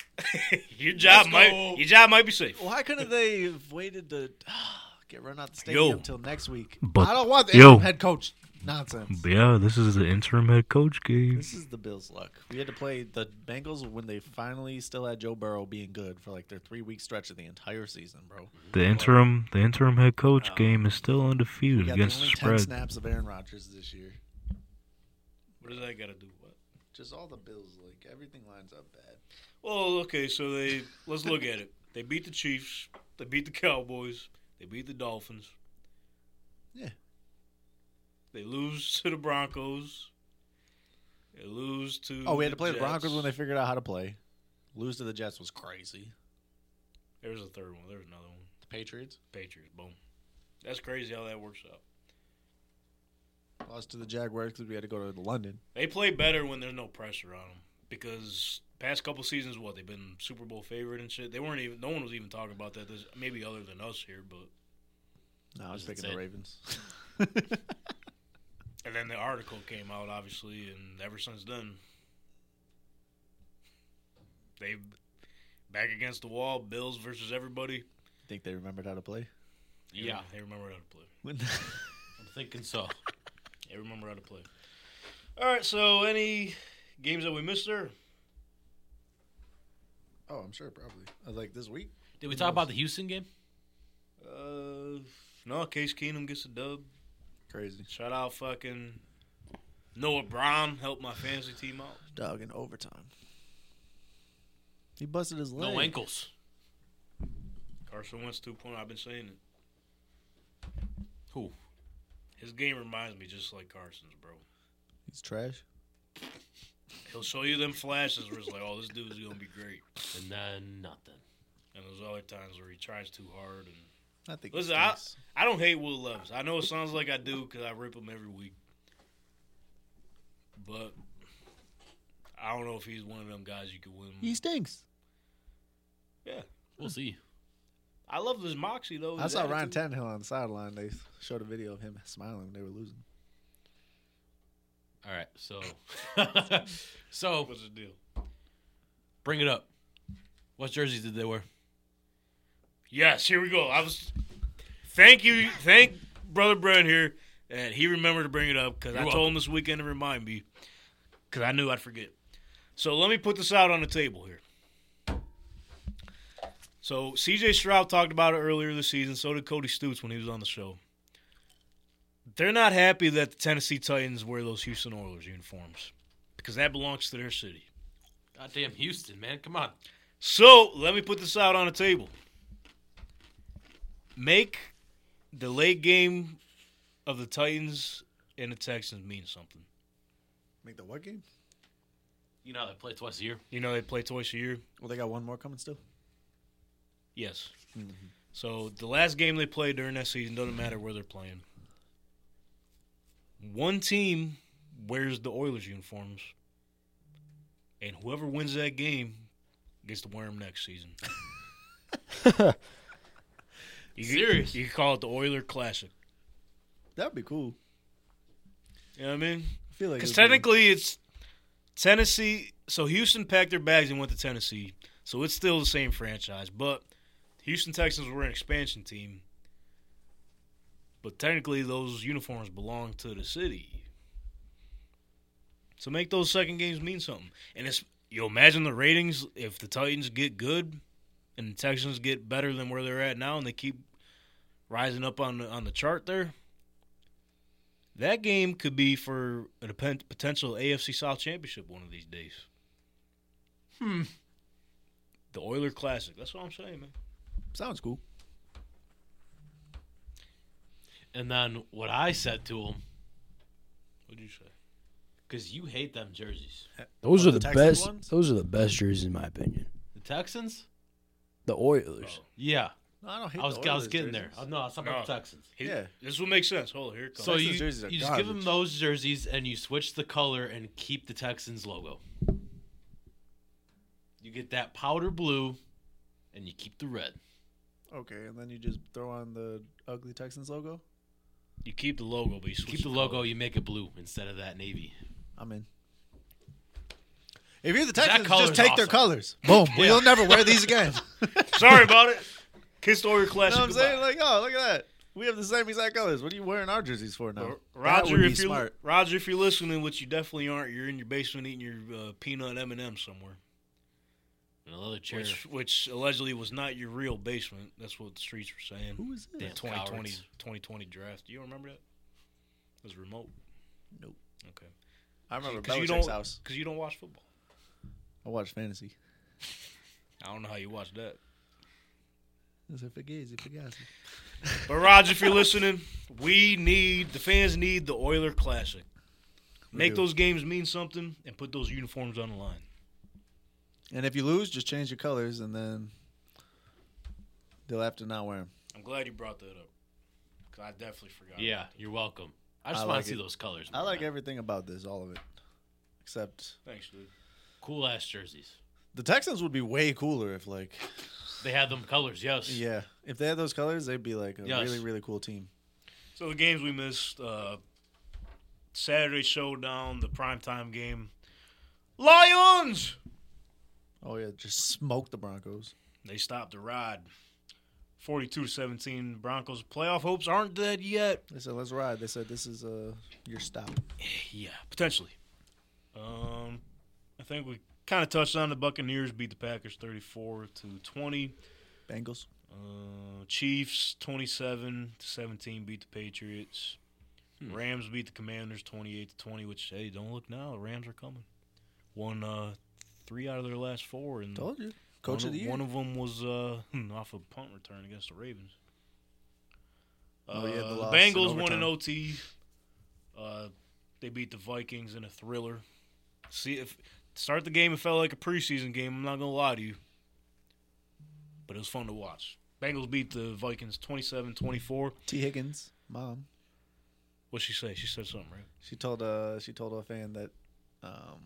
Speaker 2: your job might your job might be safe.
Speaker 4: Why couldn't they have waited to get run out the
Speaker 2: stadium
Speaker 4: stadium
Speaker 2: Yo.
Speaker 4: until next week?
Speaker 9: But-
Speaker 4: I don't want the
Speaker 9: yo.
Speaker 4: interim head coach nonsense.
Speaker 9: Yeah, this is the interim head coach game.
Speaker 4: This is the Bills' luck. We had to play the Bengals when they finally still had Joe Burrow being good for like their three week stretch of the entire season, bro.
Speaker 9: The interim, the interim head coach game is still undefeated
Speaker 4: We got
Speaker 9: against
Speaker 4: the
Speaker 9: the
Speaker 4: only ten
Speaker 9: spread.
Speaker 4: snaps of Aaron Rodgers this year.
Speaker 2: What does that got to do? What?
Speaker 4: Just all the Bills, like everything lines up bad.
Speaker 2: Well, okay, so they let's look at it. They beat the Chiefs, they beat the Cowboys, they beat the Dolphins.
Speaker 4: Yeah.
Speaker 2: They lose to the Broncos. They lose to
Speaker 4: Oh, we had to play the
Speaker 2: Jets.
Speaker 4: Broncos when they figured out how to play. Lose to the Jets was crazy.
Speaker 2: There was a third one. There was another one.
Speaker 4: The Patriots
Speaker 2: Patriots. Boom. That's crazy how that works out.
Speaker 4: lost to the Jaguars because we had to go to London.
Speaker 2: They play better when there's no pressure on them because past couple seasons, what they've been Super Bowl favorite and shit. They weren't even. No one was even talking about that. This, maybe other than us here, but
Speaker 4: No, I was
Speaker 3: That's
Speaker 4: picking
Speaker 3: it.
Speaker 4: the Ravens.
Speaker 2: and then the article came out obviously, and ever since then, they back against the wall. Bills versus everybody.
Speaker 4: Think they remembered how to play?
Speaker 2: They
Speaker 3: Yeah,
Speaker 2: rem- they remember how to play.
Speaker 4: Oh,
Speaker 3: I'm thinking so.
Speaker 2: They remember how to play. All right, so any games that we missed there?
Speaker 4: oh, I'm sure probably. I was like this week.
Speaker 3: Did we talk about the Houston game?
Speaker 2: Uh, no. Case Keenum gets a dub.
Speaker 4: Crazy
Speaker 2: Shout out fucking Noah Brown helped my fantasy team out.
Speaker 4: dog in overtime. He busted his leg.
Speaker 3: No ankles.
Speaker 2: Carson Wentz 2.0. I've been saying it.
Speaker 3: Who?
Speaker 2: His game reminds me just like Carson's, bro.
Speaker 4: He's trash.
Speaker 2: He'll show you them flashes where it's like, oh, this dude's gonna be great.
Speaker 3: And then nothing.
Speaker 2: And there's other times where he tries too hard. And
Speaker 4: I think.
Speaker 2: listen, I I don't hate Will Levis. I know it sounds like I do because I rip him every week. But I don't know if he's one of them guys you can win.
Speaker 4: stinks.
Speaker 2: yeah,
Speaker 3: We'll see.
Speaker 2: I love this moxie though.
Speaker 4: I
Speaker 2: his
Speaker 4: saw Ryan
Speaker 2: attitude.
Speaker 4: Tannehill on the sideline. They showed a video of him smiling. when They were losing.
Speaker 3: All right, so so
Speaker 2: What's the deal?
Speaker 3: bring it up. What jerseys did they wear?
Speaker 2: Yes, here we go. I was thank you, thank brother Brent here, and he remembered to bring it up because I
Speaker 3: You're
Speaker 2: told him this weekend to remind me because I knew I'd forget. So let me put this out on the table here. So C.J. Stroud talked about it earlier this season. So did Cody Stutes when he was on the show. They're not happy that the Tennessee Titans wear those Houston Oilers uniforms because that belongs to their city.
Speaker 3: Goddamn Houston, man! Come on.
Speaker 2: So let me put this out on the table. Make the late game of the Titans and the Texans mean something.
Speaker 4: Make the what game?
Speaker 3: You know how they play twice a year.
Speaker 2: You know they play twice a year.
Speaker 4: Well, they got one more coming still.
Speaker 2: Yes. So the last game they played during that season doesn't matter where they're playing. One team wears the Oilers uniforms, and whoever wins that game gets to wear them next season. you, Serious? You could call it the Oiler Classic.
Speaker 4: That'd be cool.
Speaker 2: You know what I mean?
Speaker 4: I feel like
Speaker 2: Because
Speaker 4: it'd be-
Speaker 2: technically, it's Tennessee. So Houston packed their bags and went to Tennessee. So it's still the same franchise, but Houston Texans were an expansion team. But technically, those uniforms belong to the city. So make those second games mean something. And it's you imagine the ratings if the Titans get good, and the Texans get better than where they're at now, and they keep rising up on the, on the chart there, that game could be for a depen- potential AFC South championship one of these days.
Speaker 3: Hmm.
Speaker 2: The Oiler Classic. That's what I'm saying, man.
Speaker 4: Sounds cool.
Speaker 3: And then what I said to him,
Speaker 2: What'd you say?
Speaker 3: because you hate them jerseys,
Speaker 5: Those
Speaker 4: Oh,
Speaker 5: are
Speaker 4: the
Speaker 5: the,
Speaker 4: Texans
Speaker 5: best.
Speaker 4: ones?
Speaker 5: Those are the best jerseys in my opinion.
Speaker 3: the Texans.
Speaker 5: The Oilers.
Speaker 3: Yeah,
Speaker 4: No, I don't hate
Speaker 3: I was
Speaker 4: the
Speaker 3: I was
Speaker 4: Oilers
Speaker 3: getting
Speaker 4: jerseys.
Speaker 3: there. Uh, No, I was talking about the
Speaker 2: No.
Speaker 3: Texans.
Speaker 2: He-
Speaker 4: Yeah.
Speaker 2: This will make sense. Hold on, here it comes.
Speaker 3: So
Speaker 4: Texans
Speaker 3: you,
Speaker 4: jerseys are
Speaker 3: you just give them
Speaker 4: garbage.
Speaker 3: those jerseys and you switch the color and keep the Texans logo. You get that powder blue, and you keep the red.
Speaker 4: Okay, and then you just throw on the ugly Texans logo.
Speaker 2: you keep the logo, but you switch
Speaker 3: Keep the logo. You make it blue instead of that navy.
Speaker 4: I'm in. If you're the
Speaker 3: Texans, color's just take their awesome.
Speaker 4: colors. Boom. We'll never wear these again. you
Speaker 2: Sorry about it. Kiss the Oiler
Speaker 4: know
Speaker 2: Classic.
Speaker 4: what I'm saying?
Speaker 2: goodbye.
Speaker 4: Like, oh, look at that. We have the same exact colors. What are you wearing our jerseys for now?
Speaker 2: Roger,
Speaker 4: that would be
Speaker 2: if you're
Speaker 4: smart.
Speaker 2: Roger, if you're listening, which you definitely aren't, you're in your basement eating your uh, peanut M and M somewhere,
Speaker 3: And a leather chair.
Speaker 2: which which allegedly was not your real basement. That's what the streets were saying. Who was
Speaker 3: Damn
Speaker 2: The 2020,
Speaker 3: cowards.
Speaker 2: 2020 draft. Do you remember that? It was remote.
Speaker 4: Nope.
Speaker 2: Okay.
Speaker 4: I remember
Speaker 2: Because you
Speaker 4: Belichick's
Speaker 2: don't
Speaker 4: house.
Speaker 2: because you don't watch football.
Speaker 4: I watched fantasy.
Speaker 2: I don't know how you watch that.
Speaker 4: It's a fugazi, fugazi.
Speaker 2: But Roger, if you're listening, we need the fans need the Oiler Classic. Make
Speaker 4: do.
Speaker 2: those games mean something and put those uniforms on the line.
Speaker 4: And if you lose, just change your colors, and then they'll have to not wear them.
Speaker 2: I'm glad you brought that up. 'cause I definitely forgot.
Speaker 3: Yeah, you're welcome. I just
Speaker 4: I
Speaker 3: want
Speaker 4: like
Speaker 3: to see
Speaker 4: it.
Speaker 3: those colors.
Speaker 4: I like
Speaker 3: man.
Speaker 4: everything about this, all of it, except
Speaker 2: Thanks, dude.
Speaker 3: cool ass jerseys.
Speaker 4: the Texans would be way cooler if, like,
Speaker 3: They had them colors. Yes.
Speaker 4: yeah, if they had those colors, they'd be like a
Speaker 3: Yes.
Speaker 4: really, really cool team.
Speaker 2: So the games we missed: uh, Saturday showdown, the primetime game, Lions.
Speaker 4: Oh yeah, just smoke the Broncos.
Speaker 2: They stopped the ride. 42 to 17, Broncos playoff hopes aren't dead yet.
Speaker 4: They said, "Let's ride." They said, "This is uh your stop."
Speaker 2: Yeah, potentially. Um, I think we kind of touched on the Buccaneers beat the Packers 34 to 20.
Speaker 4: Bengals.
Speaker 2: Uh, Chiefs 27 to 17 beat the Patriots. Rams beat the Commanders 28 to 20, which hey, don't look now, the Rams are coming. Won uh, three out of their last four, and
Speaker 4: Told you, coach
Speaker 2: one,
Speaker 4: of the year.
Speaker 2: one of them was uh, off a punt return against the Ravens.
Speaker 4: Oh, yeah, the
Speaker 2: Uh,
Speaker 4: loss in
Speaker 2: Bengals won in
Speaker 4: overtime.
Speaker 2: OT. Uh, they beat the Vikings in a thriller. See if start the game, it felt like a preseason game. I'm not gonna lie to you, but it was fun to watch. Bengals beat the Vikings 27-24.
Speaker 4: T. Higgins' mom.
Speaker 2: What'd she say? She said something, right?
Speaker 4: She told uh she told a fan that, um,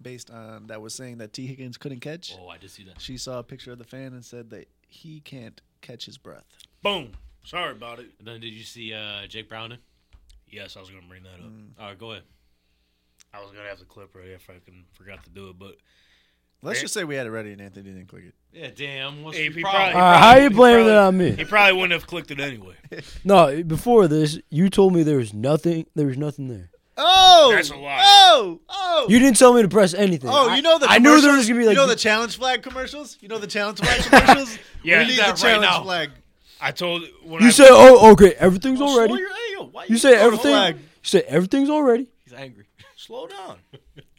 Speaker 4: based on that was saying that T. Higgins couldn't catch.
Speaker 3: Oh, I did see that.
Speaker 4: She saw a picture of the fan and said that he can't catch his breath.
Speaker 2: Boom. Sorry about it.
Speaker 3: And then did you see uh, Jake Browning?
Speaker 2: Yes, I was gonna bring that up.
Speaker 4: Mm.
Speaker 3: All right, go ahead.
Speaker 2: I was gonna have the clip right if I can forgot to do it, but
Speaker 4: Let's
Speaker 2: Hey.
Speaker 4: just say we had it ready and Anthony didn't click it.
Speaker 3: Yeah, damn. What's
Speaker 2: Hey,
Speaker 3: your
Speaker 2: he
Speaker 3: problem?
Speaker 2: probably-
Speaker 5: Uh, how you
Speaker 2: probably-
Speaker 5: blaming that on
Speaker 2: he
Speaker 5: me?
Speaker 2: probably wouldn't have clicked it anyway.
Speaker 5: No, before this, you told me there was nothing. There was nothing there.
Speaker 4: Oh,
Speaker 2: That's a lie.
Speaker 4: Oh, oh.
Speaker 5: You didn't tell me to press anything.
Speaker 4: Oh,
Speaker 5: I-
Speaker 4: you know the
Speaker 5: I knew there
Speaker 4: commercials?
Speaker 5: was gonna be like.
Speaker 4: you know the challenge flag commercials. You know the challenge flag commercials.
Speaker 2: Yeah.
Speaker 4: we need
Speaker 2: That
Speaker 4: the
Speaker 2: right
Speaker 4: challenge
Speaker 2: now.
Speaker 4: flag.
Speaker 2: I told when I
Speaker 5: You said, "Oh, okay, everything's all
Speaker 2: slow
Speaker 5: ready."
Speaker 2: your- hey, yo, why
Speaker 5: You said
Speaker 4: the
Speaker 5: everything.
Speaker 4: flag.
Speaker 5: You said everything's all ready.
Speaker 3: He's angry.
Speaker 2: Slow down.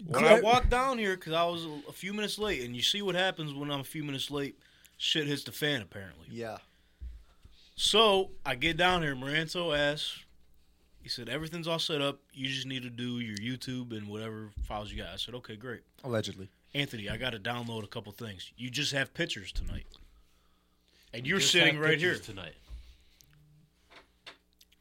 Speaker 2: When I
Speaker 5: Gra-
Speaker 2: walked down here because I was a few minutes late, and you see what happens when I'm a few minutes late. Shit hits the fan apparently.
Speaker 4: Yeah.
Speaker 2: So I get down here. Maranto asks. He said everything's all set up. You just need to do your YouTube and whatever files you got. I said okay, great.
Speaker 4: Allegedly.
Speaker 2: Anthony, I got to download a couple things. You just have pictures tonight, and you're
Speaker 3: Just
Speaker 2: sitting
Speaker 3: have
Speaker 2: right here.
Speaker 3: pictures tonight.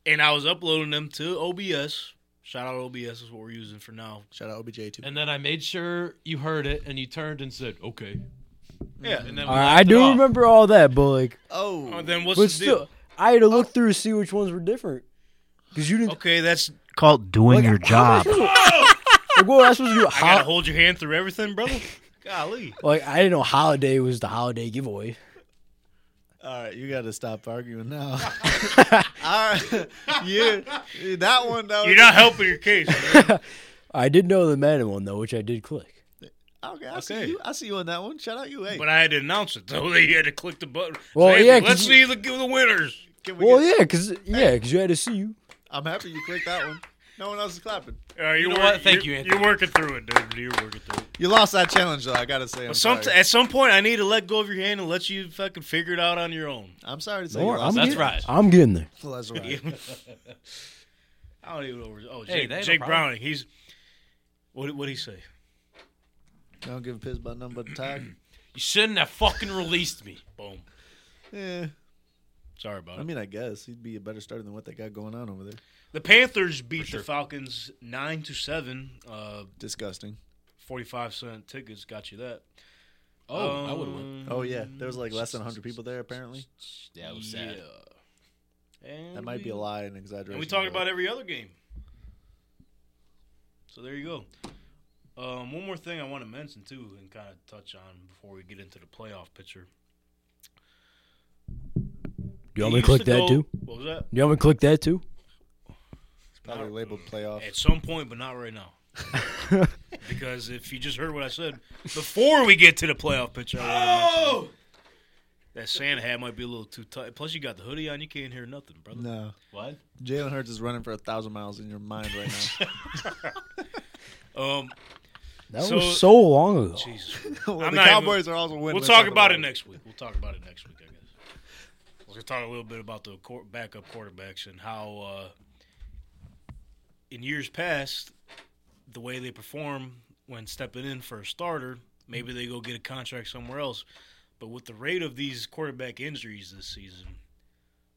Speaker 2: And I was uploading them to OBS. Shout out OBS is what we're using for now.
Speaker 4: Shout out OBJ too.
Speaker 3: And then I made sure you heard it, and you turned and said, "Okay."
Speaker 2: Yeah.
Speaker 3: And then we
Speaker 5: All right, I
Speaker 3: left it
Speaker 5: do
Speaker 3: off.
Speaker 5: remember all that, but like,
Speaker 4: Oh.
Speaker 2: Oh, then what's
Speaker 5: but
Speaker 2: the deal?
Speaker 5: still, I had to look through to see which ones were different because you didn't.
Speaker 2: Okay, that's
Speaker 9: Called doing your job.
Speaker 5: Like, what was I supposed to do?
Speaker 2: I gotta
Speaker 5: Ho-
Speaker 2: hold your hand through everything, brother. Golly.
Speaker 5: like, I didn't know holiday was the holiday giveaway.
Speaker 4: All right, you got to stop arguing now. All right, you that one that was,
Speaker 2: You're not helping your case. man.
Speaker 5: I did know the Madden one though, which I did click.
Speaker 4: Okay, I see
Speaker 2: Okay.
Speaker 4: you. I see you on that one. Shout out you, hey.
Speaker 2: But I had to announce it, though. They had to click the button.
Speaker 5: Well,
Speaker 2: Say,
Speaker 5: yeah,
Speaker 2: Let's
Speaker 5: 'cause
Speaker 2: see the, the winners.
Speaker 4: Can we
Speaker 5: Well,
Speaker 4: get-
Speaker 5: yeah, because yeah, because you had to see you.
Speaker 4: I'm happy you clicked that one. No one else is clapping.
Speaker 2: All right, you're
Speaker 3: know
Speaker 2: wor-
Speaker 3: what? Thank
Speaker 2: you're-
Speaker 3: you, Anthony.
Speaker 2: You're working through it, dude. You're working through it.
Speaker 4: You lost that challenge, though. I gotta say, I'm
Speaker 2: But some,
Speaker 4: sorry.
Speaker 2: at some point, I need to let go of your hand and let you fucking figure it out on your own.
Speaker 4: I'm sorry to say
Speaker 5: Don't
Speaker 4: you
Speaker 5: worry, I'm
Speaker 4: lost.
Speaker 3: That's
Speaker 5: getting,
Speaker 3: right.
Speaker 5: I'm getting there.
Speaker 4: Well, that's right.
Speaker 2: I don't even know. Where, oh,
Speaker 3: Hey,
Speaker 2: Jake,
Speaker 3: they ain't no
Speaker 2: Jake
Speaker 3: problem.
Speaker 2: Browning. He's what? What did he say?
Speaker 4: Don't give a piss about nothing but the tag.
Speaker 3: You shouldn't have fucking released me.
Speaker 2: Boom.
Speaker 4: yeah.
Speaker 2: Sorry about
Speaker 4: I
Speaker 2: it.
Speaker 4: mean, I guess he'd be a better starter than what they got going on over there.
Speaker 2: The Panthers beat
Speaker 3: sure.
Speaker 2: the Falcons nine to seven. Uh,
Speaker 4: Disgusting.
Speaker 2: Forty-five cent tickets got you that.
Speaker 3: Oh, I would have went.
Speaker 2: Um,
Speaker 4: Oh yeah, there was like less than 100 people there apparently.
Speaker 3: That was sad.
Speaker 2: Yeah. And
Speaker 4: That might be a
Speaker 2: we-
Speaker 4: lie and exaggeration.
Speaker 2: And we talked
Speaker 4: but-
Speaker 2: about every other game. So there you go. Um, one more thing I want to mention too, and kind of touch on before we get into the playoff picture.
Speaker 5: You
Speaker 2: It
Speaker 5: want me
Speaker 2: used
Speaker 5: to click that
Speaker 2: go-
Speaker 5: too?
Speaker 2: What was that?
Speaker 5: You want me to click that too?
Speaker 4: It's probably labeled playoff.
Speaker 2: At some point, but not right now. because if you just heard what I said before we get to the playoff picture, I oh! that Santa hat might be a little too tight. Plus, you got the hoodie on; you can't hear nothing, brother.
Speaker 4: No,
Speaker 3: What?
Speaker 4: Jalen Hurts is running for a thousand miles in your mind right now.
Speaker 2: Um,
Speaker 5: That
Speaker 2: So-
Speaker 5: was so long ago.
Speaker 2: Jesus.
Speaker 4: Well,
Speaker 2: I'm
Speaker 4: the
Speaker 2: not even-
Speaker 4: Cowboys are also winning.
Speaker 2: We'll
Speaker 4: Let's
Speaker 2: talk about it next week. We'll talk about it next week, I guess. We're going to talk a little bit about the quar- backup quarterbacks and how, uh, in years past, the way they perform when stepping in for a starter, maybe they go get a contract somewhere else. But with the rate of these quarterback injuries this season,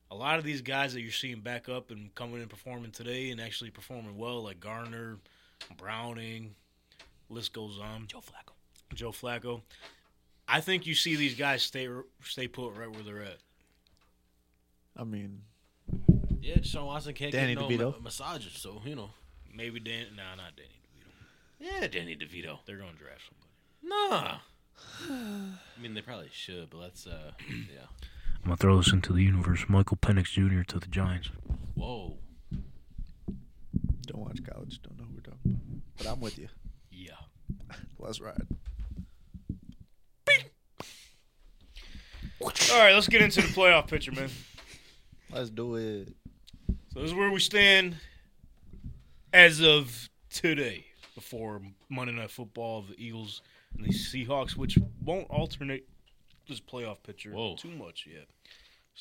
Speaker 2: a lot of these guys that you're seeing back up and coming and performing today and actually performing well, like Garner, Browning, list goes on. Joe Flacco. Joe Flacco. I think you see these guys stay stay put right where they're at.
Speaker 4: I mean,
Speaker 3: Yeah, Deshaun Watson can't
Speaker 4: Danny
Speaker 3: get no
Speaker 4: DeVito.
Speaker 3: ma- massages, so you know.
Speaker 2: Maybe Dan, nah, not Danny DeVito.
Speaker 3: Yeah, Danny DeVito.
Speaker 2: They're gonna draft somebody.
Speaker 3: Nah. I mean, they probably should, but let's. uh Yeah.
Speaker 9: I'm gonna throw this into the universe. Michael Penix Jr. to the Giants.
Speaker 3: Whoa.
Speaker 4: don't watch college. Don't know who we're talking about. But I'm with you.
Speaker 2: Yeah.
Speaker 4: Let's ride.
Speaker 2: All right, let's get into the playoff picture, man.
Speaker 4: Let's do it.
Speaker 2: So this is where we stand as of today, before Monday Night Football of the Eagles and the Seahawks, which won't alternate this playoff picture
Speaker 3: Whoa.
Speaker 2: too much yet.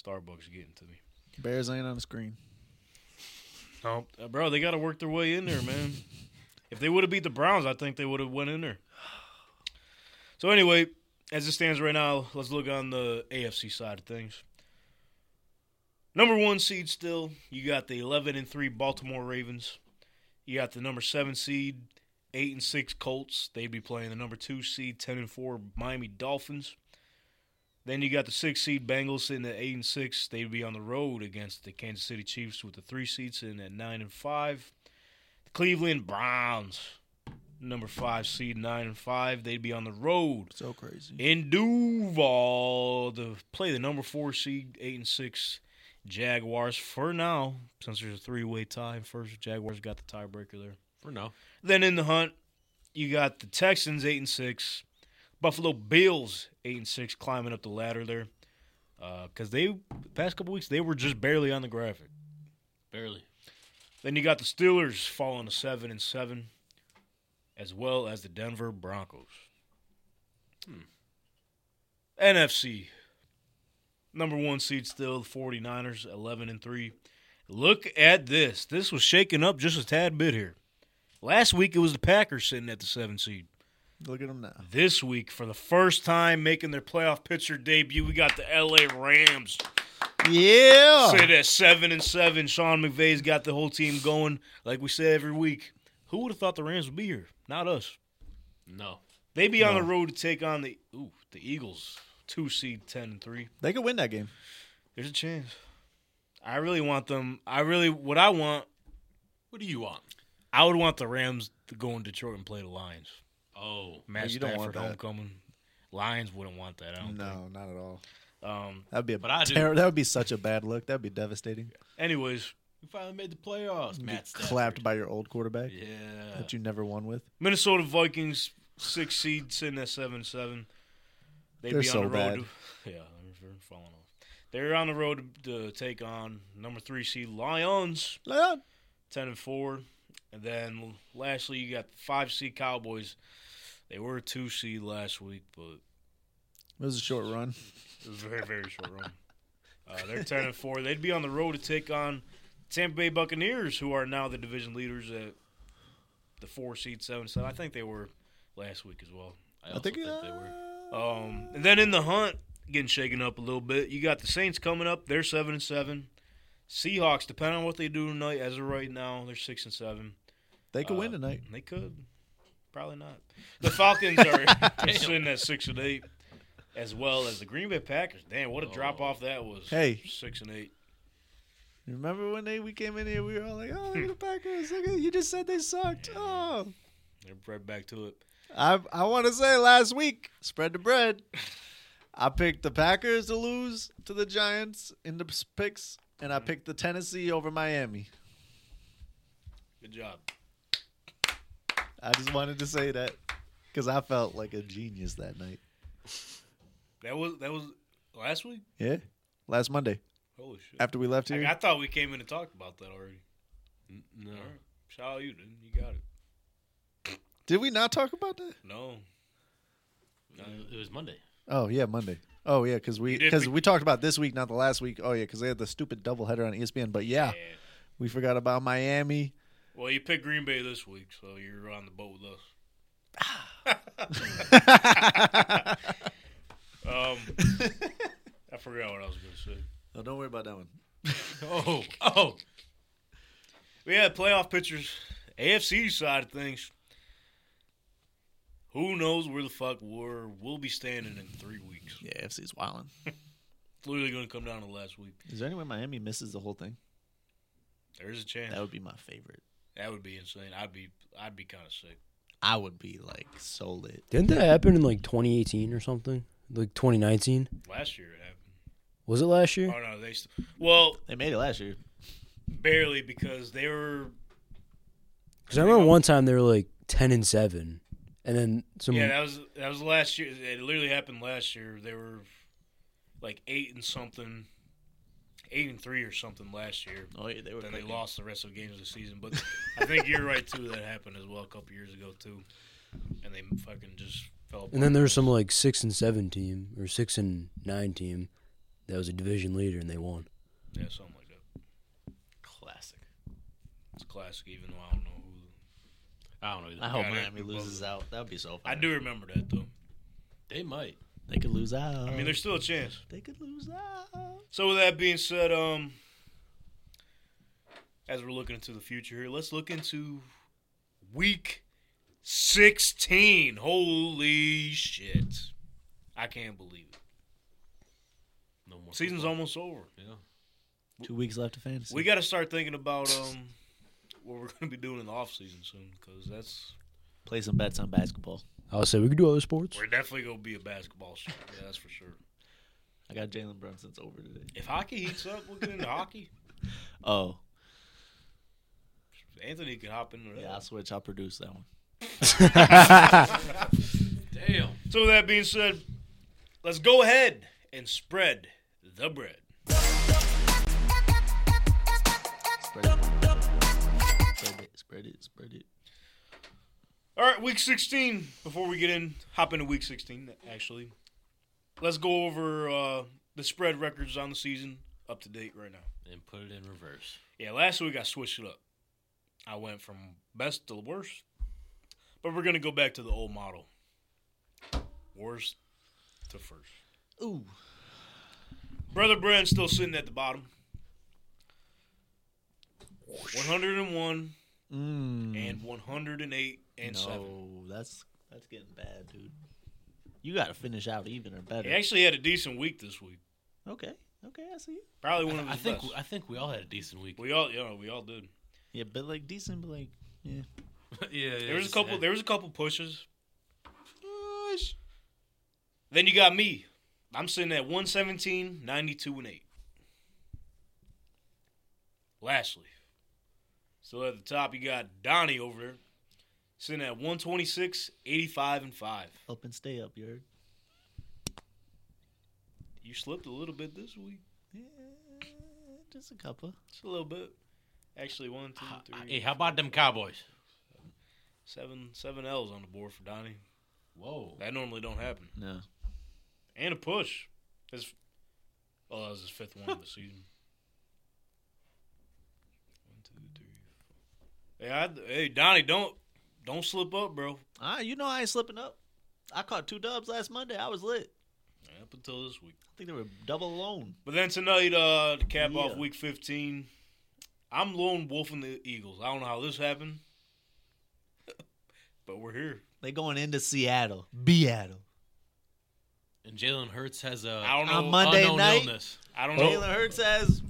Speaker 2: Starbucks getting to me.
Speaker 4: Bears ain't on the screen.
Speaker 2: No, Uh, bro, they got to work their way in there, man. if they would have beat the Browns, I think they would have went in there. So anyway, as it stands right now, let's look on the AFC side of things. Number one seed still, you got the eleven and three Baltimore Ravens. You got the number seven seed, eight and six Colts. They'd be playing the number two seed, ten and four Miami Dolphins. Then you got the six seed Bengals sitting at eight and six. They'd be on the road against the Kansas City Chiefs with the three seed sitting at nine and five. The Cleveland Browns, number five seed, nine and five. They'd be on the road
Speaker 4: So crazy.
Speaker 2: in Duval to play the number four seed, eight and six Jaguars for now, since there's a three way tie. First, Jaguars got the tiebreaker there.
Speaker 3: For now.
Speaker 2: Then in the hunt, you got the Texans eight and six, Buffalo Bills eight and six, climbing up the ladder there. Because they past couple weeks they were just barely on the graphic.
Speaker 3: Barely.
Speaker 2: Then you got the Steelers falling to seven and seven, as well as the Denver Broncos. Hmm. NFC number one seed still the 49ers 11 and 3 look at this this was shaken up just a tad bit here last week it was the packers sitting at the seven seed
Speaker 4: Look at them now.
Speaker 2: this week for the first time making their playoff picture debut we got the la rams
Speaker 4: Yeah.
Speaker 2: Sit at seven and seven. Sean McVay's got the whole team going. Like we said every week, who would have thought the Rams would be here? Not us.
Speaker 3: No.
Speaker 2: They be on the road to take on the ooh the Eagles, two seed ten and three.
Speaker 4: They could win that game.
Speaker 2: There's a chance. I really want them. I really what I want.
Speaker 3: What do you want?
Speaker 2: I would want the Rams to go in Detroit and play the Lions.
Speaker 3: Oh.
Speaker 2: Matt
Speaker 4: you don't
Speaker 2: Stafford
Speaker 4: want that.
Speaker 2: homecoming. Lions wouldn't want that. I don't
Speaker 4: No, not at all.
Speaker 2: think. Um.
Speaker 4: That'd be a
Speaker 3: But I do.
Speaker 4: terror. That would be such a bad look. That'd be devastating.
Speaker 2: Anyways,
Speaker 3: You finally made the playoffs,
Speaker 4: Get
Speaker 3: Matt Stafford.
Speaker 4: clapped by your old quarterback
Speaker 3: Yeah.
Speaker 4: that you never won with.
Speaker 2: Minnesota Vikings six seed sitting at seven seven. They'd
Speaker 4: They're
Speaker 2: be on
Speaker 4: so
Speaker 2: the road.
Speaker 4: bad.
Speaker 2: To, yeah, they're- they're falling off. They're on the road to, to take on number three seed Lions,
Speaker 4: Leon.
Speaker 2: ten and four, and then lastly you got the five seed Cowboys. They were a two seed last week, but
Speaker 4: It was a short run.
Speaker 2: it was a very very short run. Uh, they're ten and four. They'd be on the road to take on Tampa Bay Buccaneers, who are now the division leaders at the four seed seven. So I think they were last week as well.
Speaker 3: I, also think, they were.
Speaker 2: Um, and then in the hunt, getting shaken up a little bit. You got the Saints coming up; they're seven and seven. Seahawks, depending on what they do tonight, as of right now, they're six and seven.
Speaker 4: They could win
Speaker 2: Uh,
Speaker 4: tonight.
Speaker 2: They could, probably not. The Falcons are sitting at six and eight, as well as the Green Bay Packers. Damn, what a
Speaker 3: Oh.
Speaker 2: drop off that was!
Speaker 4: Hey.
Speaker 2: six and eight.
Speaker 4: You Remember when they we came in here, we were all like, "Oh, look at the Packers! Look at, you just said they sucked." Oh,
Speaker 2: They're right back to it.
Speaker 4: I I want to say last week, spread the bread. I picked the Packers to lose to the Giants in the s- picks, and I
Speaker 2: Mm-hmm.
Speaker 4: picked the Tennessee over Miami.
Speaker 2: Good job.
Speaker 4: I just wanted to say that because I felt like a genius that night.
Speaker 2: That was that was last week.
Speaker 4: Yeah, last Monday
Speaker 2: Holy shit!
Speaker 4: after we left here.
Speaker 2: Like, I thought we came in and talked about that already.
Speaker 3: N- No.
Speaker 2: All right, shout out you, dude. You got it.
Speaker 4: Did we not talk about that?
Speaker 2: No.
Speaker 3: It- It was Monday.
Speaker 4: Oh yeah, Monday. Oh yeah, because we
Speaker 2: You did
Speaker 4: because
Speaker 2: pick-
Speaker 4: we talked about this week, not the last week. Oh yeah, because they had the stupid doubleheader on E ESPN. But yeah,
Speaker 2: Yeah.
Speaker 4: we forgot about Miami.
Speaker 2: Well, you picked Green Bay this week, so you're on the boat with us. Um, I forgot what I was going to say.
Speaker 4: Oh, don't worry about that one.
Speaker 3: Oh, oh.
Speaker 2: But yeah, playoff pictures, AFC side of things. Who knows where the fuck we're we'll be standing in three weeks?
Speaker 4: Yeah, FC's wilding.
Speaker 2: It's literally going to come down to last week.
Speaker 4: Is there any way Miami misses the whole thing?
Speaker 2: There's a chance
Speaker 4: That would be my favorite.
Speaker 2: that would be insane. I'd be I'd be kind of sick.
Speaker 4: I would be like so lit.
Speaker 5: Didn't that happen in like 2018 or something? Like 2019?
Speaker 2: Last year it
Speaker 5: Was it last year?
Speaker 2: happened. Oh no, they st- well
Speaker 4: They made it last year.
Speaker 2: barely because they were
Speaker 5: Because I remember one time they were like 10 and 7. And then some.
Speaker 2: Yeah, that was that was last year. It literally happened last year. They were like eight and something, eight and three or something last year.
Speaker 4: Oh yeah, they were.
Speaker 2: Then they
Speaker 4: clicking.
Speaker 2: lost the rest of the games of the season. But I think you're right too. That happened as well a couple years ago too. And they fucking just fell. Apart.
Speaker 5: and then there was some like 6 and 7 team or 6 and 9 team that was a division leader and they won.
Speaker 2: yeah, something like that.
Speaker 4: Classic.
Speaker 2: It's classic. Even though I don't know who.
Speaker 3: I don't know.
Speaker 4: I hope
Speaker 2: Got it.
Speaker 4: Miami loses out. That would be so fun.
Speaker 2: I do remember that though.
Speaker 3: They might.
Speaker 4: They could lose out.
Speaker 2: I mean, there's still a chance.
Speaker 4: they could lose out.
Speaker 2: So with that being said, um, as we're looking into the future here, let's look into week sixteen. Holy shit! I can't believe it.
Speaker 3: No more.
Speaker 2: Season's
Speaker 3: football.
Speaker 2: almost over.
Speaker 3: Yeah.
Speaker 4: Two weeks left of fantasy.
Speaker 2: We got to start thinking about um what we're gonna be doing in the off season soon because that's
Speaker 4: play some bets on basketball.
Speaker 5: I would say we could do other sports.
Speaker 2: we're definitely gonna be a basketball show. Yeah, that's for sure.
Speaker 4: I got Jalen Brunson's over today.
Speaker 2: If hockey heats up, we'll get into hockey.
Speaker 4: Oh
Speaker 2: Anthony can hop into that.
Speaker 4: yeah, I'll switch. I'll produce that one.
Speaker 3: Damn.
Speaker 2: So with that being said, let's go ahead and spread the bread.
Speaker 4: Spread it. Spread it. Spread it. Spread it.
Speaker 2: All right, week 16. Before we get in, hop into week 16, actually. Let's go over uh, the spread records on the season up to date right now.
Speaker 3: And put it in reverse.
Speaker 2: Yeah, last week I switched it up. I went from best to worst, but we're going to go back to the old model worst to first.
Speaker 4: Ooh.
Speaker 2: Brother Brand's still sitting at the bottom. 101 and 108 and 7.
Speaker 4: Mm. No, that's that's getting bad, dude. You got to finish out even or better.
Speaker 2: He actually had a decent week this week.
Speaker 4: Okay. Okay, I see you.
Speaker 2: Probably one of
Speaker 3: I
Speaker 2: his
Speaker 3: think
Speaker 2: best.
Speaker 3: I think we all had a decent week.
Speaker 2: we all, yeah, we all did.
Speaker 4: Yeah, but like decent, but like yeah.
Speaker 3: yeah,
Speaker 2: There was a couple. There was a couple pushes. Push. Then you got me. I'm sitting at 117, 92, and eight. Lastly, still at the top, you got Donnie over there, sitting at 126, 85, and 5.
Speaker 4: Up and stay up, Yard.
Speaker 2: You slipped a little bit this week.
Speaker 4: Yeah, Eh, just a couple.
Speaker 2: Just a little bit. Actually, one, two,
Speaker 3: Uh,
Speaker 2: three,
Speaker 3: Hey, how about them Cowboys?
Speaker 2: seven, seven L's on the board for Donnie.
Speaker 3: Whoa.
Speaker 2: That normally don't happen.
Speaker 4: No.
Speaker 2: And a push. His, oh, that was his fifth one of the season. One, two, three, four. Hey, I, hey, Donnie, don't don't slip up, bro.
Speaker 4: Ah, you know I ain't slipping up. I caught two dubs last Monday. I was lit.
Speaker 2: Up until this week.
Speaker 4: I think they were double alone.
Speaker 2: But then tonight, uh, to cap off
Speaker 4: Yeah.
Speaker 2: week 15, I'm lone wolfing the Eagles. I don't know how this happened, but we're here.
Speaker 4: They going into Seattle. Beattle.
Speaker 3: And Jalen Hurts has a
Speaker 2: I don't know.
Speaker 4: On Monday
Speaker 3: unknown
Speaker 4: night?
Speaker 3: illness.
Speaker 2: I don't know.
Speaker 4: Jalen Hurts says,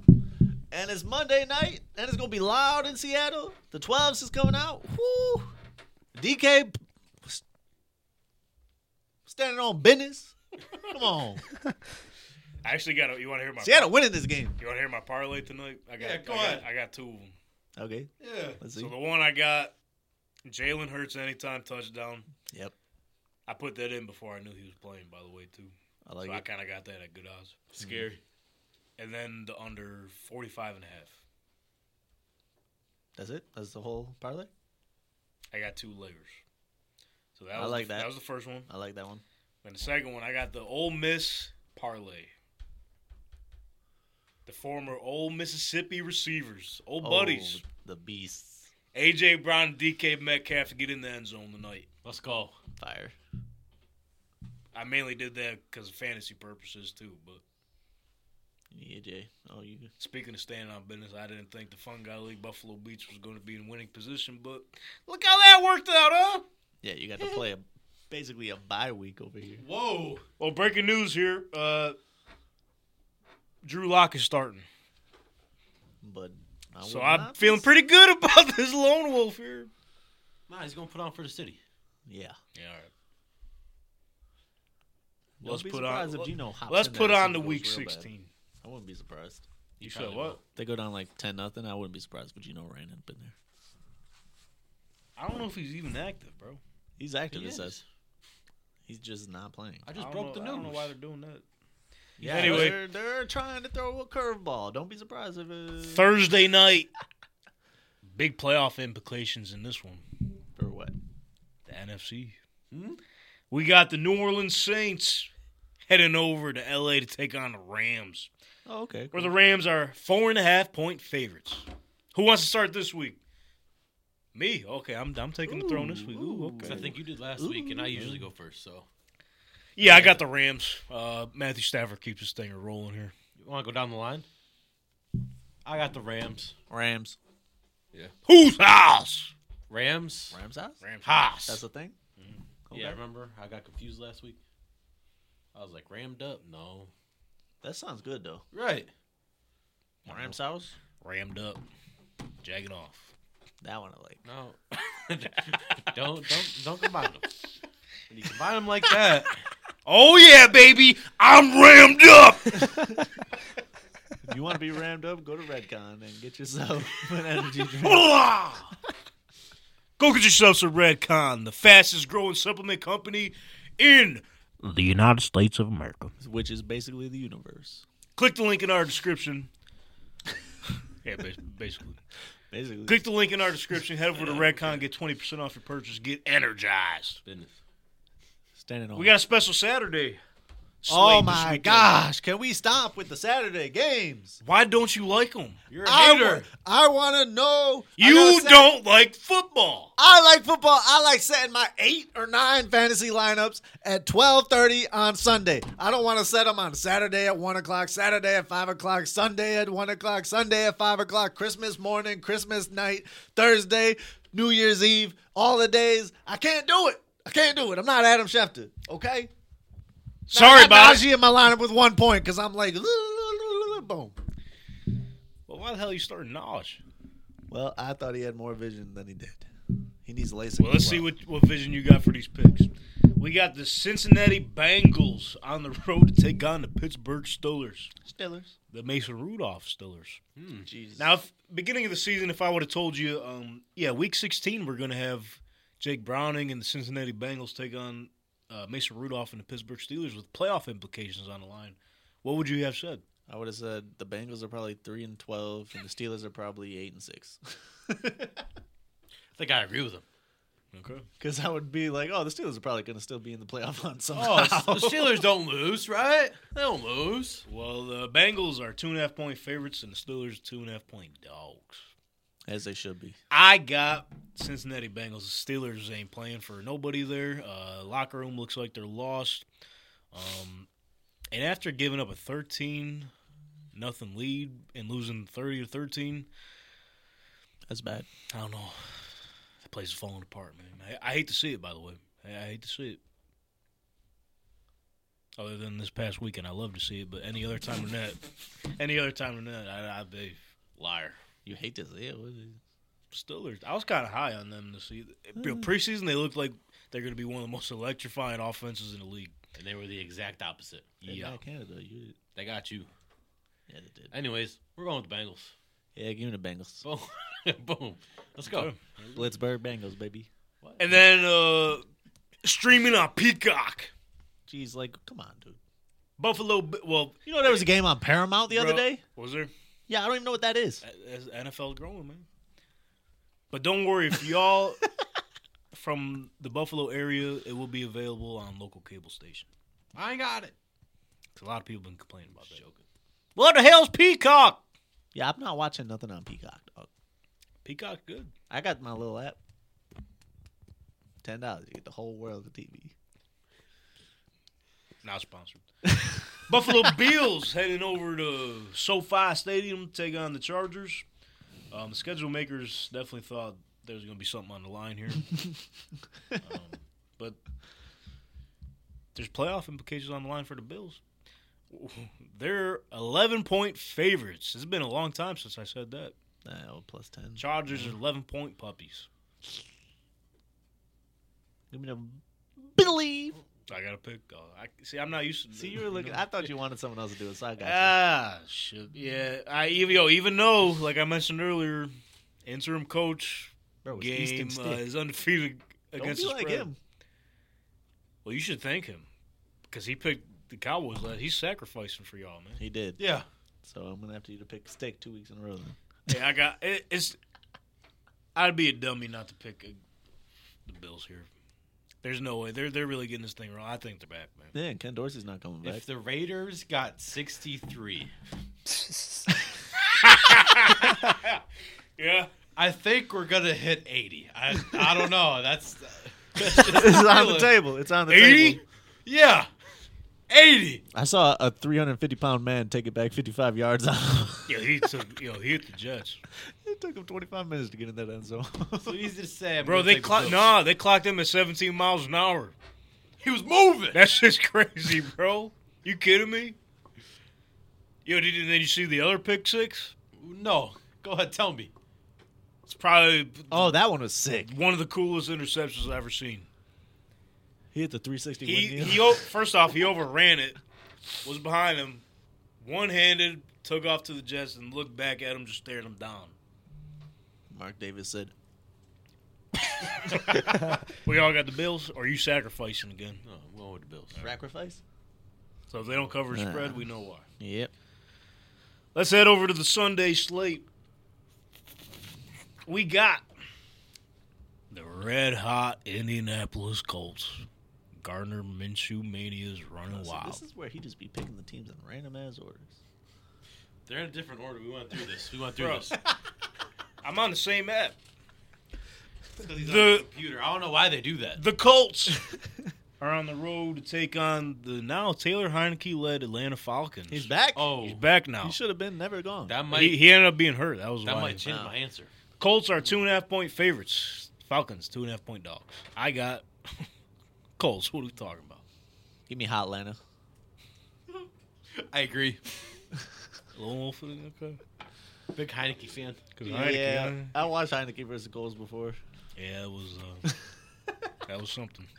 Speaker 4: and it's Monday night, and it's gonna be loud in Seattle. The 12s is coming out. Woo! DK p- s- standing on business. Come on,
Speaker 2: I actually got. You want to hear my?
Speaker 4: Seattle winning this game.
Speaker 2: You want to hear my parlay tonight? I got.
Speaker 3: Yeah, go
Speaker 2: I got,
Speaker 3: ahead.
Speaker 2: I got two of them.
Speaker 4: Okay,
Speaker 3: Yeah.
Speaker 4: let's
Speaker 2: So
Speaker 4: see.
Speaker 2: the one I got, Jalen Hurts anytime touchdown.
Speaker 4: Yep,
Speaker 2: I put that in before I knew he was playing. By the way, too.
Speaker 4: I like
Speaker 2: so I
Speaker 4: it.
Speaker 2: kind of got that at good odds. Mm-hmm.
Speaker 3: Scary.
Speaker 2: And then the under 45 and a half.
Speaker 4: That's it. That's the whole parlay.
Speaker 2: I got two layers. So that
Speaker 4: I
Speaker 2: was the-
Speaker 4: like that.
Speaker 2: That was the first one.
Speaker 4: I like that one.
Speaker 2: And the second one, I got the Ole Miss parlay. The former old Mississippi receivers, old buddies,
Speaker 4: Oh, the beasts.
Speaker 2: AJ Brown, and DK Metcalf to get in the end zone tonight.
Speaker 3: Let's go.
Speaker 4: Fire.
Speaker 2: I mainly did that because of fantasy purposes too. But
Speaker 4: Yeah, Jay. Oh, you.
Speaker 2: speaking of staying on business, I didn't think the Fungi League Buffalo Beach was going to be in winning position. But look how that worked out, huh?
Speaker 4: Yeah, you got to play a, basically a bye week over here.
Speaker 3: Whoa.
Speaker 2: Well, breaking news here: uh, Drew Lock is starting,
Speaker 4: But I
Speaker 2: so
Speaker 4: would
Speaker 2: I'm
Speaker 4: not be
Speaker 2: feeling
Speaker 4: s-
Speaker 2: pretty good about this lone wolf here.
Speaker 3: Nah, he's gonna put on for the city.
Speaker 4: Yeah.
Speaker 2: Yeah, all right.
Speaker 4: Don't
Speaker 2: Let's
Speaker 4: be
Speaker 2: put
Speaker 4: surprised
Speaker 2: on.
Speaker 4: if Geno hops
Speaker 2: let's
Speaker 4: in
Speaker 2: put
Speaker 4: there and
Speaker 2: on the
Speaker 4: goes
Speaker 2: week
Speaker 4: real bad.
Speaker 2: 16.
Speaker 4: I wouldn't be surprised.
Speaker 2: You
Speaker 3: He
Speaker 2: said
Speaker 3: probably
Speaker 2: what?
Speaker 3: will.
Speaker 4: They go down like ten nothing. I wouldn't be surprised if Geno ran up in there.
Speaker 2: I don't know if he's even active, bro.
Speaker 4: He's active.
Speaker 3: He
Speaker 4: It
Speaker 3: is.
Speaker 4: says he's just not playing.
Speaker 3: I
Speaker 2: I
Speaker 3: just
Speaker 2: don't
Speaker 3: broke
Speaker 2: know-
Speaker 3: the news.
Speaker 2: I don't know why they're doing that.
Speaker 4: Yeah.
Speaker 2: Anyway.
Speaker 4: they're, they're trying to throw a curveball. Don't be surprised if it,
Speaker 2: Thursday night. Big playoff implications in this one.
Speaker 4: for what.
Speaker 2: The NFC.
Speaker 3: Hmm?
Speaker 2: We got the New Orleans Saints heading over to LA to take on the Rams.
Speaker 4: Oh, okay.
Speaker 2: Where the Rams are four and a half point favorites. Who wants to start this week? Me. Okay, I'm I'm taking the throne this week. Ooh, okay.
Speaker 3: 'Cause I think you did last week, and I usually go first. So
Speaker 2: Yeah, I got the Rams. Uh, Matthew Stafford keeps this thing rolling here.
Speaker 3: you want to go down the line? I got the Rams.
Speaker 4: Rams.
Speaker 2: Who's house?
Speaker 3: Rams.
Speaker 4: Rams house.
Speaker 2: Rams. Mm-hmm.
Speaker 3: Haas.
Speaker 4: That's a thing.
Speaker 3: Yeah, I remember. I got confused last week. I was like rammed up. No.
Speaker 4: That sounds good though.
Speaker 3: Right.
Speaker 4: Rams house.
Speaker 2: Rammed up. Jagging off.
Speaker 4: That one I like.
Speaker 3: No. don't don't don't combine them. When you combine them like that,
Speaker 2: Oh yeah, baby. I'm rammed up.
Speaker 4: If you want to be rammed up, go to Redcon and get yourself an energy drink.
Speaker 2: Go get yourself some Redcon, the fastest growing supplement company in.
Speaker 10: The United States of America.
Speaker 4: which is basically the universe.
Speaker 2: Click the link in our description. yeah, bas- basically.
Speaker 4: Basically,
Speaker 2: Click the link in our description. Head over to Redcon, get 20% off your purchase. Get energized.
Speaker 3: business.
Speaker 4: standing on.
Speaker 2: We got a special Saturday. slate
Speaker 4: oh
Speaker 2: this
Speaker 4: my
Speaker 2: weekend.
Speaker 4: gosh! Can we stop with the Saturday games?
Speaker 2: Why don't you like them?
Speaker 3: You're a
Speaker 4: I,
Speaker 3: hater.
Speaker 4: wa- I want to know. I gotta
Speaker 2: You
Speaker 4: set-
Speaker 2: don't like football.
Speaker 4: I like football. I like setting my eight or nine fantasy lineups at twelve thirty on Sunday. I don't want to set them on Saturday at one o'clock, Saturday at five o'clock, Sunday at one o'clock, Sunday at five o'clock, Christmas morning, Christmas night, Thursday, New Year's Eve, all the days. I can't do it. I can't do it. I'm not Adam Schefter. Okay.
Speaker 2: Sorry
Speaker 4: I
Speaker 2: about
Speaker 4: got
Speaker 2: it.
Speaker 4: Najee in my lineup with one point because I'm like, boom.
Speaker 2: Well, why the hell are you starting knowledge?
Speaker 4: Well, I thought he had more vision than he did. He needs LASIK.
Speaker 2: Well, let's see what, what vision you got for these picks. We got the Cincinnati Bengals on the road to take on the Pittsburgh Steelers,
Speaker 4: Steelers.
Speaker 2: the Mason Rudolph Steelers.
Speaker 4: Jesus.
Speaker 2: Now, if, beginning of the season, if I would have told you, um, yeah, week 16, we're going to have Jake Browning and the Cincinnati Bengals take on uh, Mason Rudolph and the Pittsburgh Steelers with playoff implications on the line. What would you have said?
Speaker 4: I would have said the Bengals are probably three and twelve, and the Steelers are probably eight and six.
Speaker 3: I think I agree with him.
Speaker 2: Okay.
Speaker 4: Because I would be like, oh, the Steelers are probably going to still be in the playoff hunt somehow.
Speaker 3: Oh, the Steelers don't lose, right? They don't lose.
Speaker 2: Well, the Bengals are two and a half point favorites, and the Steelers two and a half point dogs.
Speaker 4: As they should be.
Speaker 2: I got Cincinnati Bengals. The Steelers ain't playing for nobody there. Uh, locker room looks like they're lost. Um, and after giving up a 13 nothing lead and losing 30 to 13,
Speaker 4: That's bad.
Speaker 2: I don't know. The place is falling apart, man. I, I hate to see it, by the way. I, I hate to see it. Other than this past weekend, I love to see it. But any other time than that, any other time than that, I, I'd be liar.
Speaker 4: You hate to see it. what is it?
Speaker 2: Steelers. I was kind of high on them this season. You know,
Speaker 3: Hmm.
Speaker 2: preseason, they looked like they're going to be one of the most electrifying offenses in the league.
Speaker 3: And they were the exact opposite.
Speaker 4: Yeah, Canada. You,
Speaker 3: They got you.
Speaker 4: yeah, they did.
Speaker 3: Anyways, we're going with the Bengals.
Speaker 4: Yeah, give me the Bengals.
Speaker 3: Boom. Boom. Let's go.
Speaker 4: Blitzburg Bengals, baby.
Speaker 2: And then uh streaming on Peacock,
Speaker 4: Jeez, like, come on, dude.
Speaker 2: Buffalo. B- Well,
Speaker 4: You know there was a game on Paramount the other
Speaker 2: bro-
Speaker 4: day?
Speaker 2: was there?
Speaker 4: Yeah, I don't even know what that is.
Speaker 2: That's NFL growing, man. But don't worry, if y'all from the Buffalo area, it will be available on local cable station.
Speaker 3: I ain't got it.
Speaker 2: 'Cause a lot of people been complaining about that.
Speaker 3: Joking.
Speaker 2: What the hell's Peacock?
Speaker 4: Yeah, I'm not watching nothing on Peacock, dog.
Speaker 2: Peacock, good.
Speaker 4: I got my little app. Ten dollars, you get the whole world of TV.
Speaker 2: Not sponsored. Buffalo Bills heading over to SoFi Stadium to take on the Chargers. Um, the schedule makers definitely thought there was going to be something on the line here, um, but there's playoff implications on the line for the Bills. They're 11 point favorites. It's been a long time since I said that.
Speaker 4: Nah, well, plus ten.
Speaker 2: Chargers
Speaker 4: Mm-hmm.
Speaker 2: are 11 point puppies.
Speaker 4: Give me the Billy.
Speaker 2: I got to pick. Uh, I, see, I'm not used to.
Speaker 4: See, you were looking. I thought you wanted someone else to do it, so I got you.
Speaker 2: Ah, shit. Yeah, I even yo, even though, like I mentioned earlier, interim coach
Speaker 4: Bro, Oh, it's
Speaker 2: game
Speaker 4: Easton
Speaker 2: uh,
Speaker 4: Stick.
Speaker 2: is undefeated
Speaker 4: Don't
Speaker 2: against
Speaker 4: be
Speaker 2: the
Speaker 4: like
Speaker 2: spread.
Speaker 4: him.
Speaker 2: Well, you should thank him because he picked the Cowboys. Last. He's sacrificing for y'all, man.
Speaker 4: He did.
Speaker 2: Yeah,
Speaker 4: So I'm gonna have to you to pick Stick two weeks in a row. Then.
Speaker 2: yeah. I got it, it's. I'd be a dummy not to pick uh the Bills here. There's no way they're they're really getting this thing wrong. I think they're back, man.
Speaker 4: Yeah, Ken Dorsey's not coming back.
Speaker 3: If the Raiders got 63,
Speaker 2: Yeah,
Speaker 3: I think we're going to hit 80. I, I don't know. That's.
Speaker 4: it's on the table. It's on the
Speaker 2: eighty.
Speaker 4: table.
Speaker 3: Yeah. 80.
Speaker 4: I saw a 350 pound man take it back 55 yards out.
Speaker 2: Yo, he took. yo, he hit the Jets,
Speaker 4: it took him 25 minutes to get in that end zone.
Speaker 3: So easy to say. I'm
Speaker 2: bro.
Speaker 3: gonna
Speaker 2: They
Speaker 3: take the
Speaker 2: clocked.
Speaker 3: Bills.
Speaker 2: Nah, they clocked him at 17 miles an hour.
Speaker 3: He was moving.
Speaker 2: That's just crazy, bro. You kidding me? Yo, did you, then you see the other pick six?
Speaker 3: No. Go ahead. Tell me.
Speaker 2: It's probably
Speaker 4: oh, that one was sick.
Speaker 2: one of the coolest interceptions I've ever seen.
Speaker 4: He hit the 360
Speaker 2: He
Speaker 4: windmill.
Speaker 2: he. o- First off, he overran it. Was behind him, one handed, took off to the Jets, and looked back at him, just stared him down.
Speaker 4: Mark Davis said,
Speaker 2: We all got the Bills. Or you sacrificing again?
Speaker 3: No, I'm going with the Bills.
Speaker 4: "Sacrifice."
Speaker 2: So if they don't cover the spread, we know why.
Speaker 4: Yep.
Speaker 2: Let's head over to the Sunday slate. We got the red hot Indianapolis Colts. Gardner Minshew mania is running
Speaker 4: See,
Speaker 2: wild.
Speaker 4: This is where he just be picking the teams in random ass orders.
Speaker 3: They're in a different order. We went through this. We went through
Speaker 2: Bro.
Speaker 3: this.
Speaker 2: I'm on the same app.
Speaker 3: Because he's on
Speaker 2: The-
Speaker 3: the computer. I don't know why they do that.
Speaker 2: The Colts are on the road to take on the now Taylor Heineke led Atlanta Falcons.
Speaker 4: He's back.
Speaker 3: Oh,
Speaker 2: He's back now.
Speaker 4: he should have been never gone.
Speaker 3: that might
Speaker 2: he, he ended up being hurt. That was
Speaker 3: that
Speaker 2: why.
Speaker 3: might change
Speaker 4: Wow.
Speaker 3: my answer.
Speaker 2: Colts are two and a half point favorites. Falcons two and a half point dogs. I got Colts. What are we talking about?
Speaker 4: Give me Hot Lana.
Speaker 3: I agree.
Speaker 2: Lone Wolf. Okay.
Speaker 3: Big Heineke fan.
Speaker 4: Yeah, I watched Heineken versus Goals before.
Speaker 2: Yeah, it was. Uh, that was something.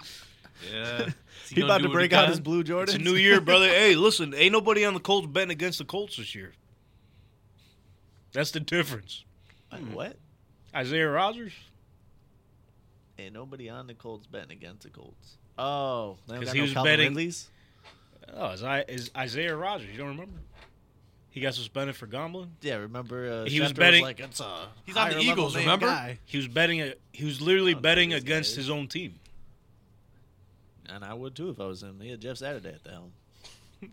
Speaker 3: Yeah.
Speaker 4: He, about to break out his blue Jordans.
Speaker 2: It's a new year, brother. Hey, listen, ain't nobody on the Colts betting against the Colts this year. That's the difference.
Speaker 4: Hmm. Wait, what?
Speaker 2: Isaiah Rogers.
Speaker 4: Ain't nobody on the Colts betting against the Colts. Oh, they don't
Speaker 2: 'Cause
Speaker 4: got
Speaker 2: he
Speaker 4: no
Speaker 2: was
Speaker 4: Calvin
Speaker 2: betting-
Speaker 4: Ridley's?
Speaker 2: Oh, is, I, is Isaiah Rogers? You don't remember? He got suspended for gambling.
Speaker 4: Yeah, remember uh,
Speaker 2: He was
Speaker 4: Schefter
Speaker 2: betting-
Speaker 4: like it's a
Speaker 3: He's on the
Speaker 4: higher-level
Speaker 3: Eagles,
Speaker 4: named
Speaker 3: remember?
Speaker 4: guy.
Speaker 2: He was betting. A, he was literally
Speaker 4: I don't know
Speaker 2: betting
Speaker 4: who this guy
Speaker 2: against
Speaker 4: is.
Speaker 2: his own team.
Speaker 4: And I would too if I was him. He had Jeff Saturday at the helm.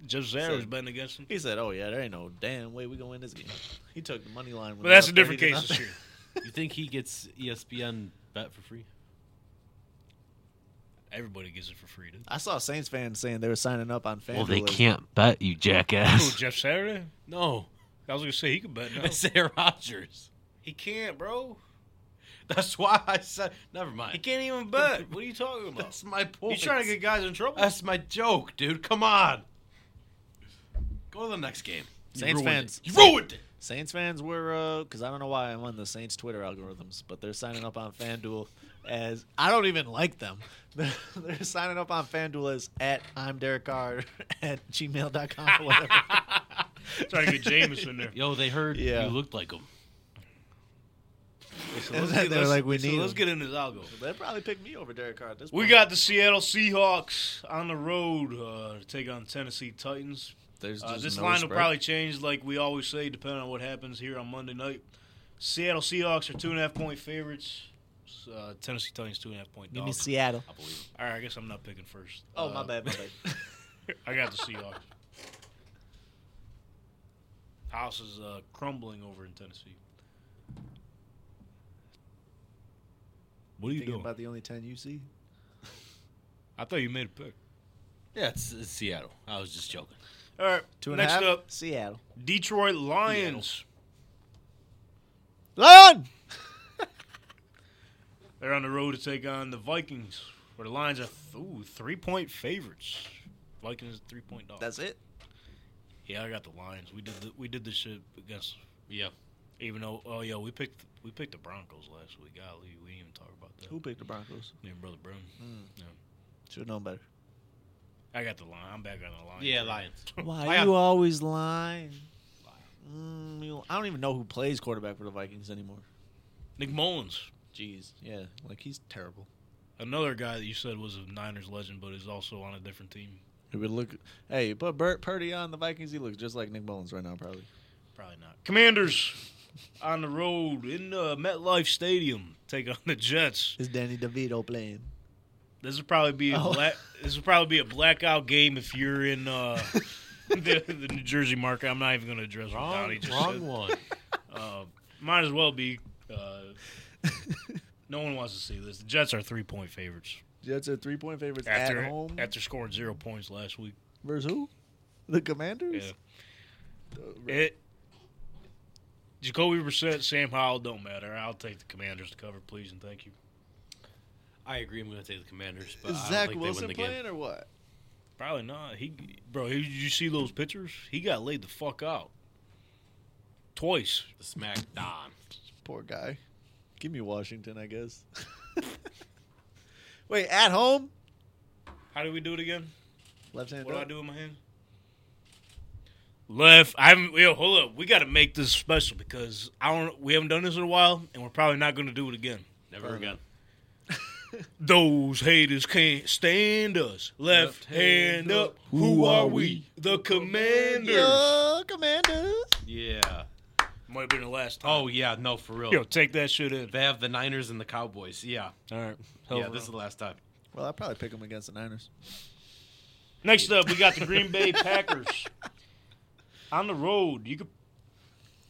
Speaker 2: Just Zara was betting against him.
Speaker 4: He said, "Oh yeah, there ain't no damn way we gonna win this game." He took the money line. when
Speaker 2: But
Speaker 4: they
Speaker 2: that's
Speaker 4: were
Speaker 2: a
Speaker 4: up
Speaker 2: different
Speaker 4: 30 to
Speaker 2: case this
Speaker 4: nothing.
Speaker 2: year.
Speaker 3: You think he gets E ESPN bet for free?
Speaker 2: Everybody gets it for free. dude.
Speaker 4: I saw Saints fans saying they were signing up on FanDuel.
Speaker 11: Well, they
Speaker 4: as-
Speaker 11: can't bet you,
Speaker 2: Who,
Speaker 11: jackass.
Speaker 2: Jeff Saturday?
Speaker 3: No,
Speaker 2: I was gonna say he could bet now.
Speaker 3: Isaiah Rogers.
Speaker 2: he can't, bro.
Speaker 3: That's why I said. Never
Speaker 2: He
Speaker 3: mind.
Speaker 2: can't even bet. What are you talking about?
Speaker 3: That's my point.
Speaker 2: You trying to get guys in trouble?
Speaker 3: That's my joke, dude. Come on. Go to the next game.
Speaker 4: Saints fans.
Speaker 3: You ruined it.
Speaker 4: Saints fans were because I don't know why I'm on the Saints Twitter algorithms, but they're signing up on FanDuel as I don't even like them. They're, they're signing up on FanDuel as at I'm Derek Carr at gmail.com or whatever.
Speaker 2: trying to get Jameis in there.
Speaker 3: Yo, they heard
Speaker 4: Yeah.
Speaker 3: you looked like him.
Speaker 4: let's get- They're let's- like, we so need let's
Speaker 2: Let's
Speaker 4: him.
Speaker 2: get in his algo.
Speaker 4: They'll probably pick me over Derek Carr at this point.
Speaker 2: We got the Seattle Seahawks on the road uh, to take on Tennessee Titans.
Speaker 4: There's
Speaker 2: Uh,
Speaker 4: just
Speaker 2: this
Speaker 4: no
Speaker 2: line will
Speaker 4: spread.
Speaker 2: probably change, like we always say, depending on what happens here on Monday night. Seattle Seahawks are two and a half point favorites. Uh, Tennessee Titans two and a half point
Speaker 4: Give me
Speaker 2: dogs.
Speaker 4: Seattle.
Speaker 2: All right, I guess I'm not picking first.
Speaker 4: Oh, my
Speaker 2: Uh,
Speaker 4: bad, my bad.
Speaker 2: I got the Seahawks. House is uh, crumbling over in Tennessee. What are you
Speaker 4: Thinking
Speaker 2: doing?
Speaker 4: about the only 10 you see?
Speaker 2: I thought you made a pick.
Speaker 3: Yeah, it's, it's Seattle. I was just joking.
Speaker 2: All right,
Speaker 4: Two and a
Speaker 2: next
Speaker 4: half.
Speaker 2: up,
Speaker 4: Seattle.
Speaker 2: Detroit Lions.
Speaker 4: Lion!
Speaker 2: They're on the road to take on the Vikings, where the Lions are ooh, three point favorites. Vikings three point dog.
Speaker 4: That's it.
Speaker 2: yeah, I got the Lions. We did the, we did this shit against
Speaker 3: Yeah.
Speaker 2: even though oh yeah we picked we picked the Broncos last week. Golly, we didn't even talk about that.
Speaker 4: Who picked the Broncos?
Speaker 2: Me and brother Brown.
Speaker 4: Should have Hmm. known better.
Speaker 2: I got the line. I'm back on the line.
Speaker 3: Yeah, Lions.
Speaker 4: Why you always lying? Mm, you- I don't even know who plays quarterback for the Vikings anymore.
Speaker 2: Nick Mullins,
Speaker 4: Jeez, yeah, like he's terrible.
Speaker 2: another guy that you said was a Niners legend, but is also on a different team.
Speaker 4: He would look. Hey, you put Bert Purdy on the Vikings. He looks just like Nick Mullins right now, probably.
Speaker 2: Probably not. Commanders on the road in uh, MetLife Stadium take on the Jets.
Speaker 4: Is Danny DeVito playing?
Speaker 2: This would probably be a
Speaker 4: Oh.
Speaker 2: black, this would probably be a blackout game if you're in uh, the, the New Jersey market. I'm not even going to address what
Speaker 3: Wrong,
Speaker 2: Donnie just
Speaker 3: wrong
Speaker 2: said.
Speaker 3: one.
Speaker 2: Uh, might as well be. Uh, no one wants to see this. The Jets are three point favorites
Speaker 4: Jets are three point favorites
Speaker 2: after
Speaker 4: at home
Speaker 2: after scoring zero points last week.
Speaker 4: versus who? The Commanders. Uh,
Speaker 2: Yeah. It Jacoby Brissett, Sam Howell don't matter. I'll take the Commanders to cover, please and thank you.
Speaker 3: I agree. I'm going to take the Commanders, but
Speaker 4: Is
Speaker 3: I don't
Speaker 4: Zach
Speaker 3: think they
Speaker 4: Wilson
Speaker 3: win the game.
Speaker 4: playing or what?
Speaker 2: Probably not. He, bro, he, did you see those pictures? He got laid the fuck out twice.
Speaker 3: The SmackDown.
Speaker 4: Poor guy. Give me Washington, I guess. Wait, at home?
Speaker 2: How do we do it again?
Speaker 4: Left hand.
Speaker 2: What do I
Speaker 4: up.
Speaker 2: do with my hand? Left. I haven't. Yo, hold up. We got to make this special because I don't. We haven't done this in a while, and we're probably not going to do it again.
Speaker 3: Never again.
Speaker 2: Those haters can't stand us. Left, hand up. Who are we? The Commanders.
Speaker 4: Yeah, Commanders.
Speaker 3: Yeah.
Speaker 2: Might have been the last time.
Speaker 3: Oh, yeah. No, for real.
Speaker 2: Yo, take that shit in.
Speaker 3: They have the Niners and the Cowboys. Yeah.
Speaker 2: All right.
Speaker 3: yeah, this is the last time.
Speaker 4: Well, I'll probably pick them against the Niners.
Speaker 2: Next up, we got the Green Bay Packers on the road. You could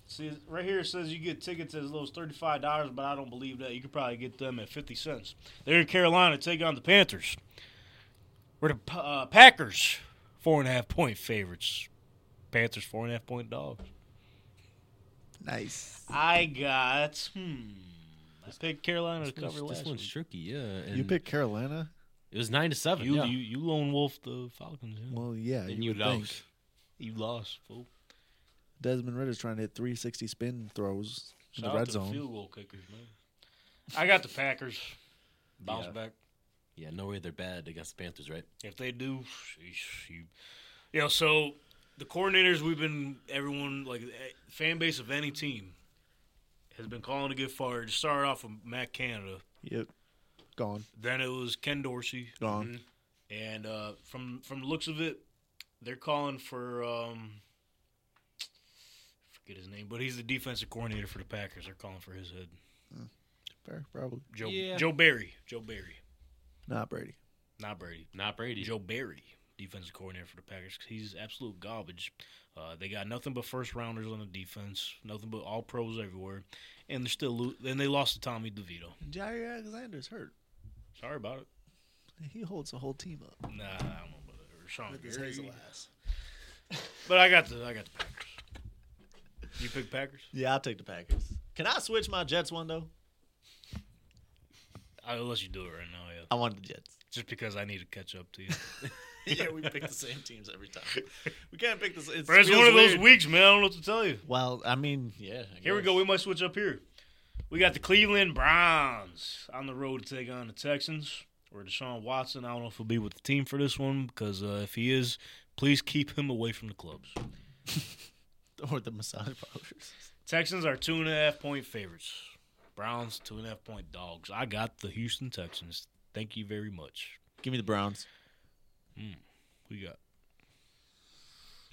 Speaker 2: see right here. It says you get tickets as low as thirty-five dollars, but I don't believe that. You could probably get them at fifty cents. They're in Carolina, to take on the Panthers. We're the P- uh, Packers four and a half point favorites. Panthers four and a half point dogs.
Speaker 4: Nice.
Speaker 2: I got hmm. I picked Carolina to cover last week.
Speaker 3: tricky. Yeah.
Speaker 4: You pick Carolina?
Speaker 3: It was nine to seven.
Speaker 2: You,
Speaker 3: yeah.
Speaker 2: you you lone wolf the Falcons. Yeah.
Speaker 4: Well, yeah.
Speaker 3: and you
Speaker 4: would think.
Speaker 3: lost.
Speaker 2: You lost, fool.
Speaker 4: Desmond Ritter's trying to hit 360 spin throws in the red zone.
Speaker 2: Field goal kickers, man. I got the Packers. Bounce
Speaker 3: Yeah.
Speaker 2: back.
Speaker 3: Yeah. No way they're bad against the Panthers, right?
Speaker 2: If they do, sheesh, you. You know, so the coordinators we've been everyone like eh, fan base of any team has been calling to get fired. It Started off with Matt Canada.
Speaker 4: Yep. Gone.
Speaker 2: Then it was Ken Dorsey.
Speaker 4: Gone.
Speaker 2: Mm-hmm. And uh, from from the looks of it, they're calling for um, forget his name, but he's the defensive coordinator for the Packers. They're calling for his head.
Speaker 4: Fair, probably.
Speaker 2: Joe
Speaker 3: Yeah.
Speaker 2: Joe Barry. Joe Barry.
Speaker 4: Not Brady.
Speaker 2: Not Brady.
Speaker 3: Not Brady.
Speaker 2: Joe Barry, defensive coordinator for the Packers. 'cause He's absolute garbage. Uh, they got nothing but first rounders on the defense. Nothing but all pros everywhere, and they're still lo- and they lost to Tommy DeVito.
Speaker 4: Jair Alexander's hurt.
Speaker 2: Sorry about it.
Speaker 4: He holds the whole team up.
Speaker 2: Nah, I don't know about that. Or Sean Gary.
Speaker 4: ass.
Speaker 2: But I got the I got the Packers. You pick Packers?
Speaker 12: Yeah, I'll take the Packers. Can I switch my Jets one though?
Speaker 2: I'll let you do it right now. Yeah,
Speaker 12: I want the Jets.
Speaker 2: just because I need to catch up to you.
Speaker 12: yeah, we pick the same teams every time. We can't pick this. It's
Speaker 2: But it's
Speaker 12: feels
Speaker 2: one of those
Speaker 12: weird.
Speaker 2: weeks, man. I don't know what to tell you.
Speaker 12: Well, I mean, yeah. I
Speaker 2: Here we
Speaker 12: guess.
Speaker 2: go. We might switch up here. We got the Cleveland Browns on the road to take on the Texans. Or Deshaun Watson. I don't know if he'll be with the team for this one because uh, if he is, please keep him away from the clubs.
Speaker 12: Or the massage parlors.
Speaker 2: Texans are two and a half point favorites. Browns two and a half point dogs. I got the Houston Texans. Thank you very much.
Speaker 12: Give me the Browns.
Speaker 2: We got.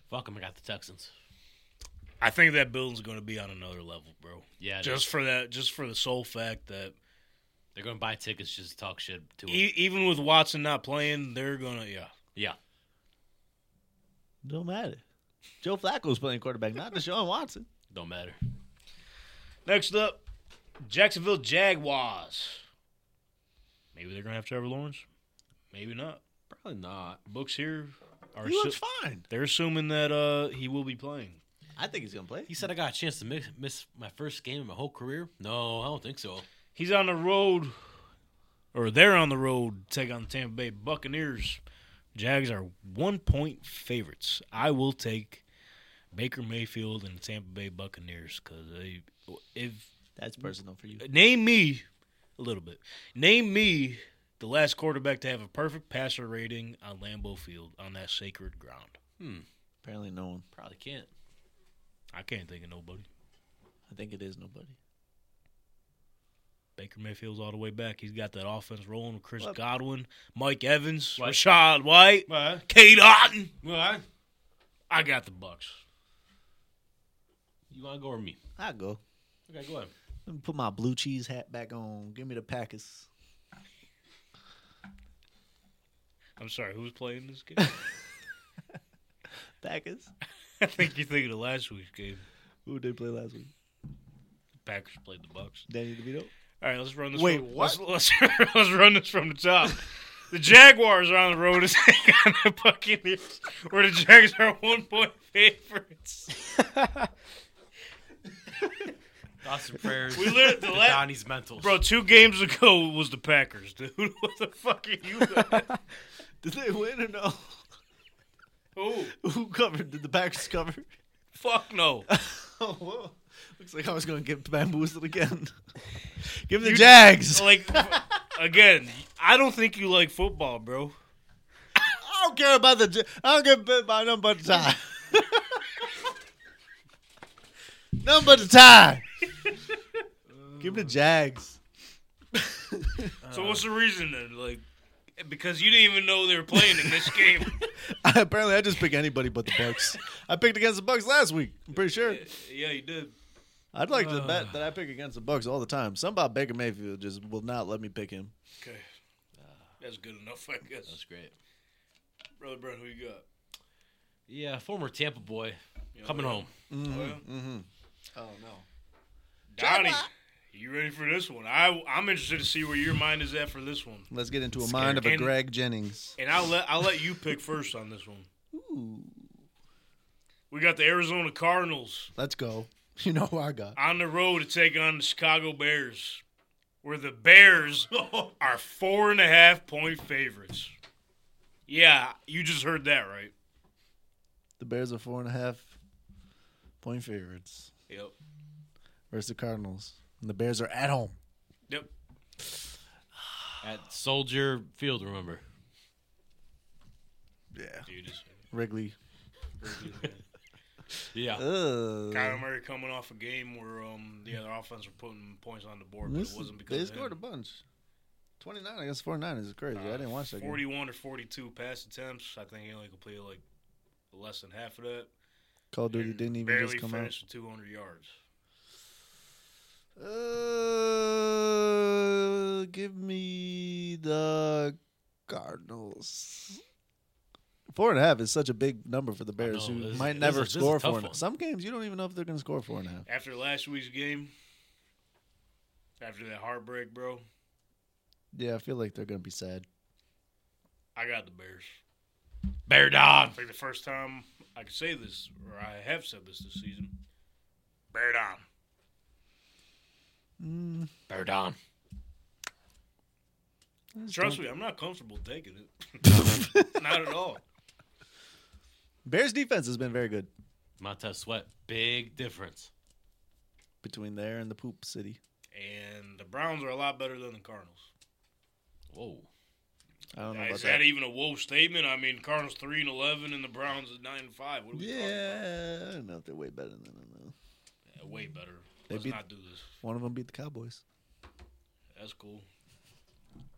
Speaker 3: Fuck him. I got the Texans.
Speaker 2: I think that building's going to be on another level, bro.
Speaker 3: Yeah, it
Speaker 2: Just
Speaker 3: is.
Speaker 2: for that, just for the sole fact that
Speaker 3: they're gonna buy tickets just to talk shit to him.
Speaker 2: e- even with Watson not playing, they're gonna yeah.
Speaker 3: yeah,
Speaker 12: Don't matter. Joe Flacco's playing quarterback, not Deshaun Watson.
Speaker 3: don't matter.
Speaker 2: Next up, Jacksonville Jaguars. Maybe they're gonna have Trevor Lawrence. Maybe not.
Speaker 3: Probably not.
Speaker 2: Books here are
Speaker 12: He looks
Speaker 2: assu-
Speaker 12: fine.
Speaker 2: they're assuming that uh he will be playing.
Speaker 12: I think he's gonna play.
Speaker 3: He said I got a chance to miss, miss my first game in my whole career. No, I don't think so.
Speaker 2: He's on the road, or they're on the road to take on the Tampa Bay Buccaneers. Jags are one point favorites. I will take Baker Mayfield and the Tampa Bay Buccaneers because they if
Speaker 12: That's personal for you.
Speaker 2: name me a little bit. Name me the last quarterback to have a perfect passer rating on Lambeau Field on that sacred ground.
Speaker 12: Apparently, no one.
Speaker 3: Probably can't.
Speaker 2: I can't think of nobody.
Speaker 12: I think it is nobody.
Speaker 2: Baker Mayfield's all the way back. He's got that offense rolling with Chris
Speaker 12: What?
Speaker 2: Godwin, Mike Evans,
Speaker 3: What?
Speaker 2: Rashad White,
Speaker 3: What?
Speaker 2: Kate Otten.
Speaker 3: What?
Speaker 2: I got the Bucks.
Speaker 3: You want to go or me?
Speaker 12: I'll go.
Speaker 3: Okay, go ahead.
Speaker 12: Let me put my blue cheese hat back on. Give me the Packers.
Speaker 2: I'm sorry, who's playing this game?
Speaker 12: Packers.
Speaker 2: I think you're thinking of last week's game.
Speaker 12: Who did they play last week?
Speaker 2: Packers played the Bucks.
Speaker 12: Danny DeVito.
Speaker 2: All right, let's run this.
Speaker 12: Wait,
Speaker 2: from,
Speaker 12: what?
Speaker 2: Let's, let's, let's run this from the top. The Jaguars are on the road to take on the Buccaneers, where the Jags are one point favorites.
Speaker 3: Thoughts and prayers.
Speaker 2: We lit the
Speaker 3: to
Speaker 2: la-
Speaker 3: Donnie's mentals.
Speaker 2: Bro, two games ago was the Packers, dude. What the fuck are you? at?
Speaker 12: Did they win or no?
Speaker 2: Who?
Speaker 12: Who covered? Did the Packers cover?
Speaker 2: Fuck no.
Speaker 12: Oh, whoa. Looks like I was going to get bamboozled again. Give me the
Speaker 2: You-
Speaker 12: Jags.
Speaker 2: Like again, I don't think you like football, bro.
Speaker 12: I don't care about the. Ja- I don't care about nothing but the tie. nothing but the tie. Give me the Jags.
Speaker 2: So what's the reason then? Like because you didn't even know they were playing in this game.
Speaker 12: apparently, I just pick anybody but the Bucks. I picked against the Bucks last week. I'm pretty sure.
Speaker 2: yeah, you did.
Speaker 12: I'd like to bet that I pick against the Bucks all the time. Something about Baker Mayfield just will not let me pick him.
Speaker 2: Okay. That's good enough, I
Speaker 3: That's
Speaker 2: guess.
Speaker 3: great.
Speaker 2: Brother Brent, who you got?
Speaker 3: Yeah, former Tampa boy coming
Speaker 2: yeah.
Speaker 3: home.
Speaker 2: Donnie, you ready for this one? I I'm interested to see where your mind is at for this one.
Speaker 4: Let's get into a mind of a
Speaker 2: And-
Speaker 4: Greg Jennings.
Speaker 2: And I'll let I'll let you pick first on this one. Ooh. We got the Arizona Cardinals
Speaker 4: Let's go. You know who I got.
Speaker 2: on the road to take on the Chicago Bears, where the Bears are four and a half point favorites. Yeah, you just heard that right.
Speaker 4: The Bears are four and a half point favorites
Speaker 2: Yep.
Speaker 4: versus the Cardinals. And the Bears are at home.
Speaker 2: Yep.
Speaker 3: At Soldier Field, remember?
Speaker 2: You just
Speaker 4: Wrigley.
Speaker 3: Yeah.
Speaker 4: Ugh.
Speaker 2: Kyler Murray coming off a game where um the other offense were putting points on the board, but it
Speaker 4: This-
Speaker 2: wasn't because
Speaker 4: they
Speaker 2: of him. Uh,
Speaker 4: scored a bunch. Twenty nine against forty nine is crazy. I didn't watch that game.
Speaker 2: 41 or 42 pass attempts. I think he only completed like less than half of that.
Speaker 4: Call of Duty
Speaker 2: And
Speaker 4: didn't even
Speaker 2: barely
Speaker 4: just come out.
Speaker 2: finished with 200 yards.
Speaker 4: Uh, give me the Cardinals. Four and a half is such a big number for the Bears,
Speaker 3: know,
Speaker 4: who
Speaker 3: this is-
Speaker 4: might
Speaker 3: this
Speaker 4: never
Speaker 3: is- this is a
Speaker 4: score
Speaker 3: tough
Speaker 4: four. And,
Speaker 3: one.
Speaker 4: some games you don't even know if they're going to score four and a half.
Speaker 2: After last week's game, after that heartbreak, bro,
Speaker 4: Yeah, I feel like they're going to be sad.
Speaker 2: I got the Bears.
Speaker 3: Bear down.
Speaker 2: I think the first time I can say this, or I have said this this season, bear down.
Speaker 3: Bear down.
Speaker 2: Trust me, I'm not comfortable taking it. not at all.
Speaker 4: Bears defense has been very good
Speaker 3: Montez Sweat. Big difference.
Speaker 4: between there and the poop city.
Speaker 2: And the Browns are a lot better than the Cardinals.
Speaker 3: Whoa.
Speaker 4: I don't know about
Speaker 2: Is
Speaker 4: that.
Speaker 2: that even a whoa statement? I mean, Cardinals three and eleven, and the Browns at nine and five. What are we talking about?
Speaker 4: Yeah, I don't know if they're way better than them. Though.
Speaker 2: Yeah, way better.
Speaker 4: They
Speaker 2: Let's
Speaker 4: beat-
Speaker 2: not do this.
Speaker 4: One of them beat the Cowboys.
Speaker 2: That's cool.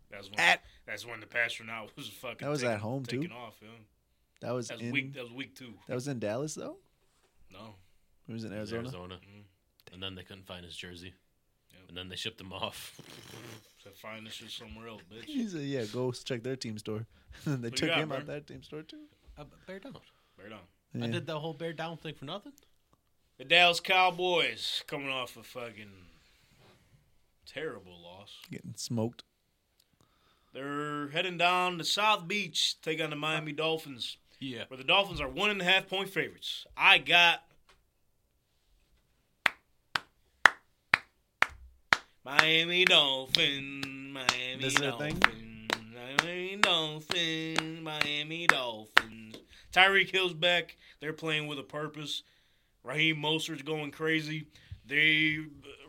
Speaker 2: That's when that's when the pastor now was fucking.
Speaker 4: That was
Speaker 2: taking,
Speaker 4: at home, too?
Speaker 2: taking off. Yeah.
Speaker 4: That was
Speaker 2: That's
Speaker 4: in
Speaker 2: week. That was week two.
Speaker 4: that was in Dallas though.
Speaker 2: No, Mm-hmm.
Speaker 4: It was in
Speaker 3: It was
Speaker 4: Arizona.
Speaker 3: Arizona. And then they couldn't find his jersey.
Speaker 2: Yep.
Speaker 3: And then they shipped him off.
Speaker 2: so find this shit somewhere else, bitch.
Speaker 4: He said, "Yeah, go check their team store." and they
Speaker 2: What do you
Speaker 4: took
Speaker 2: got,
Speaker 4: him
Speaker 2: bro?
Speaker 4: out their team store too.
Speaker 3: Uh, bear down.
Speaker 2: Right on.
Speaker 3: I
Speaker 4: Yeah.
Speaker 3: did that whole bear down thing for nothing.
Speaker 2: The Dallas Cowboys coming off a fucking terrible loss.
Speaker 4: Getting smoked.
Speaker 2: They're heading down to South Beach to take on the Miami Dolphins,
Speaker 3: Yeah.
Speaker 2: where the Dolphins are one and a half point favorites. I got Miami Dolphin, Miami
Speaker 4: This is a thing?
Speaker 2: Dolphin, Miami Dolphin, Miami Dolphins. Tyreek Hill's back. They're playing with a purpose. Raheem Mostert's going crazy. They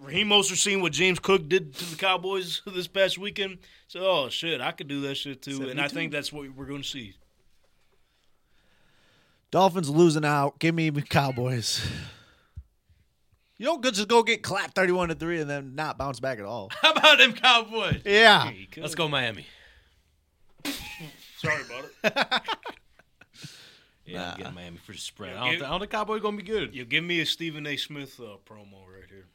Speaker 2: Raheem Mostert seen what James Cook did to the Cowboys this past weekend. So oh shit, I could do that shit too. and I
Speaker 4: 72.
Speaker 2: think that's what we're going to see.
Speaker 4: Dolphins losing out. Give me Cowboys. You don't go- just go get clapped thirty-one to three and then not bounce back at all.
Speaker 3: How about them Cowboys?
Speaker 4: Yeah,
Speaker 3: Let's go Miami.
Speaker 2: Sorry about it.
Speaker 3: Yeah, I'm getting Miami for the spread.
Speaker 2: Yeah,
Speaker 3: I, don't
Speaker 2: give-
Speaker 3: thi- I don't think Cowboys going to be good.
Speaker 2: you give me a Stephen A. Smith uh, promo right here,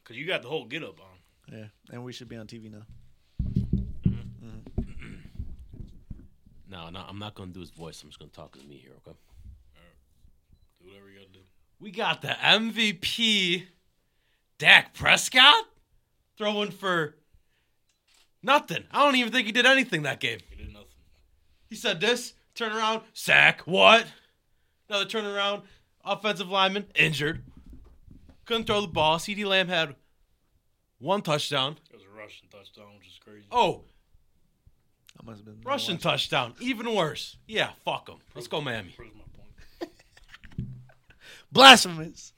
Speaker 2: because you got the whole get up on.
Speaker 4: yeah. And we should be on TV now.
Speaker 3: No, no, I'm not going to do his voice. I'm just going to talk as me here, okay?
Speaker 2: Do whatever you got to do.
Speaker 3: We got the MVP, Dak Prescott, throwing for nothing. I don't even think he did anything that game.
Speaker 2: You did nothing.
Speaker 3: He said this, turn around, sack, what? Another turnaround, offensive lineman, injured. Couldn't throw the ball. CD Lamb had one touchdown.
Speaker 2: It was a Russian touchdown, which is crazy.
Speaker 3: Oh,
Speaker 4: I must have been
Speaker 3: Russian touchdown. Even worse. Yeah, fuck him. Let's go, Miami.
Speaker 2: Proves my point.
Speaker 4: blasphemous.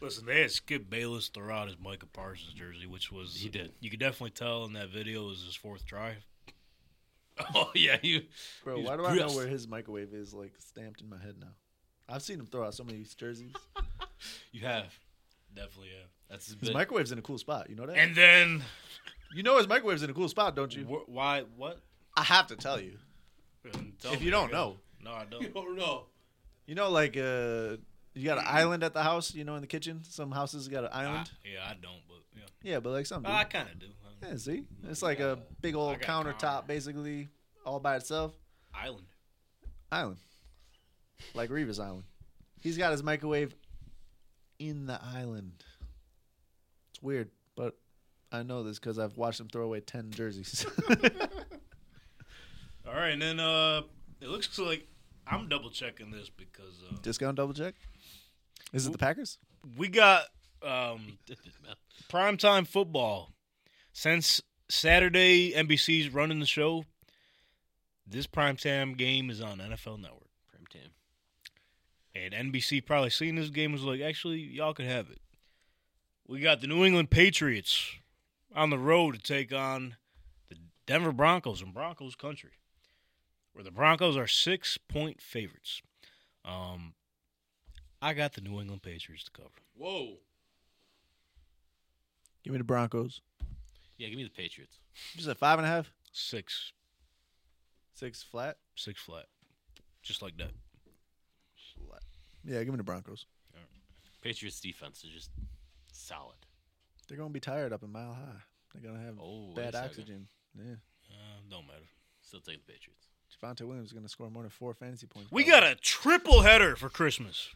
Speaker 2: Listen, they had Skip Bayless throw out his Micah Parsons jersey, which was
Speaker 3: He did.
Speaker 2: You could definitely tell in that video it was his fourth try.
Speaker 3: Oh, yeah, you.
Speaker 4: Bro,
Speaker 3: He's
Speaker 4: why do I know
Speaker 3: pissed.
Speaker 4: where his microwave is like stamped in my head now? I've seen him throw out so many of these jerseys.
Speaker 3: You have.
Speaker 2: Definitely, yeah.
Speaker 3: That's his
Speaker 4: His
Speaker 3: bit.
Speaker 4: microwave's in a cool spot. You know that?
Speaker 2: And then
Speaker 4: you know his microwave's in a cool spot, don't you?
Speaker 2: wh- why? What?
Speaker 4: I have to tell you.
Speaker 2: Tell
Speaker 4: If
Speaker 2: me,
Speaker 4: you don't
Speaker 2: I
Speaker 4: know.
Speaker 2: guess. no, I don't.
Speaker 3: Oh, no.
Speaker 4: You know, like uh, you got an island at the house. You know, in the kitchen, some houses got an
Speaker 2: I,
Speaker 4: island.
Speaker 2: yeah, I don't. But yeah,
Speaker 4: yeah, but like some. do.
Speaker 2: I kind of do.
Speaker 4: yeah, see, it's like a big old
Speaker 2: Ah. I got a
Speaker 4: countertop,
Speaker 2: counter.
Speaker 4: basically, all by itself.
Speaker 2: Island.
Speaker 4: Island, like Reva's island. He's got his microwave in the island. It's weird, but I know this because I've watched him throw away ten jerseys.
Speaker 2: All right, and then uh, it looks like I'm double checking this because uh,
Speaker 4: Discount double check. Is it the Packers?
Speaker 2: we got um,
Speaker 3: man.
Speaker 2: primetime football. Since Saturday, NBC's running the show. This primetime game is on NFL Network.
Speaker 3: Prim team.
Speaker 2: And NBC probably seen this game was like, actually, y'all could have it. We got the New England Patriots on the road to take on the Denver Broncos in Broncos country, where the Broncos are six point favorites. Um, I got the New England Patriots to cover.
Speaker 3: Whoa.
Speaker 4: Give me the Broncos.
Speaker 3: Yeah, give me the Patriots.
Speaker 4: You said five and a half,
Speaker 2: Six,
Speaker 4: six flat.
Speaker 2: six flat, just like that.
Speaker 4: Yeah, give me the Broncos.
Speaker 3: Patriots defense is just solid.
Speaker 4: They're gonna be tired up in Mile High. They're gonna have
Speaker 3: Oh, wait
Speaker 4: bad
Speaker 3: a second.
Speaker 4: oxygen. Yeah,
Speaker 2: Uh, don't matter.
Speaker 3: Still taking the Patriots.
Speaker 4: Javante Williams is gonna score more than four fantasy points.
Speaker 2: We
Speaker 4: probably.
Speaker 2: got a triple header for Christmas.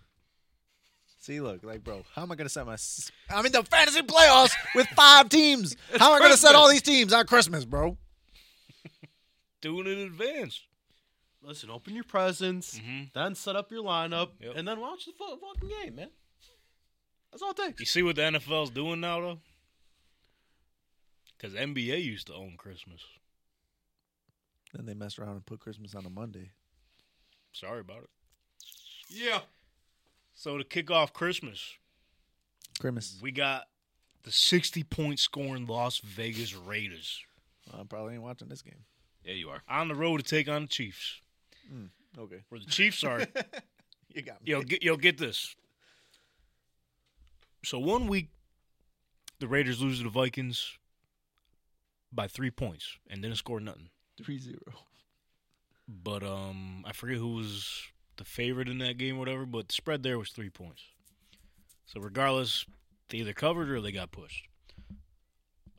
Speaker 4: see. Look, like, bro, how am I gonna set my? s- I'm in the fantasy playoffs with five teams. How am I gonna set all these teams on Christmas, bro?
Speaker 2: Doing it in advance.
Speaker 3: Listen, open your presents,
Speaker 2: Mhm.
Speaker 3: then set up your lineup,
Speaker 2: Yep.
Speaker 3: and then watch the fu- fucking game, man. That's all it takes.
Speaker 2: You see what the NFL's doing now, though? Because NBA used to own Christmas.
Speaker 4: Then they mess around and put Christmas on a Monday.
Speaker 2: Sorry about it.
Speaker 3: Yeah.
Speaker 2: So to kick off Christmas,
Speaker 4: Christmas.
Speaker 2: we got the 60 point scoring Las Vegas Raiders
Speaker 4: Well, I probably ain't watching this game.
Speaker 3: Yeah, you are.
Speaker 2: on the road to take on the Chiefs.
Speaker 4: Okay,
Speaker 2: Where the Chiefs are
Speaker 4: you got me.
Speaker 2: Yo, get, yo, get this. So one week, the Raiders lose to the Vikings by three points and didn't score nothing.
Speaker 4: Three zero.
Speaker 2: But um, I forget who was the favorite in that game, or whatever. But the spread there was three points. So regardless, they either covered or they got pushed.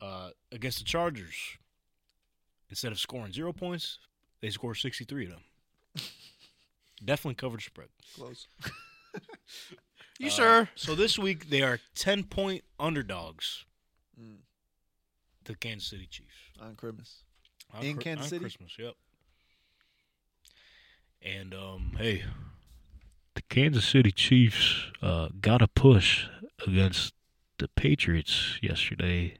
Speaker 2: Uh, against the Chargers, instead of scoring zero points, they scored sixty three of them. Definitely covered spread.
Speaker 4: Close.
Speaker 3: You
Speaker 2: Uh,
Speaker 3: sure?
Speaker 2: So this week they are ten point underdogs
Speaker 4: Mm.
Speaker 2: to Kansas City Chiefs
Speaker 4: On Christmas.
Speaker 2: On
Speaker 4: In
Speaker 2: Chri-
Speaker 4: Kansas
Speaker 2: on
Speaker 4: City?
Speaker 2: Christmas, yep. And um, hey,
Speaker 9: The Kansas City Chiefs uh, got a push against the Patriots yesterday,